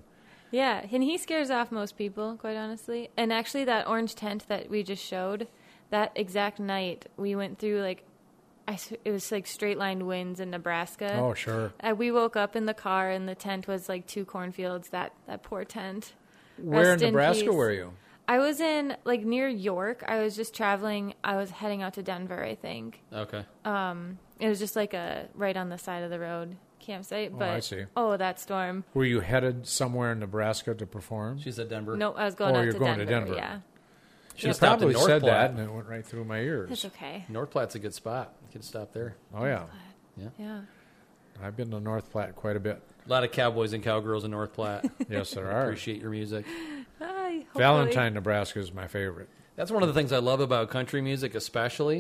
Speaker 6: Yeah, and he scares off most people, quite honestly. And actually, that orange tent that we just showed, that exact night, we went through like, I s it was like straight line winds in Nebraska.
Speaker 5: oh sure,
Speaker 6: Uh, we woke up in the car, and the tent was like two cornfields. That that poor tent.
Speaker 5: where
Speaker 6: Rest
Speaker 5: in
Speaker 6: in
Speaker 5: Nebraska
Speaker 6: peace.
Speaker 5: were you?
Speaker 6: I was in like near York. I was just traveling. I was heading out to Denver, I think.
Speaker 1: Okay.
Speaker 6: Uh, It was just like a right on the side of the road campsite. But
Speaker 5: I see.
Speaker 6: oh, that storm.
Speaker 5: Were you headed somewhere in Nebraska to perform?
Speaker 1: She said Denver.
Speaker 6: No, I was going
Speaker 5: Oh,
Speaker 6: out
Speaker 5: you're
Speaker 6: to,
Speaker 5: going to
Speaker 6: Denver,
Speaker 5: Denver.
Speaker 6: Yeah,
Speaker 1: she
Speaker 5: You
Speaker 1: stopped at
Speaker 5: probably
Speaker 1: North
Speaker 5: said that,
Speaker 1: Platte.
Speaker 5: and it went right through my
Speaker 6: that's
Speaker 5: ears.
Speaker 6: okay.
Speaker 1: North Platte's a good spot. You could stop there.
Speaker 5: Oh yeah,
Speaker 6: Yeah.
Speaker 5: I've been to North Platte quite a bit.
Speaker 1: A lot of cowboys and cowgirls in North Platte.
Speaker 5: Yes, there are.
Speaker 1: Appreciate your music.
Speaker 6: Hi, hopefully.
Speaker 5: Valentine, Nebraska is my favorite.
Speaker 1: That's one of the things I love about country music, especially,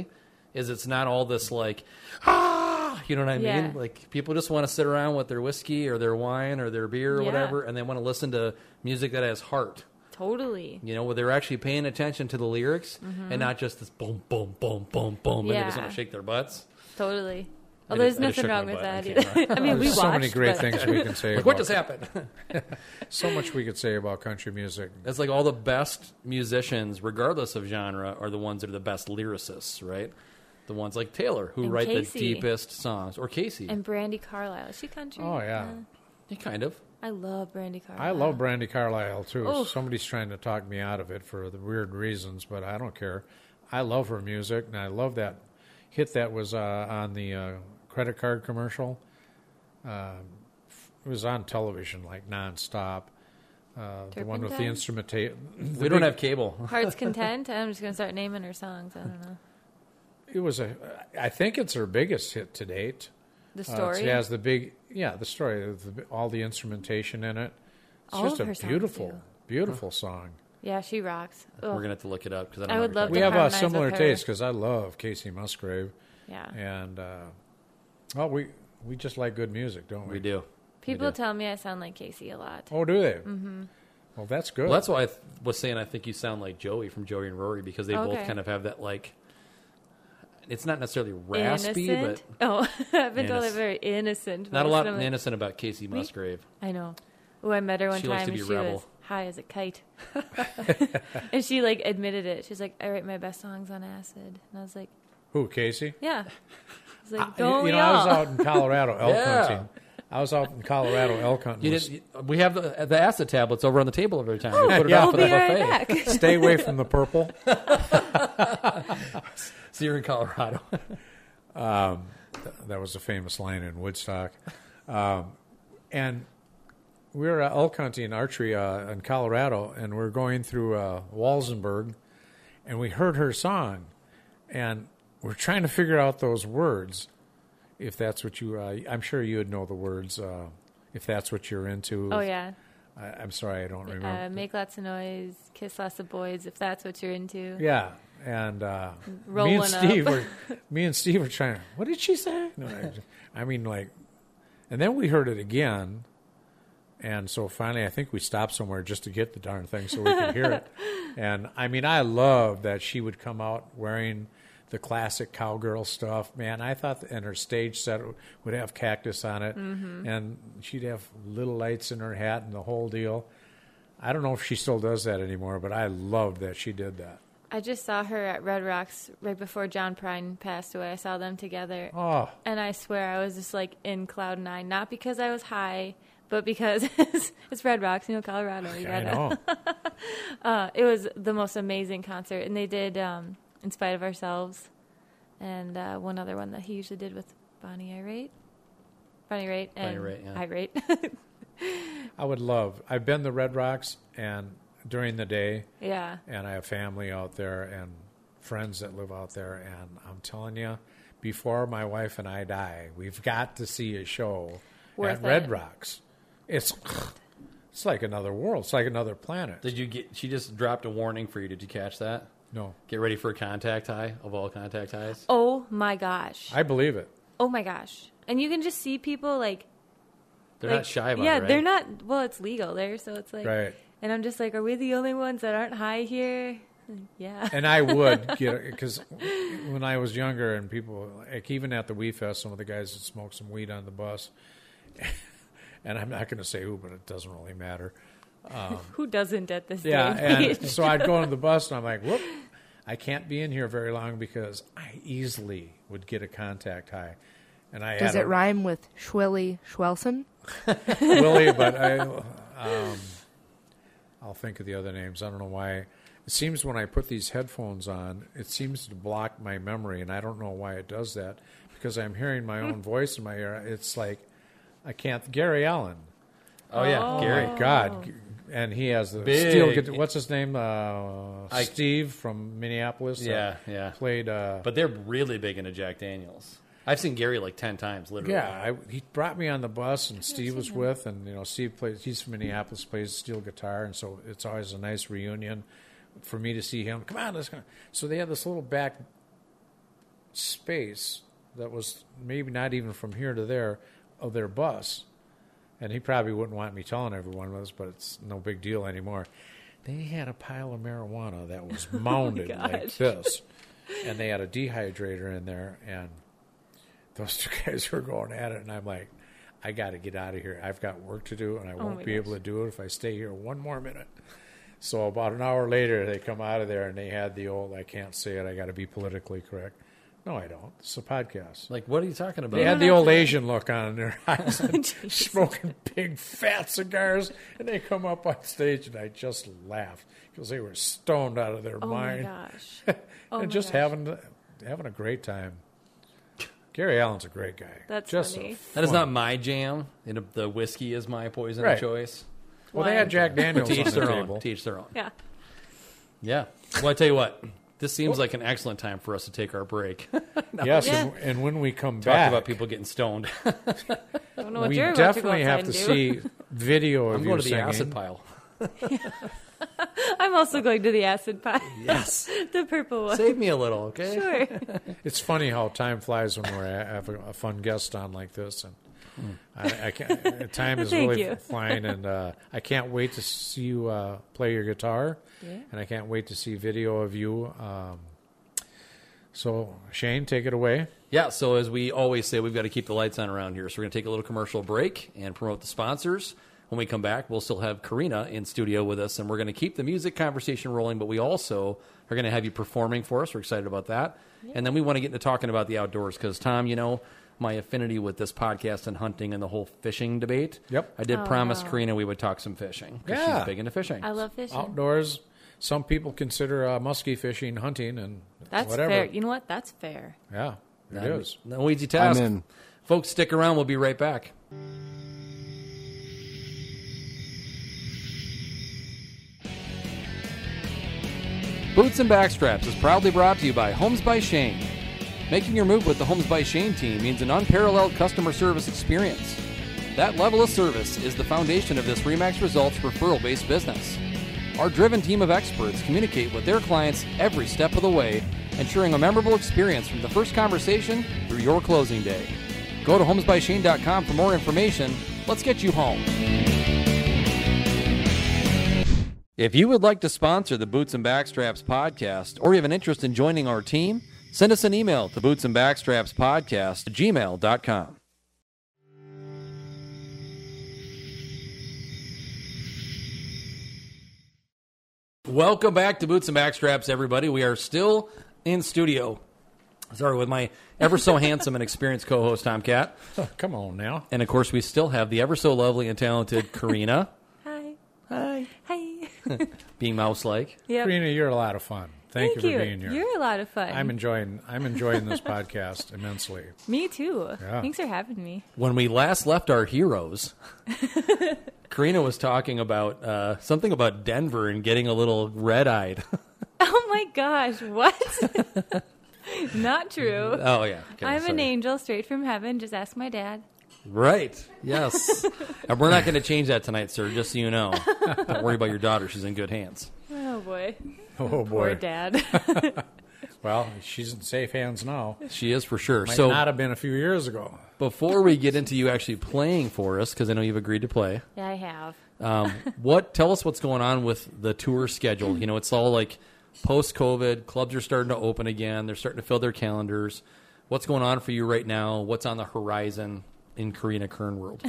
Speaker 1: is it's not all this like, ah, you know what I
Speaker 6: Yeah.
Speaker 1: mean? Like people just want to sit around with their whiskey or their wine or their beer or
Speaker 6: Yeah.
Speaker 1: whatever, and they want to listen to music that has heart.
Speaker 6: Totally.
Speaker 1: You know, where they're actually paying attention to the lyrics and not just this boom, boom, boom, boom, boom, and they just
Speaker 6: Mm-hmm. Yeah.
Speaker 1: want to shake their butts.
Speaker 6: Totally.
Speaker 1: I
Speaker 6: Well,
Speaker 1: just-
Speaker 6: there's
Speaker 1: I just shook
Speaker 6: nothing wrong
Speaker 1: my
Speaker 6: with
Speaker 1: butt on
Speaker 6: that either. I mean, we
Speaker 5: There's
Speaker 6: watched.
Speaker 5: so many great
Speaker 6: but-
Speaker 5: things we can say.
Speaker 1: Like, what
Speaker 5: about-
Speaker 1: just happened?
Speaker 5: So much we could say about country music.
Speaker 1: It's like all the best musicians, regardless of genre, are the ones that are the best lyricists, right? The ones like Taylor, who
Speaker 6: And
Speaker 1: write
Speaker 6: Casey.
Speaker 1: the deepest songs, or Casey,
Speaker 6: And Brandy Carlisle. Is she country?
Speaker 5: Oh yeah,
Speaker 6: Uh,
Speaker 1: Yeah, kind of.
Speaker 6: I love Brandy Carlisle.
Speaker 5: I love Brandy Carlisle too.
Speaker 6: Oof.
Speaker 5: Somebody's trying to talk me out of it for the weird reasons, but I don't care. I love her music, and I love that hit that was uh, on the uh, credit card commercial. Um it was on television like nonstop. Uh, the one with the
Speaker 6: Turpentine?
Speaker 5: instrumentation.
Speaker 1: we don't have cable.
Speaker 6: Heart's Content. I'm just gonna start naming her songs. I don't know.
Speaker 5: It was a. I think it's her biggest hit to date.
Speaker 6: The
Speaker 5: Uh,
Speaker 6: story.
Speaker 5: it has the big, yeah, the story, the, all the instrumentation in it. It's
Speaker 6: All
Speaker 5: just a
Speaker 6: of her songs
Speaker 5: beautiful,
Speaker 6: do.
Speaker 5: beautiful song.
Speaker 6: yeah, she rocks.
Speaker 1: We're
Speaker 6: Ugh.
Speaker 1: gonna have to look it up because I,
Speaker 6: I
Speaker 1: don't
Speaker 6: would
Speaker 1: know what
Speaker 6: love
Speaker 5: We
Speaker 1: you're
Speaker 6: to
Speaker 5: have a
Speaker 6: harmonize
Speaker 5: similar
Speaker 6: with her.
Speaker 5: taste because I love Casey Musgrave,
Speaker 6: Yeah.
Speaker 5: and uh, well, we we just like good music, don't
Speaker 1: talking-
Speaker 5: we?
Speaker 1: We do.
Speaker 6: People
Speaker 1: do.
Speaker 6: tell me I sound like Casey a lot.
Speaker 5: Oh, do they? Mm-hmm. Well, that's good.
Speaker 1: Well, that's why I th- was saying I think you sound like Joey from Joey and Rory because they both
Speaker 6: Okay.
Speaker 1: kind of have that like. It's not necessarily raspy,
Speaker 6: innocent. Oh, I've been told
Speaker 1: Innocent.
Speaker 6: I'm very innocent.
Speaker 1: but not a
Speaker 6: most
Speaker 1: lot
Speaker 6: of them-
Speaker 1: innocent about Casey Musgrave.
Speaker 6: I know. Oh, I met her one
Speaker 1: She
Speaker 6: time
Speaker 1: likes to
Speaker 6: and
Speaker 1: be
Speaker 6: she was
Speaker 1: rebel.
Speaker 6: high as a kite. and she like admitted it. She's like, I write my best songs on acid. And I was like,
Speaker 5: Who, Casey?
Speaker 6: Yeah. I was like,
Speaker 5: You-
Speaker 6: don't
Speaker 5: you,
Speaker 6: we
Speaker 5: know,
Speaker 6: all?
Speaker 5: I was out in Colorado elk
Speaker 1: Yeah.
Speaker 5: hunting. I was out in Colorado elk hunting.
Speaker 1: You
Speaker 5: with-
Speaker 1: didn't, you- we have the, the acid tablets over on the table every time. we put it
Speaker 5: Yeah.
Speaker 1: off for
Speaker 6: Oh, We'll
Speaker 1: the
Speaker 6: be right
Speaker 1: buffet.
Speaker 6: back.
Speaker 5: Stay away from the purple.
Speaker 1: So you're in Colorado.
Speaker 5: that was a famous line in Woodstock. Um, and we were uh, elk hunting and archery uh, in Colorado, and we are going through uh, Walsenburg, and we heard her song, and we're trying to figure out those words. If that's what you, uh, I'm sure you would know the words. Uh, if that's what you're into.
Speaker 6: oh yeah.
Speaker 5: I, I'm sorry, I don't remember.
Speaker 6: Uh, make lots of noise, kiss lots of boys if that's what you're into.
Speaker 5: Yeah, and uh, me
Speaker 6: Rolling
Speaker 5: and
Speaker 6: up.
Speaker 5: Steve were me and Steve were trying. to, What did she say? No, I, I mean, like, and then we heard it again, and so finally, I think we stopped somewhere just to get the darn thing so we could hear it. And I mean, I love that she would come out wearing the classic cowgirl stuff. Man, I thought, and her stage set would have cactus on it,
Speaker 6: Mm-hmm.
Speaker 5: and she'd have little lights in her hat and the whole deal. I don't know if she still does that anymore, but I loved that she did that.
Speaker 6: I just saw her at Red Rocks right before John Prine passed away. I saw them together.
Speaker 5: Oh,
Speaker 6: And I swear I was just like in cloud nine, not because I was high, but because it's Red Rocks, you know, Colorado. You
Speaker 5: I
Speaker 6: gotta-
Speaker 5: know.
Speaker 6: Uh, it was the most amazing concert, and they did um, "In Spite of Ourselves," and uh, one other one that he usually did with Bonnie Irate, Bonnie Raitt, and
Speaker 1: Bonnie Raitt, yeah.
Speaker 6: Irate.
Speaker 5: I would love. I've been to Red Rocks and during the day,
Speaker 6: yeah,
Speaker 5: and I have family out there and friends that live out there. And I'm telling you, before my wife and I die, we've got to see a show
Speaker 6: Worth
Speaker 5: at Red
Speaker 6: it.
Speaker 5: Rocks. It's it's like another world. It's like another planet.
Speaker 1: Did you get? She just dropped a warning for you. Did you catch that?
Speaker 5: no,
Speaker 1: Get ready for a contact high of all contact highs.
Speaker 6: oh my gosh,
Speaker 5: I believe it.
Speaker 6: oh my gosh, and you can just see people like
Speaker 1: They're
Speaker 6: like,
Speaker 1: not shy about
Speaker 6: yeah,
Speaker 1: it. right?
Speaker 6: they're not. Well, it's legal there, so it's like,
Speaker 5: Right.
Speaker 6: and I'm just like, are we the only ones that aren't high here? Yeah.
Speaker 5: and I would get because when I was younger and people like even at the Wee Fest, some of the guys that smoked some weed on the bus, and I'm not going to say who, but it doesn't really matter.
Speaker 6: Who doesn't at this
Speaker 5: Yeah,
Speaker 6: day?
Speaker 5: and so I'd go on the bus and I'm like, whoop, I can't be in here very long because I easily would get a contact high. And I
Speaker 2: Does
Speaker 5: had
Speaker 2: it
Speaker 5: a,
Speaker 2: rhyme with Schwelly Schwelson?
Speaker 5: Willie, but I, um, I'll think of the other names. I don't know why. It seems when I put these headphones on, it seems to block my memory, and I don't know why it does that because I'm hearing my own voice in my ear. It's like I can't. Gary Allen.
Speaker 1: Oh yeah,
Speaker 6: Oh.
Speaker 1: Gary.
Speaker 5: My God. G- And he has the
Speaker 1: Big.
Speaker 5: steel. guit- What's his name? Uh, Steve from Minneapolis. that
Speaker 1: Yeah, yeah.
Speaker 5: Played. Uh,
Speaker 1: But they're really big into Jack Daniels. I've seen Gary like ten times, literally.
Speaker 5: Yeah, I, he brought me on the bus, and Steve was with, and you know, Steve plays. He's from Minneapolis, plays steel guitar, and so it's always a nice reunion for me to see him. Come on, let's go. So they had this little back space that was maybe not even from here to there of their bus, and he probably wouldn't want me telling everyone this, but it's no big deal anymore. They had a pile of marijuana that was mounded like
Speaker 6: Oh gosh.
Speaker 5: this, and they had a dehydrator in there, and those two guys were going at it, and I'm like, I got to get out of here. I've got work to do, and I won't
Speaker 6: Oh my
Speaker 5: be able to do it if I stay here one more minute. So about an hour later, they come out of there, and they had the old, I can't say it. I got to be politically correct. No, I don't. It's a podcast.
Speaker 1: Like, what are you talking about?
Speaker 5: They had the old Asian look on their eyes, and smoking big fat cigars, and they come up on stage, and I just laughed because they were stoned out of their
Speaker 6: oh my
Speaker 5: mind
Speaker 6: gosh. Oh my
Speaker 5: and just
Speaker 6: gosh.
Speaker 5: having having a great time. Gary Allen's a great guy.
Speaker 6: That's
Speaker 5: just a
Speaker 6: funny.
Speaker 1: that is
Speaker 5: fun-
Speaker 1: not my jam. And the whiskey is my poison
Speaker 5: Right.
Speaker 1: of choice.
Speaker 5: Well, they had Jack Daniels
Speaker 1: To
Speaker 5: on
Speaker 1: each
Speaker 5: the
Speaker 1: their own.
Speaker 5: table.
Speaker 1: To each their own.
Speaker 6: Yeah.
Speaker 1: Yeah. Well, I tell you what, this seems like an excellent time for us to take our break. Talk
Speaker 5: Yes,
Speaker 6: Yeah.
Speaker 5: and, and when we come back,
Speaker 1: about people getting stoned.
Speaker 6: I don't know what
Speaker 5: we
Speaker 6: you're about
Speaker 5: definitely
Speaker 6: to go outside
Speaker 5: have to
Speaker 6: and do.
Speaker 5: see video of
Speaker 1: I'm
Speaker 5: you
Speaker 1: going to the
Speaker 5: singing.
Speaker 1: acid pile.
Speaker 6: I'm
Speaker 5: Uh,
Speaker 6: also going to the acid pie.
Speaker 1: Yes.
Speaker 6: the purple one.
Speaker 1: Save me a little, okay?
Speaker 6: Sure.
Speaker 5: It's funny how time flies when we have a, a fun guest on like this, and I, I can't, time is
Speaker 6: Thank
Speaker 5: really
Speaker 6: you.
Speaker 5: flying. And uh, I can't wait to see you uh, play your guitar, and I can't wait to see video of you. Um, so Shane, take it away.
Speaker 1: Yeah, so as we always say, we've got to keep the lights on around here. So we're going to take a little commercial break and promote the sponsors. When we come back, we'll still have Karina in studio with us, and we're going to keep the music conversation rolling, but we also are going to have you performing for us. We're excited about that. And then we want to get into talking about the outdoors because, Tom, you know, my affinity with this podcast and hunting and the whole fishing debate.
Speaker 5: Yep.
Speaker 1: I did promise Karina we would talk some fishing 'cause
Speaker 5: Yeah.
Speaker 1: she's big into fishing.
Speaker 6: Oh. I love fishing.
Speaker 5: Outdoors, some people consider uh, musky fishing hunting, and
Speaker 6: That's
Speaker 5: whatever.
Speaker 6: fair. You know what? That's fair.
Speaker 5: Yeah, it is.
Speaker 1: Not- No easy task.
Speaker 7: I'm in.
Speaker 1: Folks, stick around. We'll be right back. Boots and Backstraps is proudly brought to you by Homes by Shane. Making your move with the Homes by Shane team means an unparalleled customer service experience. That level of service is the foundation of this Remax Results referral based business. Our driven team of experts communicate with their clients every step of the way, ensuring a memorable experience from the first conversation through your closing day. Go to homesbyshane.com for more information. Let's get you home. If you would like to sponsor the Boots and Backstraps podcast or you have an interest in joining our team, send us an email to bootsandbackstrapspodcast and backstraps podcast at gmail.com. Welcome back to Boots and Backstraps, everybody. We are still in studio. Sorry, with my ever so handsome and experienced co host, Tom Cat.
Speaker 5: Come on now.
Speaker 1: And of course, we still have the ever so lovely and talented Karina,
Speaker 6: Hi. Hi. Hi.
Speaker 1: being mouse like.
Speaker 6: Yep.
Speaker 5: Karina, you're a lot of fun. Thank, you for being here.
Speaker 6: You're a lot of fun.
Speaker 5: I'm enjoying I'm enjoying this podcast immensely.
Speaker 6: me too.
Speaker 5: Yeah.
Speaker 6: Thanks for having me.
Speaker 1: when we last left our heroes, Karina was talking about uh, something about Denver and getting a little red eyed.
Speaker 6: Oh my gosh. What? Not true.
Speaker 1: oh, yeah. Okay,
Speaker 6: I'm an
Speaker 1: sorry.
Speaker 6: angel straight from heaven. Just ask my dad.
Speaker 1: Right. Yes. and we're not going to change that tonight, sir, just so you know. Don't worry about your daughter. She's in good hands.
Speaker 6: Oh boy.
Speaker 5: Oh
Speaker 6: Poor
Speaker 5: boy.
Speaker 6: dad.
Speaker 5: Well, she's in safe hands now.
Speaker 1: She is for sure.
Speaker 5: Might
Speaker 1: so
Speaker 5: not have been a few years ago.
Speaker 1: before we get into you actually playing for us, because I know you've agreed to play,
Speaker 6: yeah, I have.
Speaker 1: um, what tell us what's going on with the tour schedule. You know, it's all like post COVID, clubs are starting to open again. They're starting to fill their calendars. What's going on for you right now? What's on the horizon in Karina Kern world?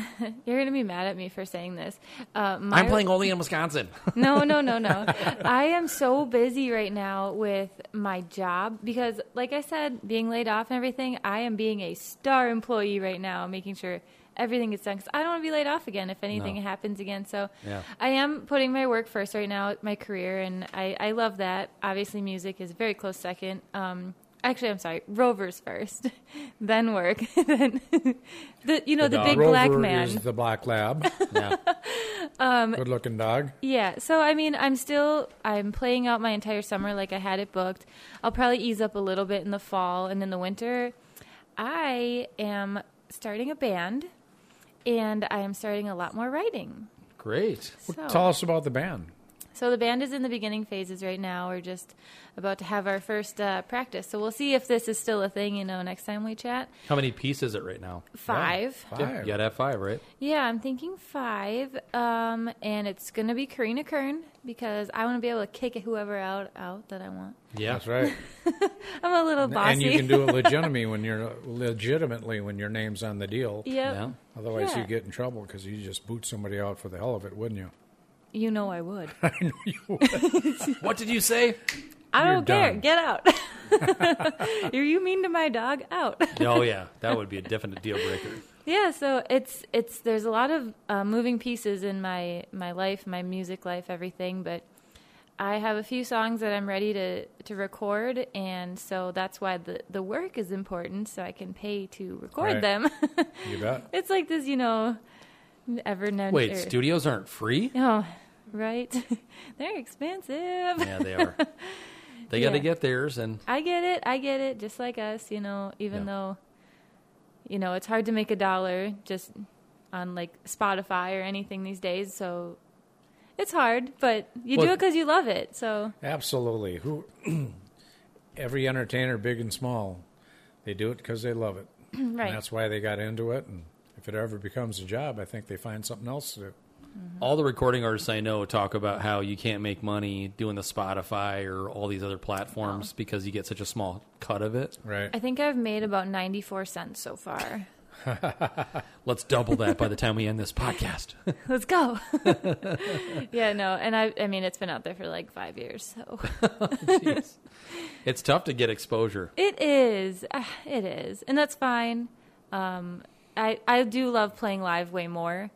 Speaker 6: You're gonna be mad at me for saying this. Uh, my,
Speaker 1: I'm playing only in Wisconsin.
Speaker 6: No, no, no, no. I am so busy right now with my job because, like I said, being laid off and everything, I am being a star employee right now, making sure everything gets done because I don't want to be laid off again if anything
Speaker 1: No.
Speaker 6: happens again. So
Speaker 1: Yeah.
Speaker 6: I am putting my work first right now, my career, and I, I love that. Obviously, music is a very close second. Um, actually, I'm sorry, Rover's first, then work, then the you know the,
Speaker 1: dog.
Speaker 6: big
Speaker 5: Rover
Speaker 6: black man. Um,
Speaker 5: is the black lab.
Speaker 1: yeah.
Speaker 5: Good looking dog.
Speaker 6: Yeah, so I mean, I'm still I'm playing out my entire summer like I had it booked. I'll probably ease up a little bit in the fall and in the winter. I am starting a band, and I am starting a lot more writing.
Speaker 1: Great.
Speaker 6: So,
Speaker 5: Tell us about the band.
Speaker 6: so the band is in the beginning phases right now. We're just about to have our first uh, practice, so we'll see if this is still a thing. You know, next time we chat,
Speaker 1: How many pieces is it right now?
Speaker 6: five.
Speaker 5: Five.
Speaker 1: You gotta have five, right?
Speaker 6: Yeah, I'm thinking five, um, and it's gonna be Karina Kern because I want to be able to kick whoever out out that I want.
Speaker 1: Yeah.
Speaker 5: That's right.
Speaker 6: I'm a little bossy.
Speaker 5: And you can do it legitimately when you're legitimately when your name's on the deal.
Speaker 6: Yep.
Speaker 1: Yeah.
Speaker 5: Otherwise,
Speaker 6: Yeah.
Speaker 5: you get in trouble because you just boot somebody out for the hell of it, wouldn't you?
Speaker 6: You know I would.
Speaker 5: I know you would.
Speaker 1: What did you say?
Speaker 6: I
Speaker 5: You're
Speaker 6: don't care.
Speaker 5: done.
Speaker 6: Get out. Are you mean to my dog? Out.
Speaker 1: oh yeah, that would be a definite deal breaker.
Speaker 6: yeah. So it's it's there's a lot of uh, moving pieces in my my life, my music life, everything. But I have a few songs that I'm ready to to record, and so that's why the the work is important, so I can pay to record
Speaker 5: Right.
Speaker 6: them.
Speaker 5: You bet.
Speaker 6: it's like this, you know, ever known.
Speaker 1: Wait,
Speaker 6: er,
Speaker 1: studios aren't free?
Speaker 6: Oh, right. They're expensive.
Speaker 1: Yeah, they are. They got to
Speaker 6: Yeah.
Speaker 1: get theirs, and
Speaker 6: I get it. I get it. Just like us, you know, even
Speaker 1: Yeah.
Speaker 6: though, you know, it's hard to make a dollar just on like Spotify or anything these days. So it's hard, but you do
Speaker 1: Well-
Speaker 6: it because you love it. So,
Speaker 5: Absolutely. Who? every entertainer, big and small, they do it because they love it.
Speaker 6: Mm, right.
Speaker 5: And that's why they got into it. And if it ever becomes a job, I think they find something else to do.
Speaker 1: all the recording artists I know talk about how you can't make money doing the Spotify or all these other platforms because you get such a small cut of it.
Speaker 5: Right.
Speaker 6: I think I've made about 94 cents so far.
Speaker 1: Let's double that by the time we end this podcast.
Speaker 6: Let's go. yeah, no. And I, I mean, it's been out there for like five years. So
Speaker 1: Jeez. It's tough to get exposure.
Speaker 6: it is. Ah, It is. And that's fine. Um, I, I do love playing live way more,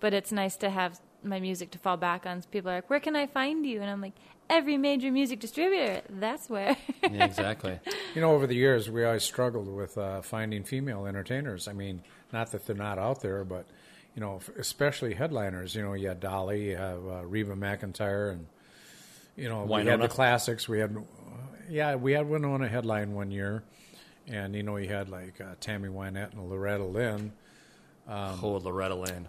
Speaker 6: but it's nice to have my music to fall back on. People are like, where can I find you? And I'm like, every major music distributor, that's where.
Speaker 1: Yeah, exactly.
Speaker 5: You know, over the years, we always struggled with uh, finding female entertainers. I mean, not that they're not out there, but you know, f- especially headliners. You know, you had Dolly, you have uh, Reba McIntyre, and you know, we had
Speaker 1: Winona.
Speaker 5: the classics. We had, uh, yeah, we had Winona headline one year, and you know, you had like uh, Tammy Wynette and Loretta Lynn,
Speaker 1: oh, Loretta Lynn.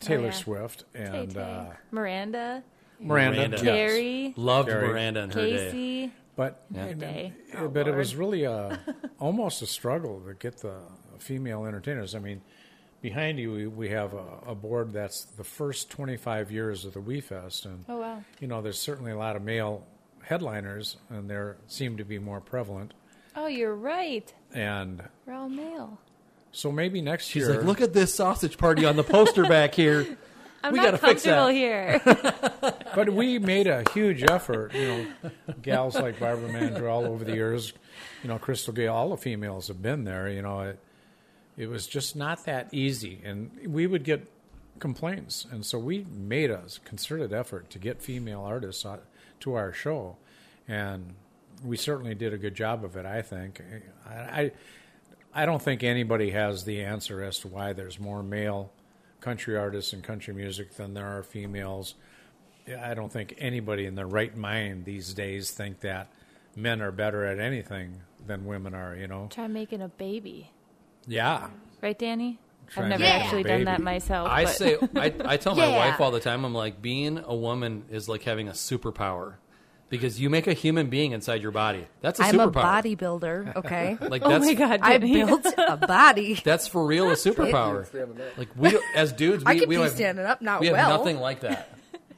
Speaker 5: Taylor
Speaker 6: yeah.
Speaker 5: Swift, and
Speaker 6: Tay-Tay.
Speaker 5: Uh,
Speaker 6: Miranda,
Speaker 5: Miranda,
Speaker 1: Miranda.
Speaker 5: yes.
Speaker 6: Terry,
Speaker 1: Loved
Speaker 5: Carrie.
Speaker 1: Miranda in her day.
Speaker 6: Casey.
Speaker 5: But
Speaker 1: Yeah.
Speaker 5: and-
Speaker 6: Day. Oh,
Speaker 5: uh, but it was really a, almost a struggle to get the female entertainers. I mean, behind you we, we have a, a board that's the first 25 years of the Wii Fest, and
Speaker 6: Oh, wow.
Speaker 5: you know, there's certainly a lot of male headliners, and there seem to be more prevalent.
Speaker 6: Oh, you're right.
Speaker 5: And
Speaker 6: We're all male.
Speaker 5: so maybe next
Speaker 1: She's
Speaker 5: year,
Speaker 1: like, look at this sausage party on the poster back here.
Speaker 6: I'm
Speaker 1: We gotta
Speaker 6: not
Speaker 1: fix that.
Speaker 6: comfortable here.
Speaker 5: but we made a huge effort. You know, gals like Barbara Mandrell over the years, you know, Crystal Gay, all the females have been there. You know, it it was just not that easy, and we would get complaints, and so we made a concerted effort to get female artists on- to our show, and we certainly did a good job of it. I think I. I I don't think anybody has the answer as to why there's more male country artists and country music than there are females. I don't think anybody in their right mind these days think that men are better at anything than women are. You know?
Speaker 6: Try making a baby.
Speaker 5: Yeah.
Speaker 6: Right, Danny?
Speaker 5: Try
Speaker 6: I've never
Speaker 5: making a
Speaker 6: actually
Speaker 5: baby.
Speaker 6: done that myself.
Speaker 1: I
Speaker 6: but-
Speaker 1: say, I, I tell my
Speaker 2: Yeah.
Speaker 1: wife all the time, I'm like, being a woman is like having a superpower because you make a human being inside your body. That's a
Speaker 2: I'm
Speaker 1: superpower.
Speaker 2: a bodybuilder, okay?
Speaker 1: Like
Speaker 6: Oh
Speaker 1: that's
Speaker 6: my God,
Speaker 2: I
Speaker 6: Danny.
Speaker 2: built a body.
Speaker 1: that's for real a superpower. like we don't- as dudes, we,
Speaker 2: I could
Speaker 1: we don't
Speaker 2: be
Speaker 1: have,
Speaker 2: standing up, not
Speaker 1: we have
Speaker 2: well.
Speaker 1: nothing like that.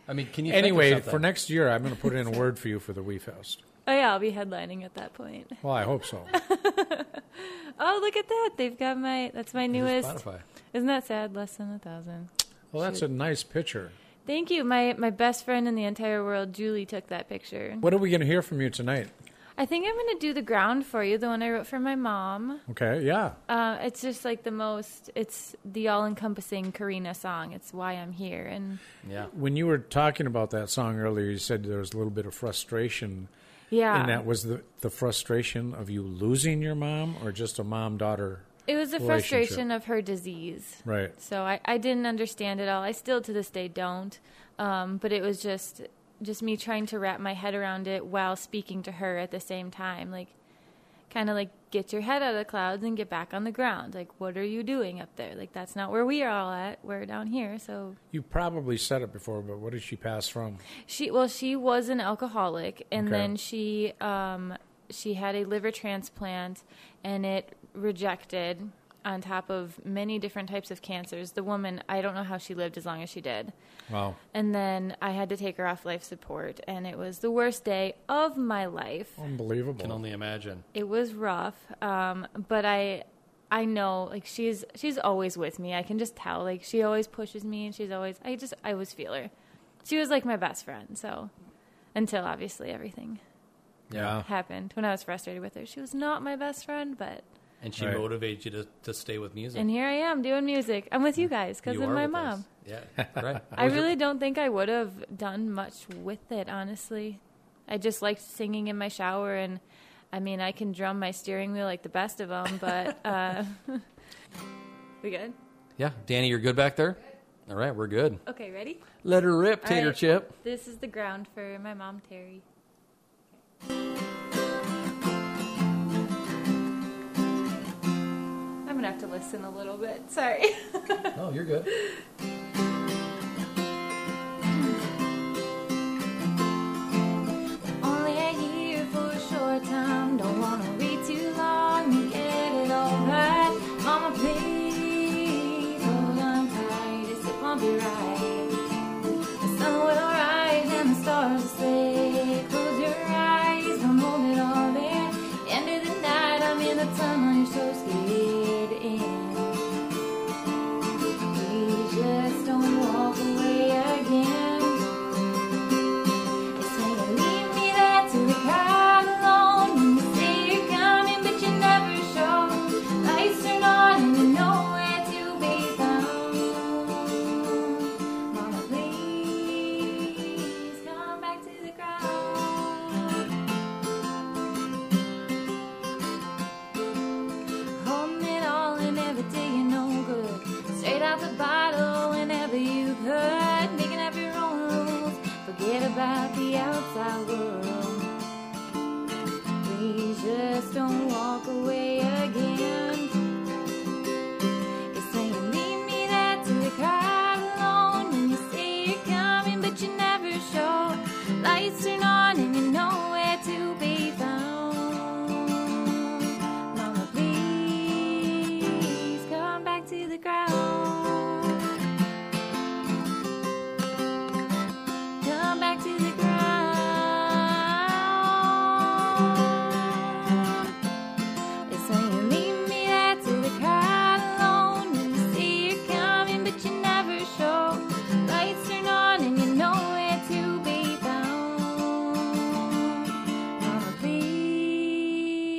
Speaker 1: I mean, can you think of
Speaker 5: Anyway,
Speaker 1: something?
Speaker 5: for next year, I'm going to put in a word for you for the Wee Fest.
Speaker 6: Oh yeah, I'll be headlining at that point.
Speaker 5: Well, I hope so.
Speaker 6: Oh look at that! They've got my that's my
Speaker 1: Your
Speaker 6: newest.
Speaker 1: Spotify.
Speaker 6: Isn't that sad? Less than a thousand.
Speaker 5: Well, that's a nice picture.
Speaker 6: Thank you. My my best friend in the entire world, Julie, took that picture.
Speaker 5: What are we going to hear from you tonight?
Speaker 6: I think I'm gonna do the ground for you, the one I wrote for my mom.
Speaker 5: Okay, yeah.
Speaker 6: Uh, it's just like the most. It's the all-encompassing Karina song. It's why I'm here, and
Speaker 1: Yeah.
Speaker 5: When you were talking about that song earlier, you said there was a little bit of frustration.
Speaker 6: yeah,
Speaker 5: And that was the, the frustration of you losing your mom or just a mom daughter?
Speaker 6: it was the
Speaker 5: relationship.
Speaker 6: frustration of her disease.
Speaker 5: Right.
Speaker 6: So I, I didn't understand it all. I still to this day don't. Um, but it was just just me trying to wrap my head around it while speaking to her at the same time. Like kind of like get your head out of the clouds and get back on the ground. Like what are you doing up there? Like that's not where we are all at. We're down here. So
Speaker 5: You probably said it before, but what did she pass from?
Speaker 6: she well she was an alcoholic and
Speaker 5: Okay.
Speaker 6: then she um she had a liver transplant and it rejected on top of many different types of cancers. The woman, I don't know how she lived as long as she did.
Speaker 5: Wow.
Speaker 6: And then I had to take her off life support, and it was the worst day of my life.
Speaker 5: Unbelievable.
Speaker 1: Can only imagine.
Speaker 6: It was rough, um, but I, I know like she's she's always with me. I can just tell like she always pushes me, and she's always I just I always feel her. She was like my best friend. So until obviously everything
Speaker 5: yeah.
Speaker 6: happened when I was frustrated with her, she was not my best friend. But
Speaker 1: And she
Speaker 5: Right.
Speaker 1: motivates you to, to stay with music.
Speaker 6: and here I am doing music. I'm with you guys because
Speaker 1: you
Speaker 6: of
Speaker 1: are
Speaker 6: my
Speaker 1: with
Speaker 6: mom.
Speaker 1: us. Yeah, right.
Speaker 6: I really don't think I would have done much with it, honestly. I just liked singing in my shower, and I mean, I can drum my steering wheel like the best of them, but uh, we good?
Speaker 1: Yeah, Danny, you're good back there. All right, we're good.
Speaker 6: Okay, ready?
Speaker 1: Let her rip,
Speaker 6: All right.
Speaker 1: Tater Chip.
Speaker 6: This is the ground for my mom, Terry. I'm gonna have to listen a little bit. Sorry.
Speaker 1: Oh, you're good.
Speaker 6: Only a year for a short time. Don't wanna read too long and get it all right. Mama, please hold on tight. This it won't be right. The sun will rise and the stars will say, Close your eyes, don't hold it all in. End of the night, I'm in the tunnel you're so scared in. Please just don't walk away again. It's when you leave me there to cry alone. And you say you're coming, but you never show. Lights turn on and you're nowhere to be found. Mama, please come back to the ground. Holding it all and every day you no good. Straight out the bottle whenever you could. Making up your own rules. Forget about the outside world. Please just don't walk away again. It's when you leave me there till I cry alone. And you say you're coming, but you never show. Lights turn on and you're nowhere to be found. Mama, please come back to the ground. Come back to the ground. It's when you leave me there till I cry alone. And you see you're coming, but you never show. Lights turn on and you know where to be found. Mama,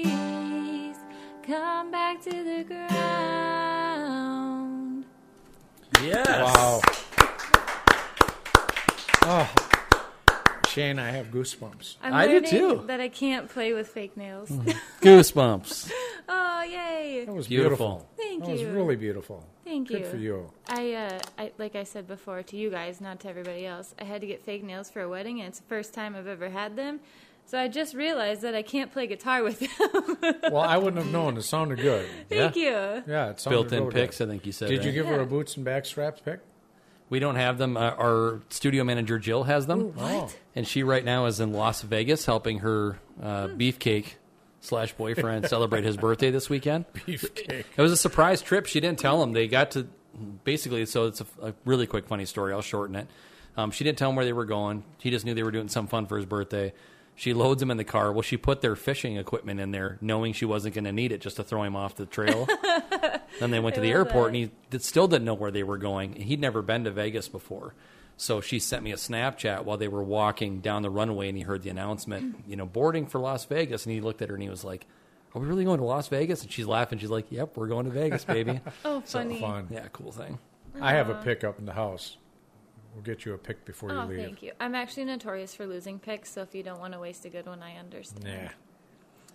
Speaker 6: Oh, please come back to the ground.
Speaker 1: Yes.
Speaker 5: Wow. oh. Shane, I have goosebumps.
Speaker 6: I'm
Speaker 1: I do
Speaker 6: learning
Speaker 1: too.
Speaker 6: That I can't play with fake nails.
Speaker 5: Mm-hmm.
Speaker 1: Goosebumps.
Speaker 6: oh, yay!
Speaker 5: That was beautiful.
Speaker 1: Beautiful.
Speaker 6: Thank
Speaker 5: That was
Speaker 6: you.
Speaker 5: really beautiful.
Speaker 6: Thank
Speaker 5: Good
Speaker 6: you.
Speaker 5: for you.
Speaker 6: I, uh, I like I said before to you guys, not to everybody else. I had to get fake nails for a wedding, and it's the first time I've ever had them. So I just realized that I can't play guitar with them.
Speaker 5: Well, I wouldn't have known. It sounded good.
Speaker 6: Thank you.
Speaker 5: Yeah, it sounded
Speaker 1: Built-in
Speaker 5: real
Speaker 1: picks. I
Speaker 5: Good.
Speaker 1: think you said.
Speaker 5: Did you
Speaker 1: that.
Speaker 5: give her
Speaker 6: Yeah.
Speaker 5: a boots and back straps pick?
Speaker 1: We don't have them. Uh, our studio manager Jill has them, Oh.
Speaker 5: What?
Speaker 1: and she right now is in Las Vegas helping her uh,
Speaker 5: Hmm.
Speaker 1: beefcake slash boyfriend celebrate his birthday this weekend.
Speaker 5: Beefcake.
Speaker 1: It was a surprise trip. She didn't tell them. They got to basically. So it's a, a really quick, funny story. I'll shorten it. Um, she didn't tell him where they were going. He just knew they were doing something fun for his birthday. She loads him in the car. Well, she put their fishing equipment in there, knowing she wasn't going to need it, just to throw him off the trail. then they went
Speaker 6: uh,
Speaker 1: to the airport, and he did, still didn't know where they were going. And He'd never been to Vegas before, so she sent me a Snapchat while they were walking down the runway, and he heard the announcement, you know, boarding for Las Vegas. And he looked at her, and he was like, "Are we really going to Las Vegas?" And she's laughing. She's like, "Yep, we're going to Vegas, baby."
Speaker 6: Oh, funny.
Speaker 5: Fun.
Speaker 1: yeah, cool thing.
Speaker 5: I have a pickup in the house. We'll get you a pick before
Speaker 6: Oh,
Speaker 5: you leave.
Speaker 6: thank you. I'm actually notorious for losing picks, so if you don't want to waste a good one, I understand.
Speaker 5: Nah.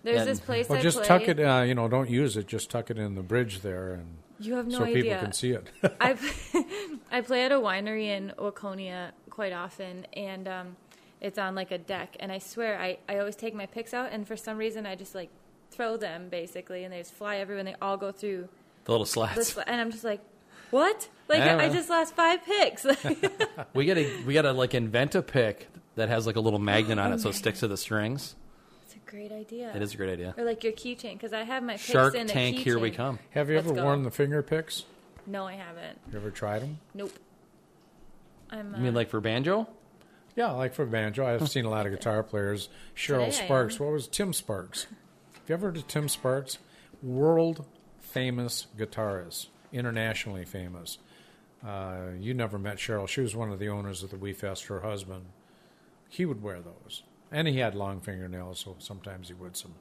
Speaker 6: There's
Speaker 1: Yeah.
Speaker 6: this place
Speaker 5: Well,
Speaker 6: I
Speaker 5: just
Speaker 6: play.
Speaker 5: tuck it. Uh, you know, don't use it. Just tuck it in the bridge there, and
Speaker 6: You have no
Speaker 5: so
Speaker 6: idea.
Speaker 5: people can see it.
Speaker 6: I I play at a winery in Waconia quite often, and um, it's on like a deck. And I swear, I, I always take my picks out, and for some reason, I just like throw them basically, and they just fly everywhere, and they all go through.
Speaker 1: The little
Speaker 6: The
Speaker 1: slats.
Speaker 6: sl- and I'm just like, what? Like
Speaker 1: Yeah,
Speaker 6: I,
Speaker 1: well.
Speaker 6: just lost five picks.
Speaker 1: We gotta we gotta like invent a pick that has like a little magnet on it,
Speaker 6: Oh,
Speaker 1: so it sticks to the strings.
Speaker 6: It's a great idea.
Speaker 1: It is a great idea.
Speaker 6: Or like your keychain, because I have my picks
Speaker 1: Shark
Speaker 6: in
Speaker 1: Tank,
Speaker 6: a keychain.
Speaker 1: here we come.
Speaker 5: have you
Speaker 6: Let's
Speaker 5: ever
Speaker 6: go.
Speaker 5: worn the finger picks?
Speaker 6: No, I haven't.
Speaker 5: You ever tried them?
Speaker 6: Nope. I'm. Uh,
Speaker 1: You mean like for banjo?
Speaker 5: Yeah, like for banjo, I've seen a lot of guitar players. Cheryl
Speaker 6: Today I
Speaker 5: Sparks.
Speaker 6: am.
Speaker 5: What was Tim Sparks? Have you ever heard of Tim Sparks? World famous guitarist, internationally famous. Uh, you never met Cheryl. She was one of the owners of the We Fest. Her husband, he would wear those, and he had long fingernails, so sometimes he would some.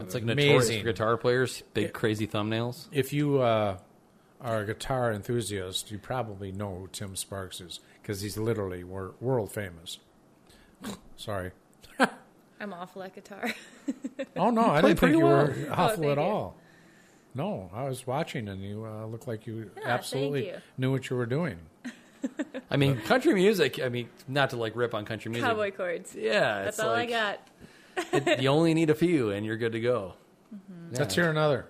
Speaker 1: It's like notorious
Speaker 5: Amazing.
Speaker 1: for guitar players, big crazy thumbnails.
Speaker 5: If you uh, are a guitar enthusiast, you probably know who Tim Sparks is because he's literally wor- world famous. Sorry.
Speaker 6: I'm awful at guitar.
Speaker 5: Oh no, I didn't think
Speaker 1: pretty
Speaker 5: you were
Speaker 1: well.
Speaker 5: awful
Speaker 6: Oh, thank
Speaker 5: at
Speaker 6: you.
Speaker 5: all. No, I was watching and you uh, looked like you
Speaker 6: thank
Speaker 5: absolutely
Speaker 6: you.
Speaker 5: knew what you were doing.
Speaker 1: I mean, country music. I mean, not to like rip on country music.
Speaker 6: Cowboy chords.
Speaker 1: Yeah,
Speaker 6: That's
Speaker 1: it's
Speaker 6: all
Speaker 1: like,
Speaker 6: I got.
Speaker 1: it- you only need a few, and you're good to go.
Speaker 5: Let's hear another.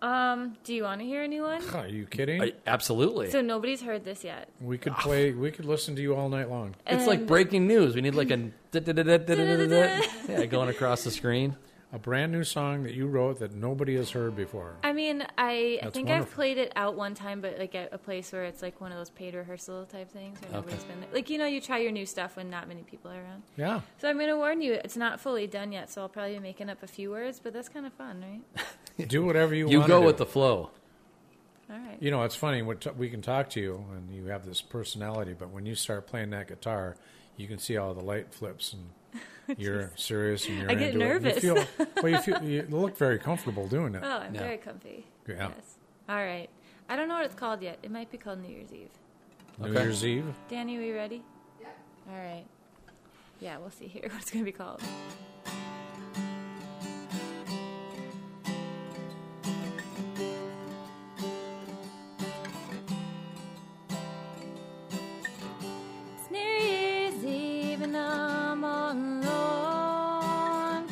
Speaker 6: Um, do you want to hear a new one?
Speaker 5: Huh, Are you kidding?
Speaker 1: I- ah. absolutely.
Speaker 6: So nobody's heard this yet.
Speaker 5: we could play. We could listen to you all night long.
Speaker 1: it's like breaking news. We need like a
Speaker 6: Da-da-da-da.
Speaker 1: yeah going across the screen.
Speaker 5: A brand new song that you wrote that nobody has heard before.
Speaker 6: I mean, I, I
Speaker 5: That's
Speaker 6: think I've
Speaker 5: wonderful.
Speaker 6: played it out one time, but like at a place where it's like one of those paid rehearsal type things where nobody's been there. Like, you know, you try your new stuff when not many people are around.
Speaker 5: Yeah,
Speaker 6: So I'm going to warn you, it's not fully done yet, so I'll probably be making up a few words, but that's kind of fun, right?
Speaker 5: do whatever you,
Speaker 1: You
Speaker 5: want. to
Speaker 1: go
Speaker 5: do.
Speaker 1: with the flow.
Speaker 6: All right.
Speaker 5: You know, it's funny. We, t- we can talk to you, and you have this personality, but when you start playing that guitar, you can see all the light flips, and you're serious, and you're
Speaker 6: I get
Speaker 5: into
Speaker 6: nervous.
Speaker 5: It. You feel well. You feel you look very comfortable doing it.
Speaker 6: Oh, I'm
Speaker 1: Yeah.
Speaker 6: very comfy.
Speaker 5: Yeah.
Speaker 6: Yes. All right. I don't know what it's called yet. It might be called New Year's Eve.
Speaker 5: New
Speaker 1: Okay.
Speaker 5: Year's Eve.
Speaker 6: Danny, we ready? Yeah. All right. Yeah, we'll see here what it's going to be called. It's New Year's Eve and I'm all alone.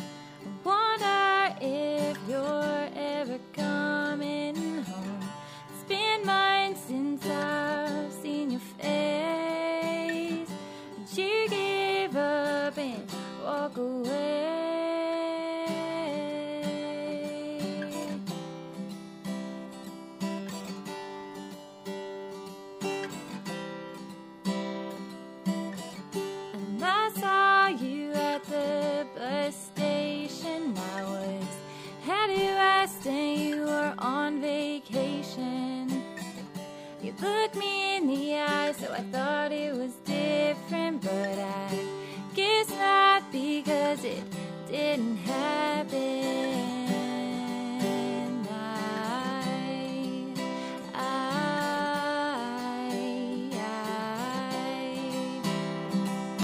Speaker 6: I wonder if you're ever coming home. It's been months since I've seen your face. But you gave up and walk away. And I saw you at the bus station. I was headed west and you were on vacation. You looked me in the eye, so I thought it was different, but I guess not because it didn't happen. I, I,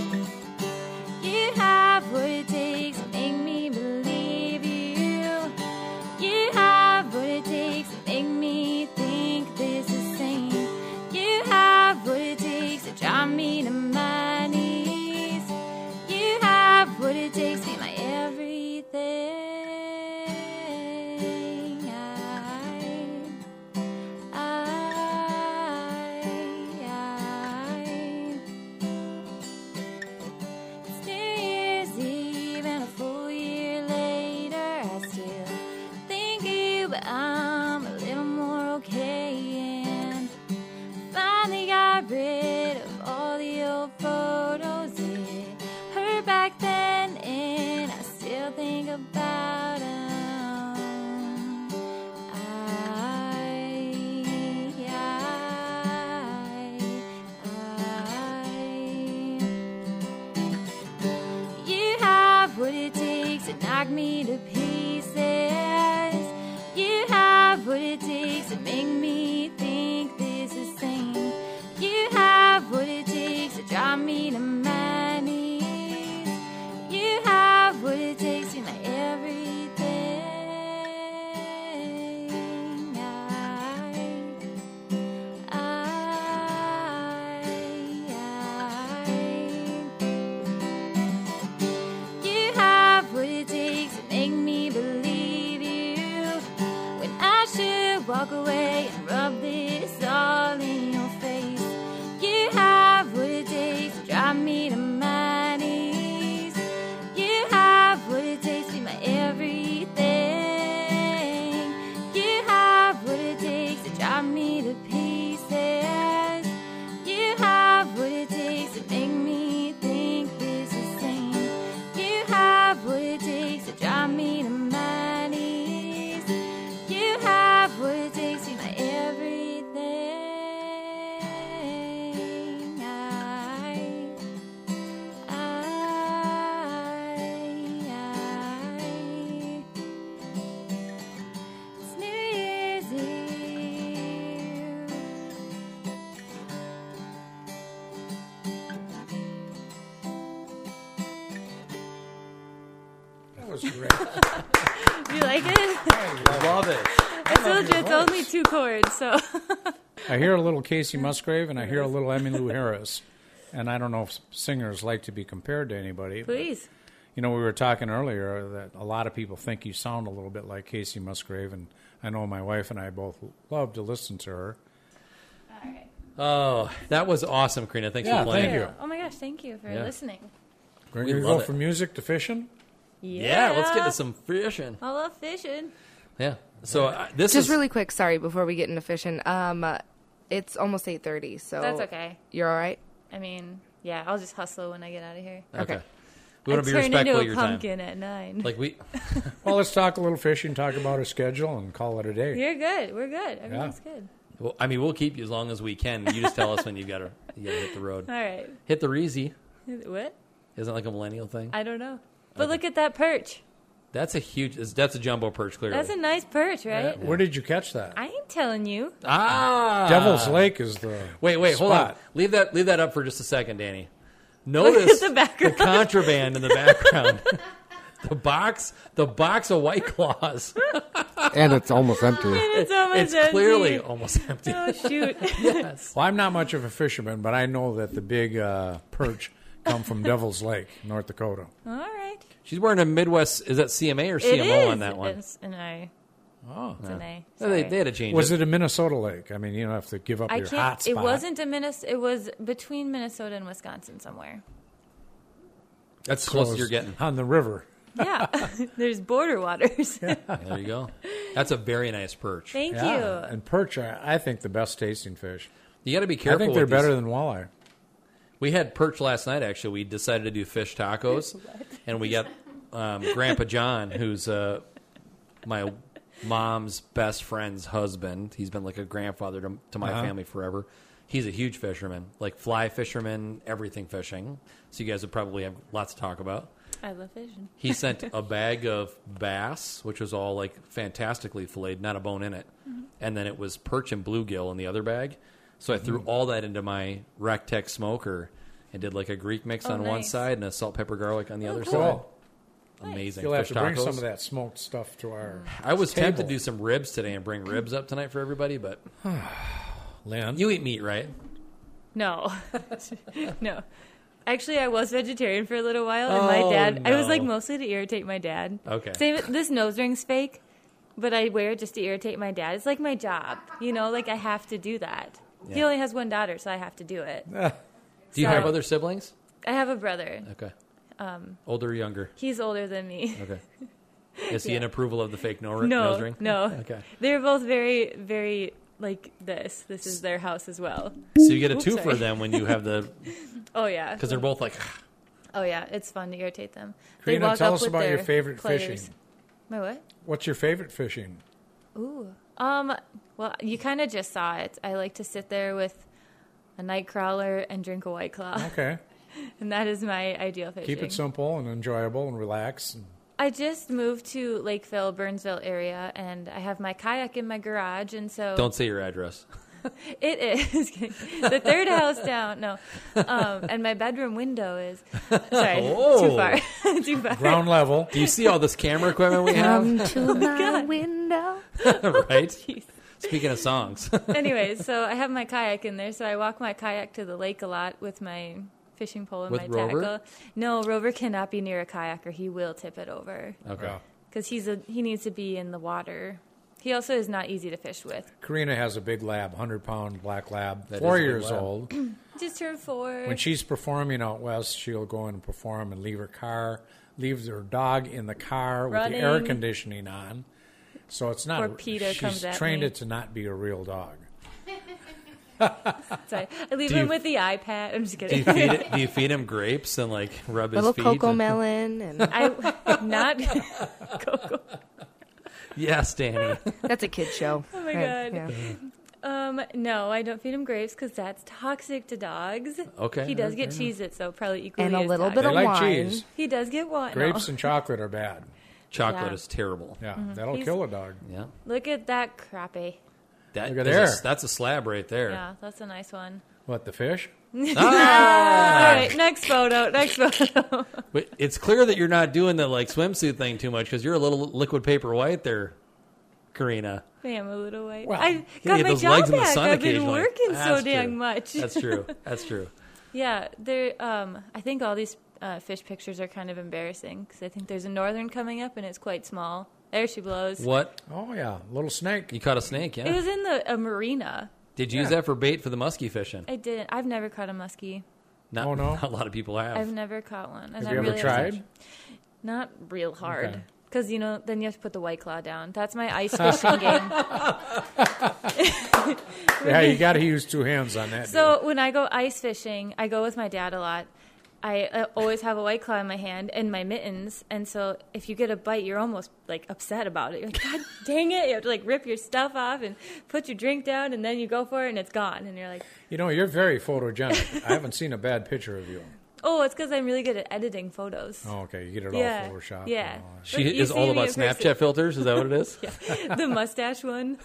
Speaker 6: I, you have what it takes to make me believe you. You have what it takes to make me think this is sane. You have what it takes to drive me to my knees. You have what it takes to be my everything. knock me to pieces. You have what it takes to make me think this is sane. You have what it takes to drive me to my knees. You have what it takes to my everything. I you have what it takes to make me believe you when I should walk away and rub this all in your face. You have what it takes to drive me to my knees. You have what it takes to be my everything. You have what it takes to drive me to pieces. You have what it takes to make me think this is sane. You have what it takes to drive me to my knees. You have what it takes to be my everything. I, I, I. It's New Year's Eve.
Speaker 5: That was great.
Speaker 6: You like it?
Speaker 1: Love it.
Speaker 6: I told you it's only two chords, so
Speaker 5: I hear a little Casey Musgrave and I hear a little Emmy Lou Harris. And I don't know if singers like to be compared to anybody. but,
Speaker 6: please.
Speaker 5: You know, we were talking earlier that a lot of people think you sound a little bit like Casey Musgrave. And I know my wife and I both love to listen to her.
Speaker 1: Oh, that was awesome, Karina. Thanks
Speaker 5: Yeah,
Speaker 1: for playing.
Speaker 5: thank you.
Speaker 6: Oh my gosh, thank you for
Speaker 1: Yeah.
Speaker 6: listening.
Speaker 5: We're
Speaker 1: We
Speaker 5: going to
Speaker 1: love
Speaker 5: go
Speaker 1: it.
Speaker 5: from music to fishing.
Speaker 1: Yeah, let's get to some fishing.
Speaker 6: I love fishing.
Speaker 1: Yeah. So uh, this
Speaker 2: Just
Speaker 1: is
Speaker 2: really quick, sorry, before we get into fishing. Um, uh, it's almost eight thirty, so
Speaker 1: Oh.
Speaker 6: That's okay.
Speaker 2: You're all right.
Speaker 6: I mean, yeah, I'll just hustle when I get out of here.
Speaker 1: okay.
Speaker 2: okay.
Speaker 1: We want
Speaker 6: I
Speaker 1: to be
Speaker 6: turn
Speaker 1: respectful
Speaker 6: into a
Speaker 1: of your time.
Speaker 6: pumpkin at nine.
Speaker 1: Like we,
Speaker 5: Well, let's talk a little fishing, talk about our schedule, and call it a day.
Speaker 6: You're good. We're good. Everything's good.
Speaker 1: well, I mean, we'll keep you as long as we can. You just tell us when you've got to you gotta hit the road.
Speaker 6: All right.
Speaker 1: Hit the reezy. Isn't
Speaker 6: What?
Speaker 1: that like a millennial thing?
Speaker 6: I don't know. But look at that perch.
Speaker 1: That's a huge. is- That's a jumbo perch. Clearly.
Speaker 6: That's a nice perch,
Speaker 5: Uh,
Speaker 6: right? Uh,
Speaker 5: Where did you catch that?
Speaker 6: I ain't telling you.
Speaker 1: ah.
Speaker 5: Devil's Lake is the.
Speaker 1: Wait, wait, hold on.
Speaker 5: spot.
Speaker 1: Leave that. Leave that up for just a second, Danny.
Speaker 6: Look
Speaker 1: Notice
Speaker 6: at the background.
Speaker 1: contraband in the background. the box. The box of white claws.
Speaker 7: And it's almost empty.
Speaker 6: it's almost
Speaker 1: It's
Speaker 6: empty.
Speaker 1: clearly almost empty.
Speaker 6: Oh shoot!
Speaker 5: Well, I'm not much of a fisherman, but I know that the big uh, perch come from Devil's Lake, North Dakota.
Speaker 6: All right.
Speaker 1: She's wearing a Midwest. Is that CMA or
Speaker 6: It
Speaker 1: CMO
Speaker 6: is
Speaker 1: on that one?
Speaker 6: It's an A.
Speaker 5: Oh.
Speaker 6: It's an A.
Speaker 1: No, they,
Speaker 6: Sorry.
Speaker 1: they had to change
Speaker 5: Was
Speaker 1: it.
Speaker 5: it a Minnesota lake? I mean, you don't have to give up
Speaker 6: I
Speaker 5: your hot
Speaker 6: can't. It
Speaker 5: spot.
Speaker 6: wasn't a Minnesota. It was between Minnesota and Wisconsin somewhere.
Speaker 1: That's
Speaker 5: It's
Speaker 1: the closest
Speaker 5: close.
Speaker 1: you're getting.
Speaker 5: on the river.
Speaker 6: Yeah, there's border waters.
Speaker 1: There you go. That's a very nice perch.
Speaker 6: Thank
Speaker 5: Yeah.
Speaker 6: you.
Speaker 5: And perch are, I think, the best tasting fish.
Speaker 1: You got to be careful.
Speaker 5: I think they're
Speaker 1: with these.
Speaker 5: better than walleye.
Speaker 1: We had perch last night. Actually, we decided to do fish tacos, and we got um, Grandpa John, who's uh, my mom's best friend's husband. He's been like a grandfather to, to my family forever. He's a huge fisherman, like fly fisherman, everything fishing. So you guys would probably have lots to talk about.
Speaker 6: I love fishing.
Speaker 1: He sent a bag of bass, which was all like fantastically filleted, not a bone in it.
Speaker 6: Mm-hmm.
Speaker 1: And then it was perch and bluegill in the other bag. So I
Speaker 6: Mm-hmm.
Speaker 1: threw all that into my Rectech smoker and did like a Greek mix
Speaker 6: Oh,
Speaker 1: on one
Speaker 6: nice. Oh,
Speaker 1: side and a salt, pepper, garlic on the other side.
Speaker 5: Cool.
Speaker 1: Amazing.
Speaker 5: You'll have
Speaker 1: Fish
Speaker 5: to bring
Speaker 1: tacos.
Speaker 5: some of that smoked stuff to our.
Speaker 1: I was tempted to
Speaker 5: table.
Speaker 1: do some ribs today and bring ribs up tonight for everybody, but
Speaker 5: Lynn.
Speaker 1: you eat meat, right?
Speaker 6: No, no. Actually, I was vegetarian for a little while, and my
Speaker 1: Oh,
Speaker 6: dad. I was like
Speaker 1: no.
Speaker 6: mostly to irritate my dad.
Speaker 1: Okay.
Speaker 6: Same. This nose ring's fake, but I wear it just to irritate my dad. It's like my job, you know. Like I have to do that. He
Speaker 1: Yeah.
Speaker 6: only has one daughter, so I have to do it.
Speaker 1: Do you
Speaker 6: So-
Speaker 1: have other siblings?
Speaker 6: I have a brother.
Speaker 1: Okay. Um, Older or younger?
Speaker 6: He's older than me.
Speaker 1: Okay. Is he in approval of the fake no, nose
Speaker 6: No,
Speaker 1: ring?
Speaker 6: no.
Speaker 1: Okay.
Speaker 6: They're both very, very like this. This is their house as well.
Speaker 1: So you get a
Speaker 6: Oops,
Speaker 1: two for
Speaker 6: sorry.
Speaker 1: them when you have the,
Speaker 6: Oh yeah.
Speaker 1: because they're both like,
Speaker 6: Oh yeah, it's fun to irritate them.
Speaker 5: Karina, tell us about your
Speaker 6: their
Speaker 5: favorite
Speaker 6: players.
Speaker 5: fishing.
Speaker 6: My what?
Speaker 5: What's your favorite fishing?
Speaker 6: Ooh. Um. Well, you kind of just saw it. I like to sit there with a night crawler and drink a white claw,
Speaker 5: Okay.
Speaker 6: and that is my ideal fishing.
Speaker 5: Keep it simple and enjoyable and relax. And
Speaker 6: I just moved to Lakeville, Burnsville area, and I have my kayak in my garage, and so
Speaker 1: Don't say your address.
Speaker 6: it is the third house down. No, um, and my bedroom window is sorry,
Speaker 1: Oh.
Speaker 6: too far, too far.
Speaker 5: Ground level.
Speaker 1: Do you see all this camera equipment we have?
Speaker 2: Come to
Speaker 6: Oh
Speaker 2: my window.
Speaker 1: right? Speaking of songs.
Speaker 6: Anyways, so I have my kayak in there, so I walk my kayak to the lake a lot with my fishing pole and
Speaker 1: With
Speaker 6: my
Speaker 1: Rover?
Speaker 6: tackle. No, Rover cannot be near a kayak, or he will tip it over
Speaker 1: Okay.
Speaker 5: Wow.
Speaker 6: because he's a he needs to be in the water. He also is not easy to fish with.
Speaker 5: Karina has a big lab, 100 pound black lab,
Speaker 1: That
Speaker 5: four
Speaker 1: is a big
Speaker 5: years
Speaker 1: lab.
Speaker 5: old.
Speaker 6: Just turned four.
Speaker 5: When she's performing out west, she'll go in and perform and leave her car, leave her dog in the car with
Speaker 6: Running.
Speaker 5: the air conditioning on. So it's not.
Speaker 6: Or PETA
Speaker 5: she's
Speaker 6: comes at
Speaker 5: trained
Speaker 6: me.
Speaker 5: it to not be a real dog.
Speaker 6: Sorry. I leave
Speaker 1: Do you-
Speaker 6: him with the iPad. I'm just
Speaker 1: Do you
Speaker 6: kidding.
Speaker 1: feed it, do you feed him grapes and like rub his
Speaker 2: Little
Speaker 1: feet?
Speaker 2: cocoa melon, and
Speaker 6: I not Coco.
Speaker 1: Yes, Danny.
Speaker 2: that's a kid show.
Speaker 6: Oh my
Speaker 2: Right,
Speaker 6: god.
Speaker 2: yeah.
Speaker 6: Um, no, I don't feed him grapes because that's toxic to dogs.
Speaker 1: Okay,
Speaker 6: He does
Speaker 1: okay.
Speaker 6: get cheese it, so probably equally.
Speaker 2: And a
Speaker 6: as
Speaker 2: little
Speaker 6: toxic.
Speaker 2: bit
Speaker 5: They
Speaker 2: of
Speaker 5: like
Speaker 2: wine.
Speaker 5: cheese.
Speaker 6: He does get one.
Speaker 5: Grapes and chocolate are bad.
Speaker 1: Chocolate
Speaker 6: Yeah.
Speaker 1: is terrible.
Speaker 5: Yeah, that'll
Speaker 6: Mm-hmm. He's-
Speaker 5: kill a dog.
Speaker 1: Yeah.
Speaker 6: Look at that crappie.
Speaker 1: That,
Speaker 5: Look at
Speaker 1: there's a
Speaker 5: there.
Speaker 1: s- that's a slab right there.
Speaker 6: Yeah, that's a nice one.
Speaker 5: What the fish?
Speaker 1: Ah.
Speaker 6: All right, next photo. Next photo.
Speaker 1: But it's clear that you're not doing the like swimsuit thing too much because you're a little liquid paper white there, Karina.
Speaker 6: I am a little white.
Speaker 5: Well,
Speaker 6: I
Speaker 1: You
Speaker 6: got
Speaker 1: get
Speaker 6: my
Speaker 1: those
Speaker 6: job
Speaker 1: legs in the
Speaker 6: back.
Speaker 1: sun
Speaker 6: I've been
Speaker 1: occasionally.
Speaker 6: working so
Speaker 1: That's true.
Speaker 6: dang much.
Speaker 1: That's true. That's true.
Speaker 6: Yeah, there. Um, I think all these uh, fish pictures are kind of embarrassing because I think there's a northern coming up and it's quite small. There she blows.
Speaker 1: What
Speaker 5: Oh yeah, little snake.
Speaker 1: you caught a snake?
Speaker 6: It
Speaker 1: Yeah.
Speaker 6: was in the a marina.
Speaker 1: Did you use
Speaker 5: Yeah.
Speaker 1: that for bait for the muskie fishing?
Speaker 6: I didn't. I've never caught a muskie.
Speaker 1: Not,
Speaker 5: Oh, no.
Speaker 1: not a lot of people have.
Speaker 6: I've never caught one. And
Speaker 5: Have
Speaker 6: I
Speaker 5: you ever
Speaker 6: really
Speaker 5: tried?
Speaker 6: Not real hard.
Speaker 5: Okay.
Speaker 6: Because, you know, then you have to put the white claw down. That's my ice fishing game.
Speaker 5: Yeah, you got to use two hands on that.
Speaker 6: So when I go ice fishing, I go with my dad a lot. I uh, always have a white claw in my hand and my mittens, and so if you get a bite, you're almost like upset about it. You're like, God dang it! You have to like rip your stuff off and put your drink down, and then you go for it, and it's gone, and you're like,
Speaker 5: dude. You know, you're very photogenic. I haven't seen a bad picture of you.
Speaker 6: Oh, it's because I'm really good at editing photos.
Speaker 5: Oh, okay, you get it
Speaker 6: yeah,
Speaker 5: all photoshopped. Oh, and
Speaker 6: yeah.
Speaker 5: all that.
Speaker 1: she
Speaker 6: Look, you
Speaker 1: is
Speaker 6: see
Speaker 1: all
Speaker 6: me
Speaker 1: about
Speaker 6: in person.
Speaker 1: Snapchat filters. Is that what it is?
Speaker 6: the mustache one.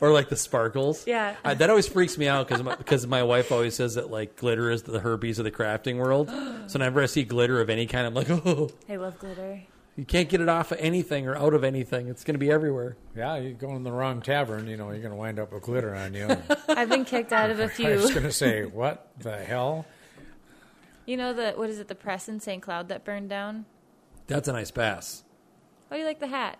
Speaker 1: Or like the sparkles?
Speaker 6: Yeah.
Speaker 1: Uh, that always freaks me out because because my wife always says that like glitter is the herpes of the crafting world. So whenever I see glitter of any kind, I'm like, oh,
Speaker 6: I love glitter.
Speaker 1: you can't get it off of anything or out of anything. It's going to be everywhere.
Speaker 5: Yeah, you go in the wrong tavern, you know, you're going to wind up with glitter on you.
Speaker 6: I've been kicked out of a
Speaker 5: I was
Speaker 6: few.
Speaker 5: going to say, what the hell?
Speaker 6: You know the what is it? The press in St. Cloud that burned down.
Speaker 1: That's a nice bass.
Speaker 6: Oh, you like the hat?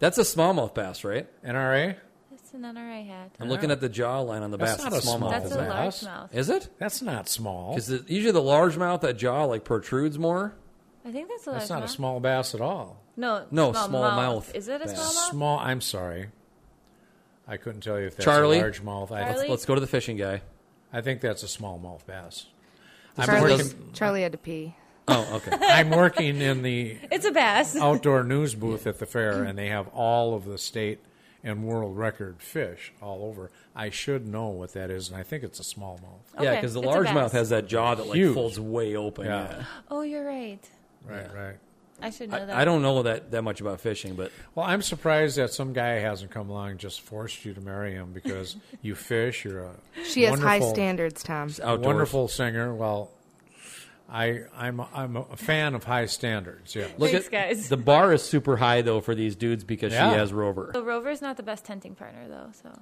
Speaker 1: That's a smallmouth bass, right?
Speaker 5: NRA?
Speaker 6: That's an NRA hat.
Speaker 1: I'm looking at the jawline on the
Speaker 5: That's
Speaker 1: bass.
Speaker 5: not
Speaker 1: It's
Speaker 5: a small
Speaker 1: smallmouth.
Speaker 6: That's
Speaker 5: That's
Speaker 6: a
Speaker 1: isn't it?
Speaker 5: ass.
Speaker 6: largemouth.
Speaker 1: Is it?
Speaker 5: That's not small.
Speaker 1: Because usually the largemouth, that jaw like protrudes more.
Speaker 6: I think that's a largemouth.
Speaker 5: That's not a small bass at all.
Speaker 6: No,
Speaker 1: No,
Speaker 6: small,
Speaker 1: small
Speaker 6: mouth.
Speaker 1: mouth.
Speaker 6: Is it a
Speaker 1: Yeah.
Speaker 6: small mouth?
Speaker 5: Small, I'm sorry. I couldn't tell you if that's
Speaker 1: Charlie?
Speaker 5: a large mouth. I,
Speaker 6: Charlie?
Speaker 1: Let's go to the fishing guy.
Speaker 5: I think that's a small mouth bass. I'm
Speaker 2: Charlie,
Speaker 5: working,
Speaker 2: Charlie had to pee.
Speaker 1: Oh, okay.
Speaker 5: I'm working in the
Speaker 6: It's a bass.
Speaker 1: Oh.
Speaker 5: outdoor news booth at the fair, and they have all of the state and world record fish all over. I should know what that is, and I think it's a small mouth.
Speaker 1: Yeah,
Speaker 6: Okay,
Speaker 1: because the
Speaker 6: it's a
Speaker 1: largemouth
Speaker 6: bass.
Speaker 1: has that jaw that like
Speaker 5: Huge.
Speaker 1: folds way open.
Speaker 5: Yeah.
Speaker 1: Yeah.
Speaker 6: Oh, you're right.
Speaker 5: Right, right.
Speaker 6: I should know that.
Speaker 1: I, I don't know that, that much about fishing, but
Speaker 5: Well, I'm surprised that some guy hasn't come along and just forced you to marry him because you fish. You're a
Speaker 2: She has high
Speaker 5: wonderful-
Speaker 2: standards, Tom.
Speaker 1: outdoors.
Speaker 5: wonderful singer. Well, I I'm I'm a fan of high standards. Yeah.
Speaker 1: Look
Speaker 6: Thanks,
Speaker 1: at
Speaker 6: guys.
Speaker 1: the bar is super high though for these dudes because
Speaker 5: Yeah.
Speaker 1: she has Rover.
Speaker 6: So Rover's not the best hunting partner though. So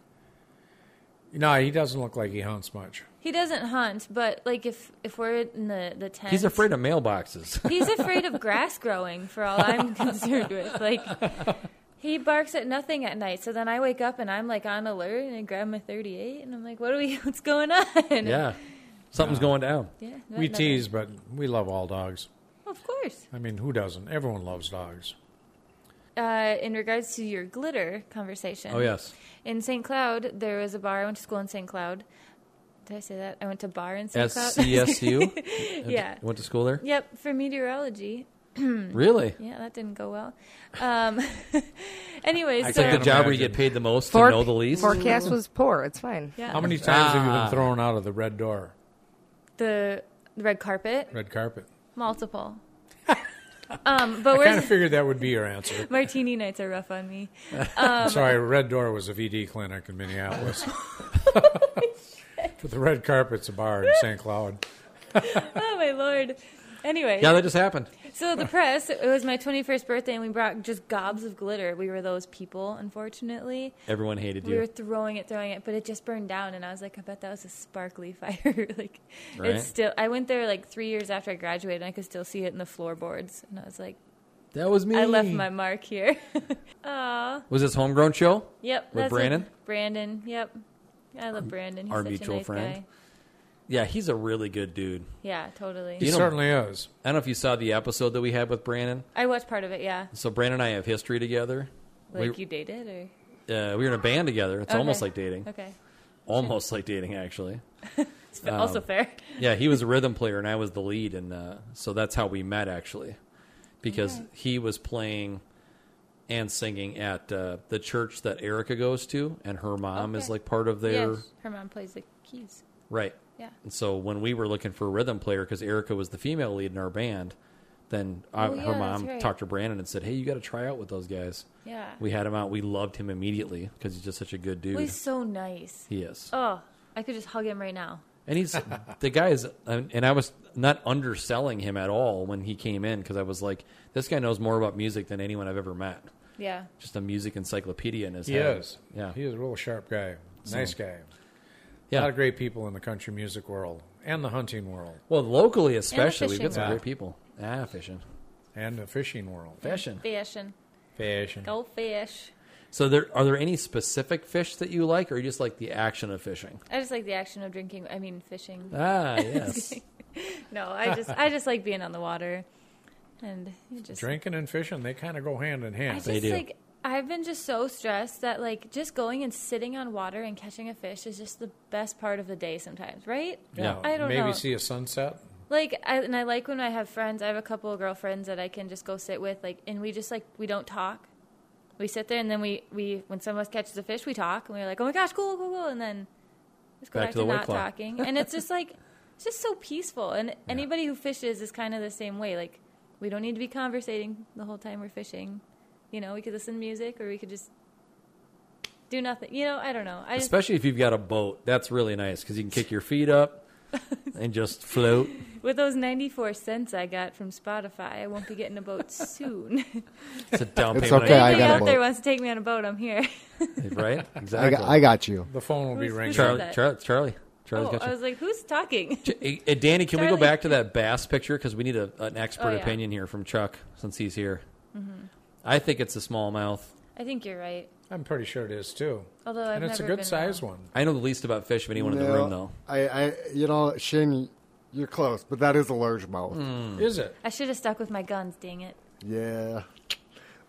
Speaker 5: No, he doesn't look like he hunts much.
Speaker 6: he doesn't hunt, but like if if we're in the the tent,
Speaker 1: He's afraid of mailboxes.
Speaker 6: He's afraid of grass growing, for all I'm concerned with. Like, he barks at nothing at night. So then I wake up and I'm like on alert, and I grab my 38, and I'm like, "What are we? What's going on?"
Speaker 1: yeah, something's going down.
Speaker 6: Yeah, not
Speaker 5: We
Speaker 6: nothing.
Speaker 5: tease, but we love all dogs.
Speaker 6: Of course.
Speaker 5: I mean, who doesn't? Everyone loves dogs.
Speaker 6: Uh, in regards to your glitter conversation,
Speaker 1: Oh yes,
Speaker 6: In St. Cloud, there was a bar. I went to school in St. Cloud. Did I say that? I went to bar in St. Cloud.
Speaker 1: SCSU.
Speaker 6: Yeah.
Speaker 1: went to school there.
Speaker 6: Yep, for meteorology.
Speaker 1: Really?
Speaker 6: Yeah, that didn't go well. Um, anyways,
Speaker 5: I
Speaker 1: It's like
Speaker 5: can't
Speaker 1: the job where you
Speaker 5: imagine.
Speaker 1: get paid the most
Speaker 2: Forec-
Speaker 1: to know the least.
Speaker 2: Forecast was poor. It's fine.
Speaker 6: yeah,
Speaker 5: How many times have you
Speaker 1: Ah.
Speaker 5: been thrown out of the red door,
Speaker 6: the the red carpet,
Speaker 5: red carpet?
Speaker 6: multiple. Um, but
Speaker 5: I kind
Speaker 6: we're
Speaker 5: of figured that would be your answer.
Speaker 6: martini nights are rough on me.
Speaker 5: Sorry, Red Door was a VD clinic in Minneapolis. but the red carpet's a bar in St. Cloud.
Speaker 6: Oh my lord. Anyway,
Speaker 1: Yeah, that just happened.
Speaker 6: so the press, it was my 21st birthday, and we brought just gobs of glitter. We were those people, unfortunately.
Speaker 1: Everyone hated
Speaker 6: We were
Speaker 1: you.
Speaker 6: throwing it, throwing it, but it just burned down, and I was like, I bet that was a sparkly fire. like,
Speaker 1: Right.
Speaker 6: it's still. I went there like three years after I graduated, and I could still see it in the floorboards, and I was like,
Speaker 1: That was me.
Speaker 6: I left my mark here. Aw,
Speaker 1: Was this homegrown show?
Speaker 6: yep.
Speaker 1: With
Speaker 6: that's it.
Speaker 1: Brandon?
Speaker 6: Brandon, yep. I love Brandon. He's
Speaker 1: our
Speaker 6: such
Speaker 1: mutual
Speaker 6: a nice
Speaker 1: friend.
Speaker 6: guy.
Speaker 1: Yeah, he's a really good dude.
Speaker 6: Yeah, totally.
Speaker 5: He
Speaker 1: You know-
Speaker 5: certainly is.
Speaker 1: I don't know if you saw the episode that we had with Brandon.
Speaker 6: I watched part of it. Yeah,
Speaker 1: So Brandon and I have history together.
Speaker 6: like
Speaker 1: we,
Speaker 6: you dated or
Speaker 1: uh, we were in a band together. It's almost
Speaker 6: Okay.
Speaker 1: like dating.
Speaker 6: okay.
Speaker 1: Almost like dating, actually.
Speaker 6: It's
Speaker 1: Um,
Speaker 6: fa- also fair.
Speaker 1: Yeah, he was a rhythm player and I was the lead, and uh, so that's how we met actually, because he was playing and singing at uh, the church that Erica goes to, and her mom is
Speaker 6: Okay.
Speaker 1: like part of their
Speaker 6: Yeah, her mom plays the keys.
Speaker 1: right.
Speaker 6: Yeah.
Speaker 1: And so when we were looking for a rhythm player, because Erica was the female lead in our band, then I,
Speaker 6: Oh, yeah,
Speaker 1: her
Speaker 6: that's
Speaker 1: mom
Speaker 6: right.
Speaker 1: talked to Brandon and said, "Hey, you got to try out with those guys."
Speaker 6: Yeah.
Speaker 1: We had him out. We loved him immediately because he's just such a good dude.
Speaker 6: Well, he's so nice.
Speaker 1: he is.
Speaker 6: Oh, I could just hug him right now.
Speaker 1: And he's the guy is, and and I was not underselling him at all when he came in because I was like, this guy knows more about music than anyone I've ever met.
Speaker 6: Yeah.
Speaker 1: Just a music encyclopedia in his
Speaker 5: He
Speaker 1: head.
Speaker 5: is.
Speaker 1: Yeah.
Speaker 5: He is a real sharp guy. Nice guy. A lot
Speaker 1: yeah.
Speaker 5: of great people in the country music world and the hunting world
Speaker 1: Well, locally, especially, we've
Speaker 6: fishing.
Speaker 1: got some
Speaker 5: Yeah.
Speaker 1: great people. Ah, fishing.
Speaker 5: and the fishing world.
Speaker 1: Fishing.
Speaker 6: Fish and
Speaker 5: Fishing.
Speaker 6: go fish.
Speaker 1: So, there are there any specific fish that you like, or you just like the action of fishing?
Speaker 6: I just like the action of drinking. I mean, fishing.
Speaker 1: Ah, yes.
Speaker 6: No, I just I just like being on the water, and you just
Speaker 5: Drinking and fishing, they kind of go hand in
Speaker 6: I
Speaker 5: hand.
Speaker 6: just
Speaker 1: do.
Speaker 6: like I've been just so stressed that like just going and sitting on water and catching a fish is just the best part of the day sometimes, right?
Speaker 1: Yeah.
Speaker 6: I don't
Speaker 5: Maybe
Speaker 6: know.
Speaker 5: see a sunset.
Speaker 6: Like, I, and I like when I have friends. I have a couple of girlfriends that I can just go sit with, like, and we just like we don't talk. We sit there, and then we we when some of us catches a fish, we talk, and we're like, oh my gosh, cool, cool, cool, and then just go
Speaker 1: Back to
Speaker 6: back, to,
Speaker 1: the white
Speaker 6: not
Speaker 1: claw.
Speaker 6: talking, and it's just like it's just so peaceful. And anybody who fishes is kind of the same way. Like, we don't need to be conversating the whole time we're fishing. You know, we could listen to music, or we could just do nothing. You know, I don't know. I just
Speaker 1: especially if you've got a boat. That's really nice because you can kick your feet up and just float.
Speaker 6: with those ninety four cents I got from Spotify, I won't be getting a boat soon.
Speaker 1: It's a down
Speaker 7: It's
Speaker 1: payment.
Speaker 7: okay,
Speaker 1: on
Speaker 7: I
Speaker 1: your
Speaker 6: Anybody
Speaker 7: got a
Speaker 6: out
Speaker 1: boat.
Speaker 6: there wants to take me on a boat, I'm here.
Speaker 1: Right?
Speaker 7: I
Speaker 1: Exactly.
Speaker 7: got, I got you.
Speaker 5: The phone will be
Speaker 6: Who's- who's
Speaker 5: ringing.
Speaker 1: Charlie,
Speaker 6: that.
Speaker 1: Charlie, Charlie, Charlie's
Speaker 6: oh,
Speaker 1: got
Speaker 6: I
Speaker 1: you.
Speaker 6: was like, who's talking?
Speaker 1: J- uh, Danny, can we go
Speaker 6: Charlie.
Speaker 1: back to that bass picture because we need a, an expert
Speaker 6: Oh, yeah. Mm-hmm.
Speaker 1: opinion here from Chuck since he's here. I think it's a smallmouth.
Speaker 6: I think you're right.
Speaker 5: I'm pretty sure it is too.
Speaker 6: Although I've
Speaker 5: and it's a
Speaker 6: never
Speaker 5: good
Speaker 6: been
Speaker 5: sized
Speaker 6: wrong.
Speaker 5: one.
Speaker 1: I know the least about fish of anyone in the
Speaker 7: No,
Speaker 1: room, though.
Speaker 7: I, I, you know, Shane, you're close, but that is a largemouth.
Speaker 1: Hmm.
Speaker 5: Is it?
Speaker 6: I should have stuck with my guns, dang it.
Speaker 7: Yeah.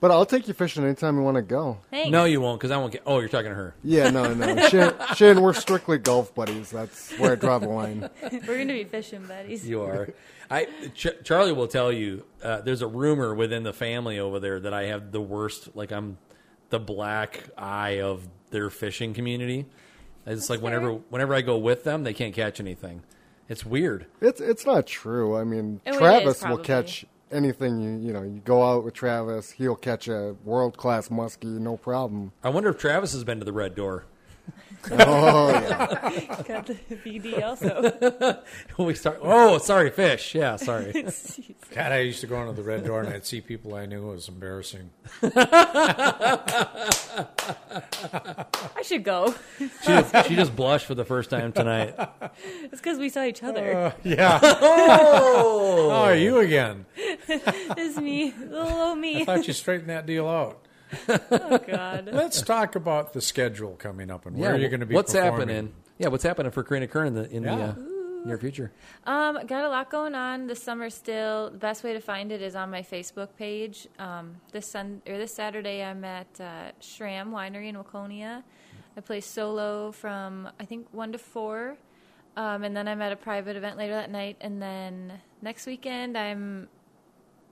Speaker 7: But I'll take you fishing anytime you want to go.
Speaker 6: Thanks.
Speaker 1: No, you won't because I won't get. Oh, you're talking to her.
Speaker 7: Yeah, no, no. Shane, Shane, we're strictly golf buddies. That's where I draw the line.
Speaker 6: We're going to be fishing buddies.
Speaker 1: You are. I Ch- Charlie will tell you. Uh, there's a rumor within the family over there that I have the worst. Like I'm the black eye of their fishing community. It's like whenever whenever I go with them, they can't catch anything. It's weird.
Speaker 7: It's it's not true. I mean,
Speaker 6: Oh, it is,
Speaker 7: Travis will
Speaker 6: probably.
Speaker 7: catch anything you you know. You go out with Travis, he'll catch a world class muskie, no problem.
Speaker 1: I wonder if Travis has been to the Red Door.
Speaker 7: Oh yeah.
Speaker 6: Got the VD also.
Speaker 1: we start. Oh, sorry, fish. Yeah, sorry.
Speaker 5: God, I used to go into the red door and I'd see people I knew. It was embarrassing.
Speaker 6: I should go.
Speaker 1: She just, she just blushed for the first time tonight.
Speaker 6: It's because we saw each other.
Speaker 7: Uh.
Speaker 5: Yeah. oh, you again.
Speaker 6: This is me. Little old me.
Speaker 5: Thought you straightened that deal out.
Speaker 6: Oh, God.
Speaker 5: Let's talk about the schedule coming up and where
Speaker 1: yeah,
Speaker 5: you're going to be.
Speaker 1: What's
Speaker 5: performing.
Speaker 1: happening? Yeah, what's happening for Karina Kerr in the in the
Speaker 5: Yeah.
Speaker 1: uh, near future?
Speaker 6: Um, got a lot going on this summer still. The best way to find it is on my Facebook page. Um, this sun or this Saturday, I'm at uh, Shram Winery in Waconia. I play solo from I think one to four, um, and then I'm at a private event later that night. And then next weekend, I'm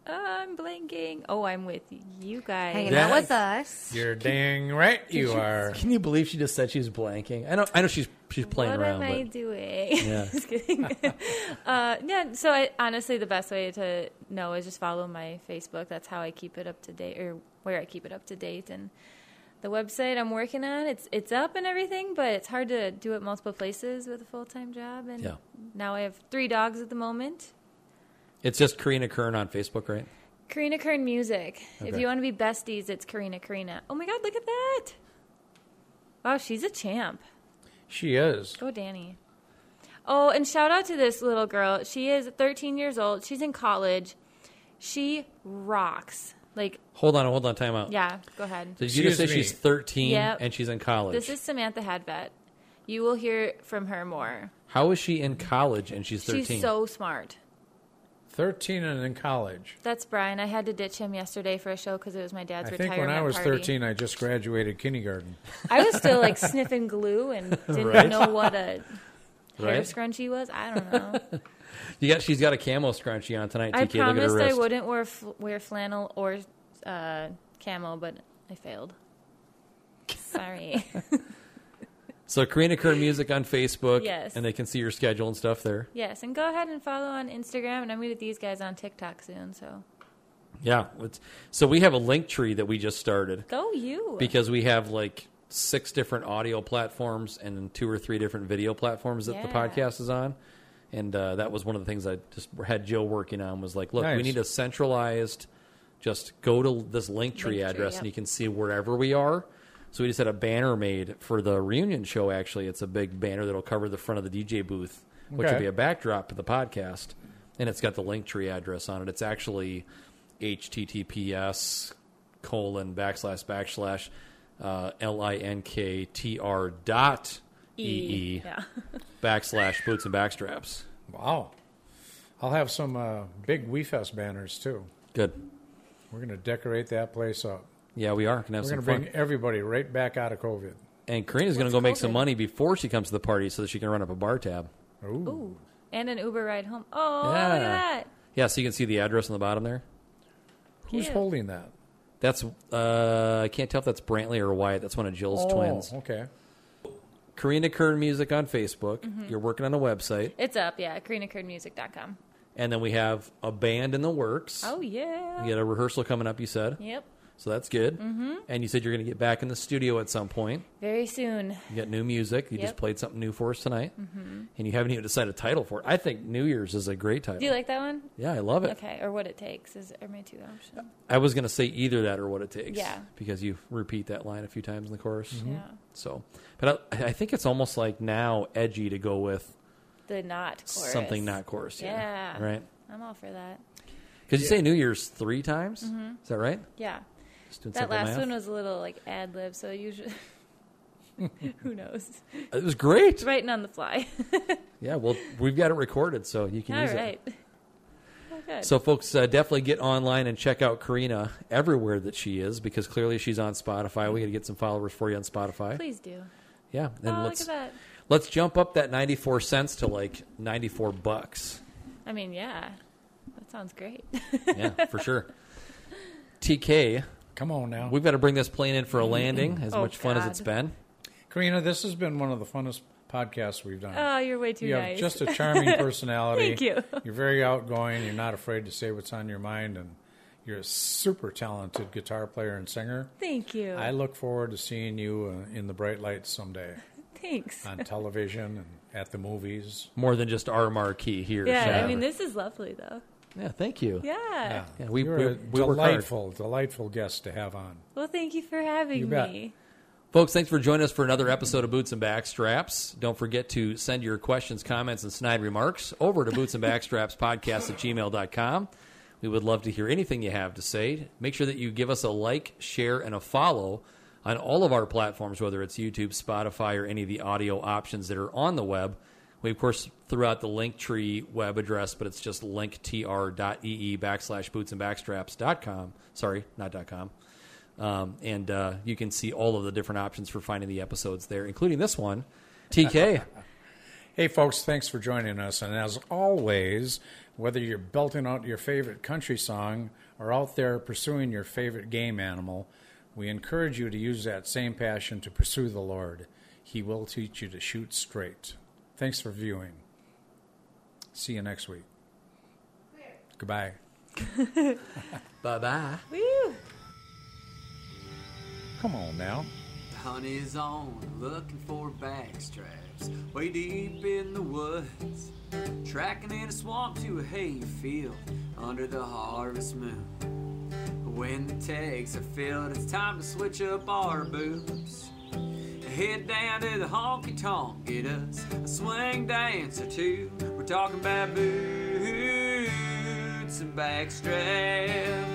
Speaker 6: I'm blanking. Oh, I'm with you guys.
Speaker 2: Hanging
Speaker 1: That-
Speaker 2: out with us.
Speaker 5: You're dang right you are.
Speaker 1: Can you believe she just said she's blanking? I know. I know she's she's playing
Speaker 6: what
Speaker 1: around.
Speaker 6: am I
Speaker 1: but
Speaker 6: doing?
Speaker 1: Yeah.
Speaker 6: Just kidding. uh, yeah. So I, honestly, the best way to know is just follow my Facebook. That's how I keep it up to date, or where I keep it up to date, and the website I'm working on. It's it's up and everything, but it's hard to do it multiple places with a full time job. And
Speaker 1: Yeah.
Speaker 6: now I have three dogs at the moment.
Speaker 1: it's just Karina Kern on Facebook, right?
Speaker 6: Karina Kern music. If
Speaker 1: Okay.
Speaker 6: you want to be besties, it's Karina Karina. Oh my God, look at that! Wow, she's a champ.
Speaker 5: She is.
Speaker 6: Go, Danny. Oh, and shout out to this little girl. She is 13 years old. She's in college. She rocks. Like,
Speaker 1: Hold on, hold on, time out.
Speaker 6: yeah, go ahead.
Speaker 1: Did you just say
Speaker 5: Excuse me.
Speaker 1: she's 13
Speaker 6: Yep.
Speaker 1: and she's in college?
Speaker 6: This is Samantha Hadvet. You will hear from her more.
Speaker 1: How is she in college and she's 13?
Speaker 6: She's so smart.
Speaker 5: 13 and in college.
Speaker 6: That's Brian. I had to ditch him yesterday for a show because it was my dad's
Speaker 5: I think
Speaker 6: retirement
Speaker 5: when I was
Speaker 6: party.
Speaker 5: 13, I just graduated kindergarten.
Speaker 6: I was still like sniffing glue and didn't
Speaker 1: Right.
Speaker 6: know what a hair
Speaker 1: Right?
Speaker 6: scrunchie was. I don't know.
Speaker 1: you got, she's got a camo scrunchie on tonight, TK. Look
Speaker 6: I
Speaker 1: at her
Speaker 6: promised I
Speaker 1: wrist.
Speaker 6: wouldn't wear fl- wear flannel or uh, camo, but I failed. Sorry.
Speaker 1: So Karina Kern Music on Facebook.
Speaker 6: Yes.
Speaker 1: And they can see your schedule and stuff there.
Speaker 6: yes, and go ahead and follow on Instagram, and I'm gonna get these guys on TikTok soon. So
Speaker 1: Yeah. It's, so we have a link tree that we just started
Speaker 6: go you.
Speaker 1: because we have like six different audio platforms and two or three different video platforms that the
Speaker 6: Yeah.
Speaker 1: podcast is on. And uh, that was one of the things I just had Joe working on was like, look, we
Speaker 5: Nice.
Speaker 1: need a centralized, just go to this link tree
Speaker 6: Link tree,
Speaker 1: address and
Speaker 6: yep.
Speaker 1: you can see wherever we are. So we just had a banner made for the reunion show. Actually, it's a big banner that'll cover the front of the DJ booth, which
Speaker 5: Okay.
Speaker 1: will be a backdrop for the podcast, and it's got the link tree address on it. It's actually https colon backslash backslash uh, linktr dot ee
Speaker 6: E, Yeah.
Speaker 1: backslash boots and backstraps.
Speaker 5: Wow. I'll have some uh, big WeFest banners, too.
Speaker 1: Good.
Speaker 5: We're going to decorate that place up.
Speaker 1: Yeah, we are. Can have
Speaker 5: We're
Speaker 1: some
Speaker 5: going to
Speaker 1: fun.
Speaker 5: bring everybody right back out of COVID.
Speaker 1: and Karina's going to go
Speaker 6: What's
Speaker 1: make
Speaker 6: COVID?
Speaker 1: some money before she comes to the party so that she can run up a bar tab.
Speaker 5: Ooh.
Speaker 6: Ooh. And an Uber ride home. Oh, look
Speaker 1: Yeah.
Speaker 6: at that.
Speaker 1: Yeah, so you can see the address on the bottom there.
Speaker 5: Who's
Speaker 6: Cute.
Speaker 5: holding that?
Speaker 1: That's uh, I can't tell if that's Brantley or Wyatt. That's one of Jill's
Speaker 5: oh,
Speaker 1: twins.
Speaker 5: Okay.
Speaker 1: Karina Kern Music on Facebook.
Speaker 6: Mm-hmm.
Speaker 1: You're working on a website,
Speaker 6: It's up, yeah. KarinaKurdmusic.com.
Speaker 1: and then we have a band in the works.
Speaker 6: Oh yeah.
Speaker 1: You got a rehearsal coming up. You said
Speaker 6: Yep.
Speaker 1: so that's good. Mm-hmm. And you said you're going to get back in the studio at some point.
Speaker 6: Very soon.
Speaker 1: You got new music. You just
Speaker 6: Yep.
Speaker 1: played something new for us tonight, mm-hmm. and you haven't even decided a title for it. I think New Year's is a great title.
Speaker 6: Do you like that one?
Speaker 1: yeah, I love it.
Speaker 6: Okay, or what it takes is are my two options.
Speaker 1: I was going to say either that or what it takes.
Speaker 6: Yeah.
Speaker 1: because you repeat that line a few times in the chorus.
Speaker 6: Yeah.
Speaker 1: So, but I, I think it's almost like now edgy to go with
Speaker 6: The not chorus.
Speaker 1: something not chorus. Yeah,
Speaker 6: Yeah.
Speaker 1: right.
Speaker 6: I'm all for that.
Speaker 1: Because you say New Year's three times. Is that right?
Speaker 6: Yeah.
Speaker 1: Just doing
Speaker 6: Mm-hmm. That
Speaker 1: simple
Speaker 6: last
Speaker 1: math.
Speaker 6: one was a little like ad lib, so usually who knows?
Speaker 1: It was great.
Speaker 6: It's writing on the fly.
Speaker 1: Yeah. Well, we've got it recorded, so you can
Speaker 6: All
Speaker 1: use
Speaker 6: right.
Speaker 1: it.
Speaker 6: Oh, good.
Speaker 1: So, folks, uh, definitely get online and check out Karina everywhere that she is, because clearly she's on Spotify. We got to get some followers for you on Spotify.
Speaker 6: please do.
Speaker 1: Yeah. And
Speaker 6: oh, look
Speaker 1: let's
Speaker 6: at that.
Speaker 1: let's jump up that ninety four cents to like ninety four bucks.
Speaker 6: I mean, yeah. That sounds great.
Speaker 1: Yeah, for sure. TK,
Speaker 5: Come on now.
Speaker 1: we've got to bring this plane in for a landing. As
Speaker 6: Oh,
Speaker 1: much fun as it's
Speaker 6: God.
Speaker 1: been.
Speaker 5: Karina, this has been one of the funnest podcasts we've done.
Speaker 6: Oh, you're way too
Speaker 5: you have
Speaker 6: nice.
Speaker 5: just a charming personality.
Speaker 6: Thank you.
Speaker 5: You're very outgoing. You're not afraid to say what's on your mind, and you're a super talented guitar player and singer.
Speaker 6: Thank you.
Speaker 5: I look forward to seeing you uh, in the bright lights someday
Speaker 6: Thanks.
Speaker 5: on television and at the movies.
Speaker 1: More than just our marquee here.
Speaker 6: yeah,
Speaker 1: so-
Speaker 6: I mean, this is lovely, though.
Speaker 1: Yeah, thank you.
Speaker 6: Yeah.
Speaker 1: Yeah, we-
Speaker 5: you're
Speaker 1: we-
Speaker 5: a
Speaker 1: we work hard.
Speaker 5: delightful, delightful guest to have on.
Speaker 6: Well, thank you for having
Speaker 5: You bet.
Speaker 6: me.
Speaker 1: Folks, thanks for joining us for another episode of Boots and Backstraps. Don't forget to send your questions, comments, and snide remarks over to bootsandbackstrapspodcast at gmail.com. We would love to hear anything you have to say. Make sure that you give us a like, share, and a follow on all of our platforms, whether it's YouTube, Spotify, or any of the audio options that are on the web. We, of course, threw out the Linktree web address, but it's just linktr.ee E backslash boots and backstraps dot com. Sorry, not dot com. Um, and uh, you can see all of the different options for finding the episodes there, including this one. TK,
Speaker 5: Hey, folks, thanks for joining us. And as always, whether you're belting out your favorite country song or out there pursuing your favorite game animal, we encourage you to use that same passion to pursue the Lord. He will teach you to shoot straight. Thanks for viewing. See you next week. Goodbye.
Speaker 1: Bye bye.
Speaker 6: Woo!
Speaker 5: Come on now.
Speaker 4: The hunt is on, looking for backstraps. Way deep in the woods, tracking in a swamp to a hay field under the harvest moon. When the tags are filled, it's time to switch up our boots. Head down to the honky tonk, get us a swing dance or two. We're talking about boots and backstraps.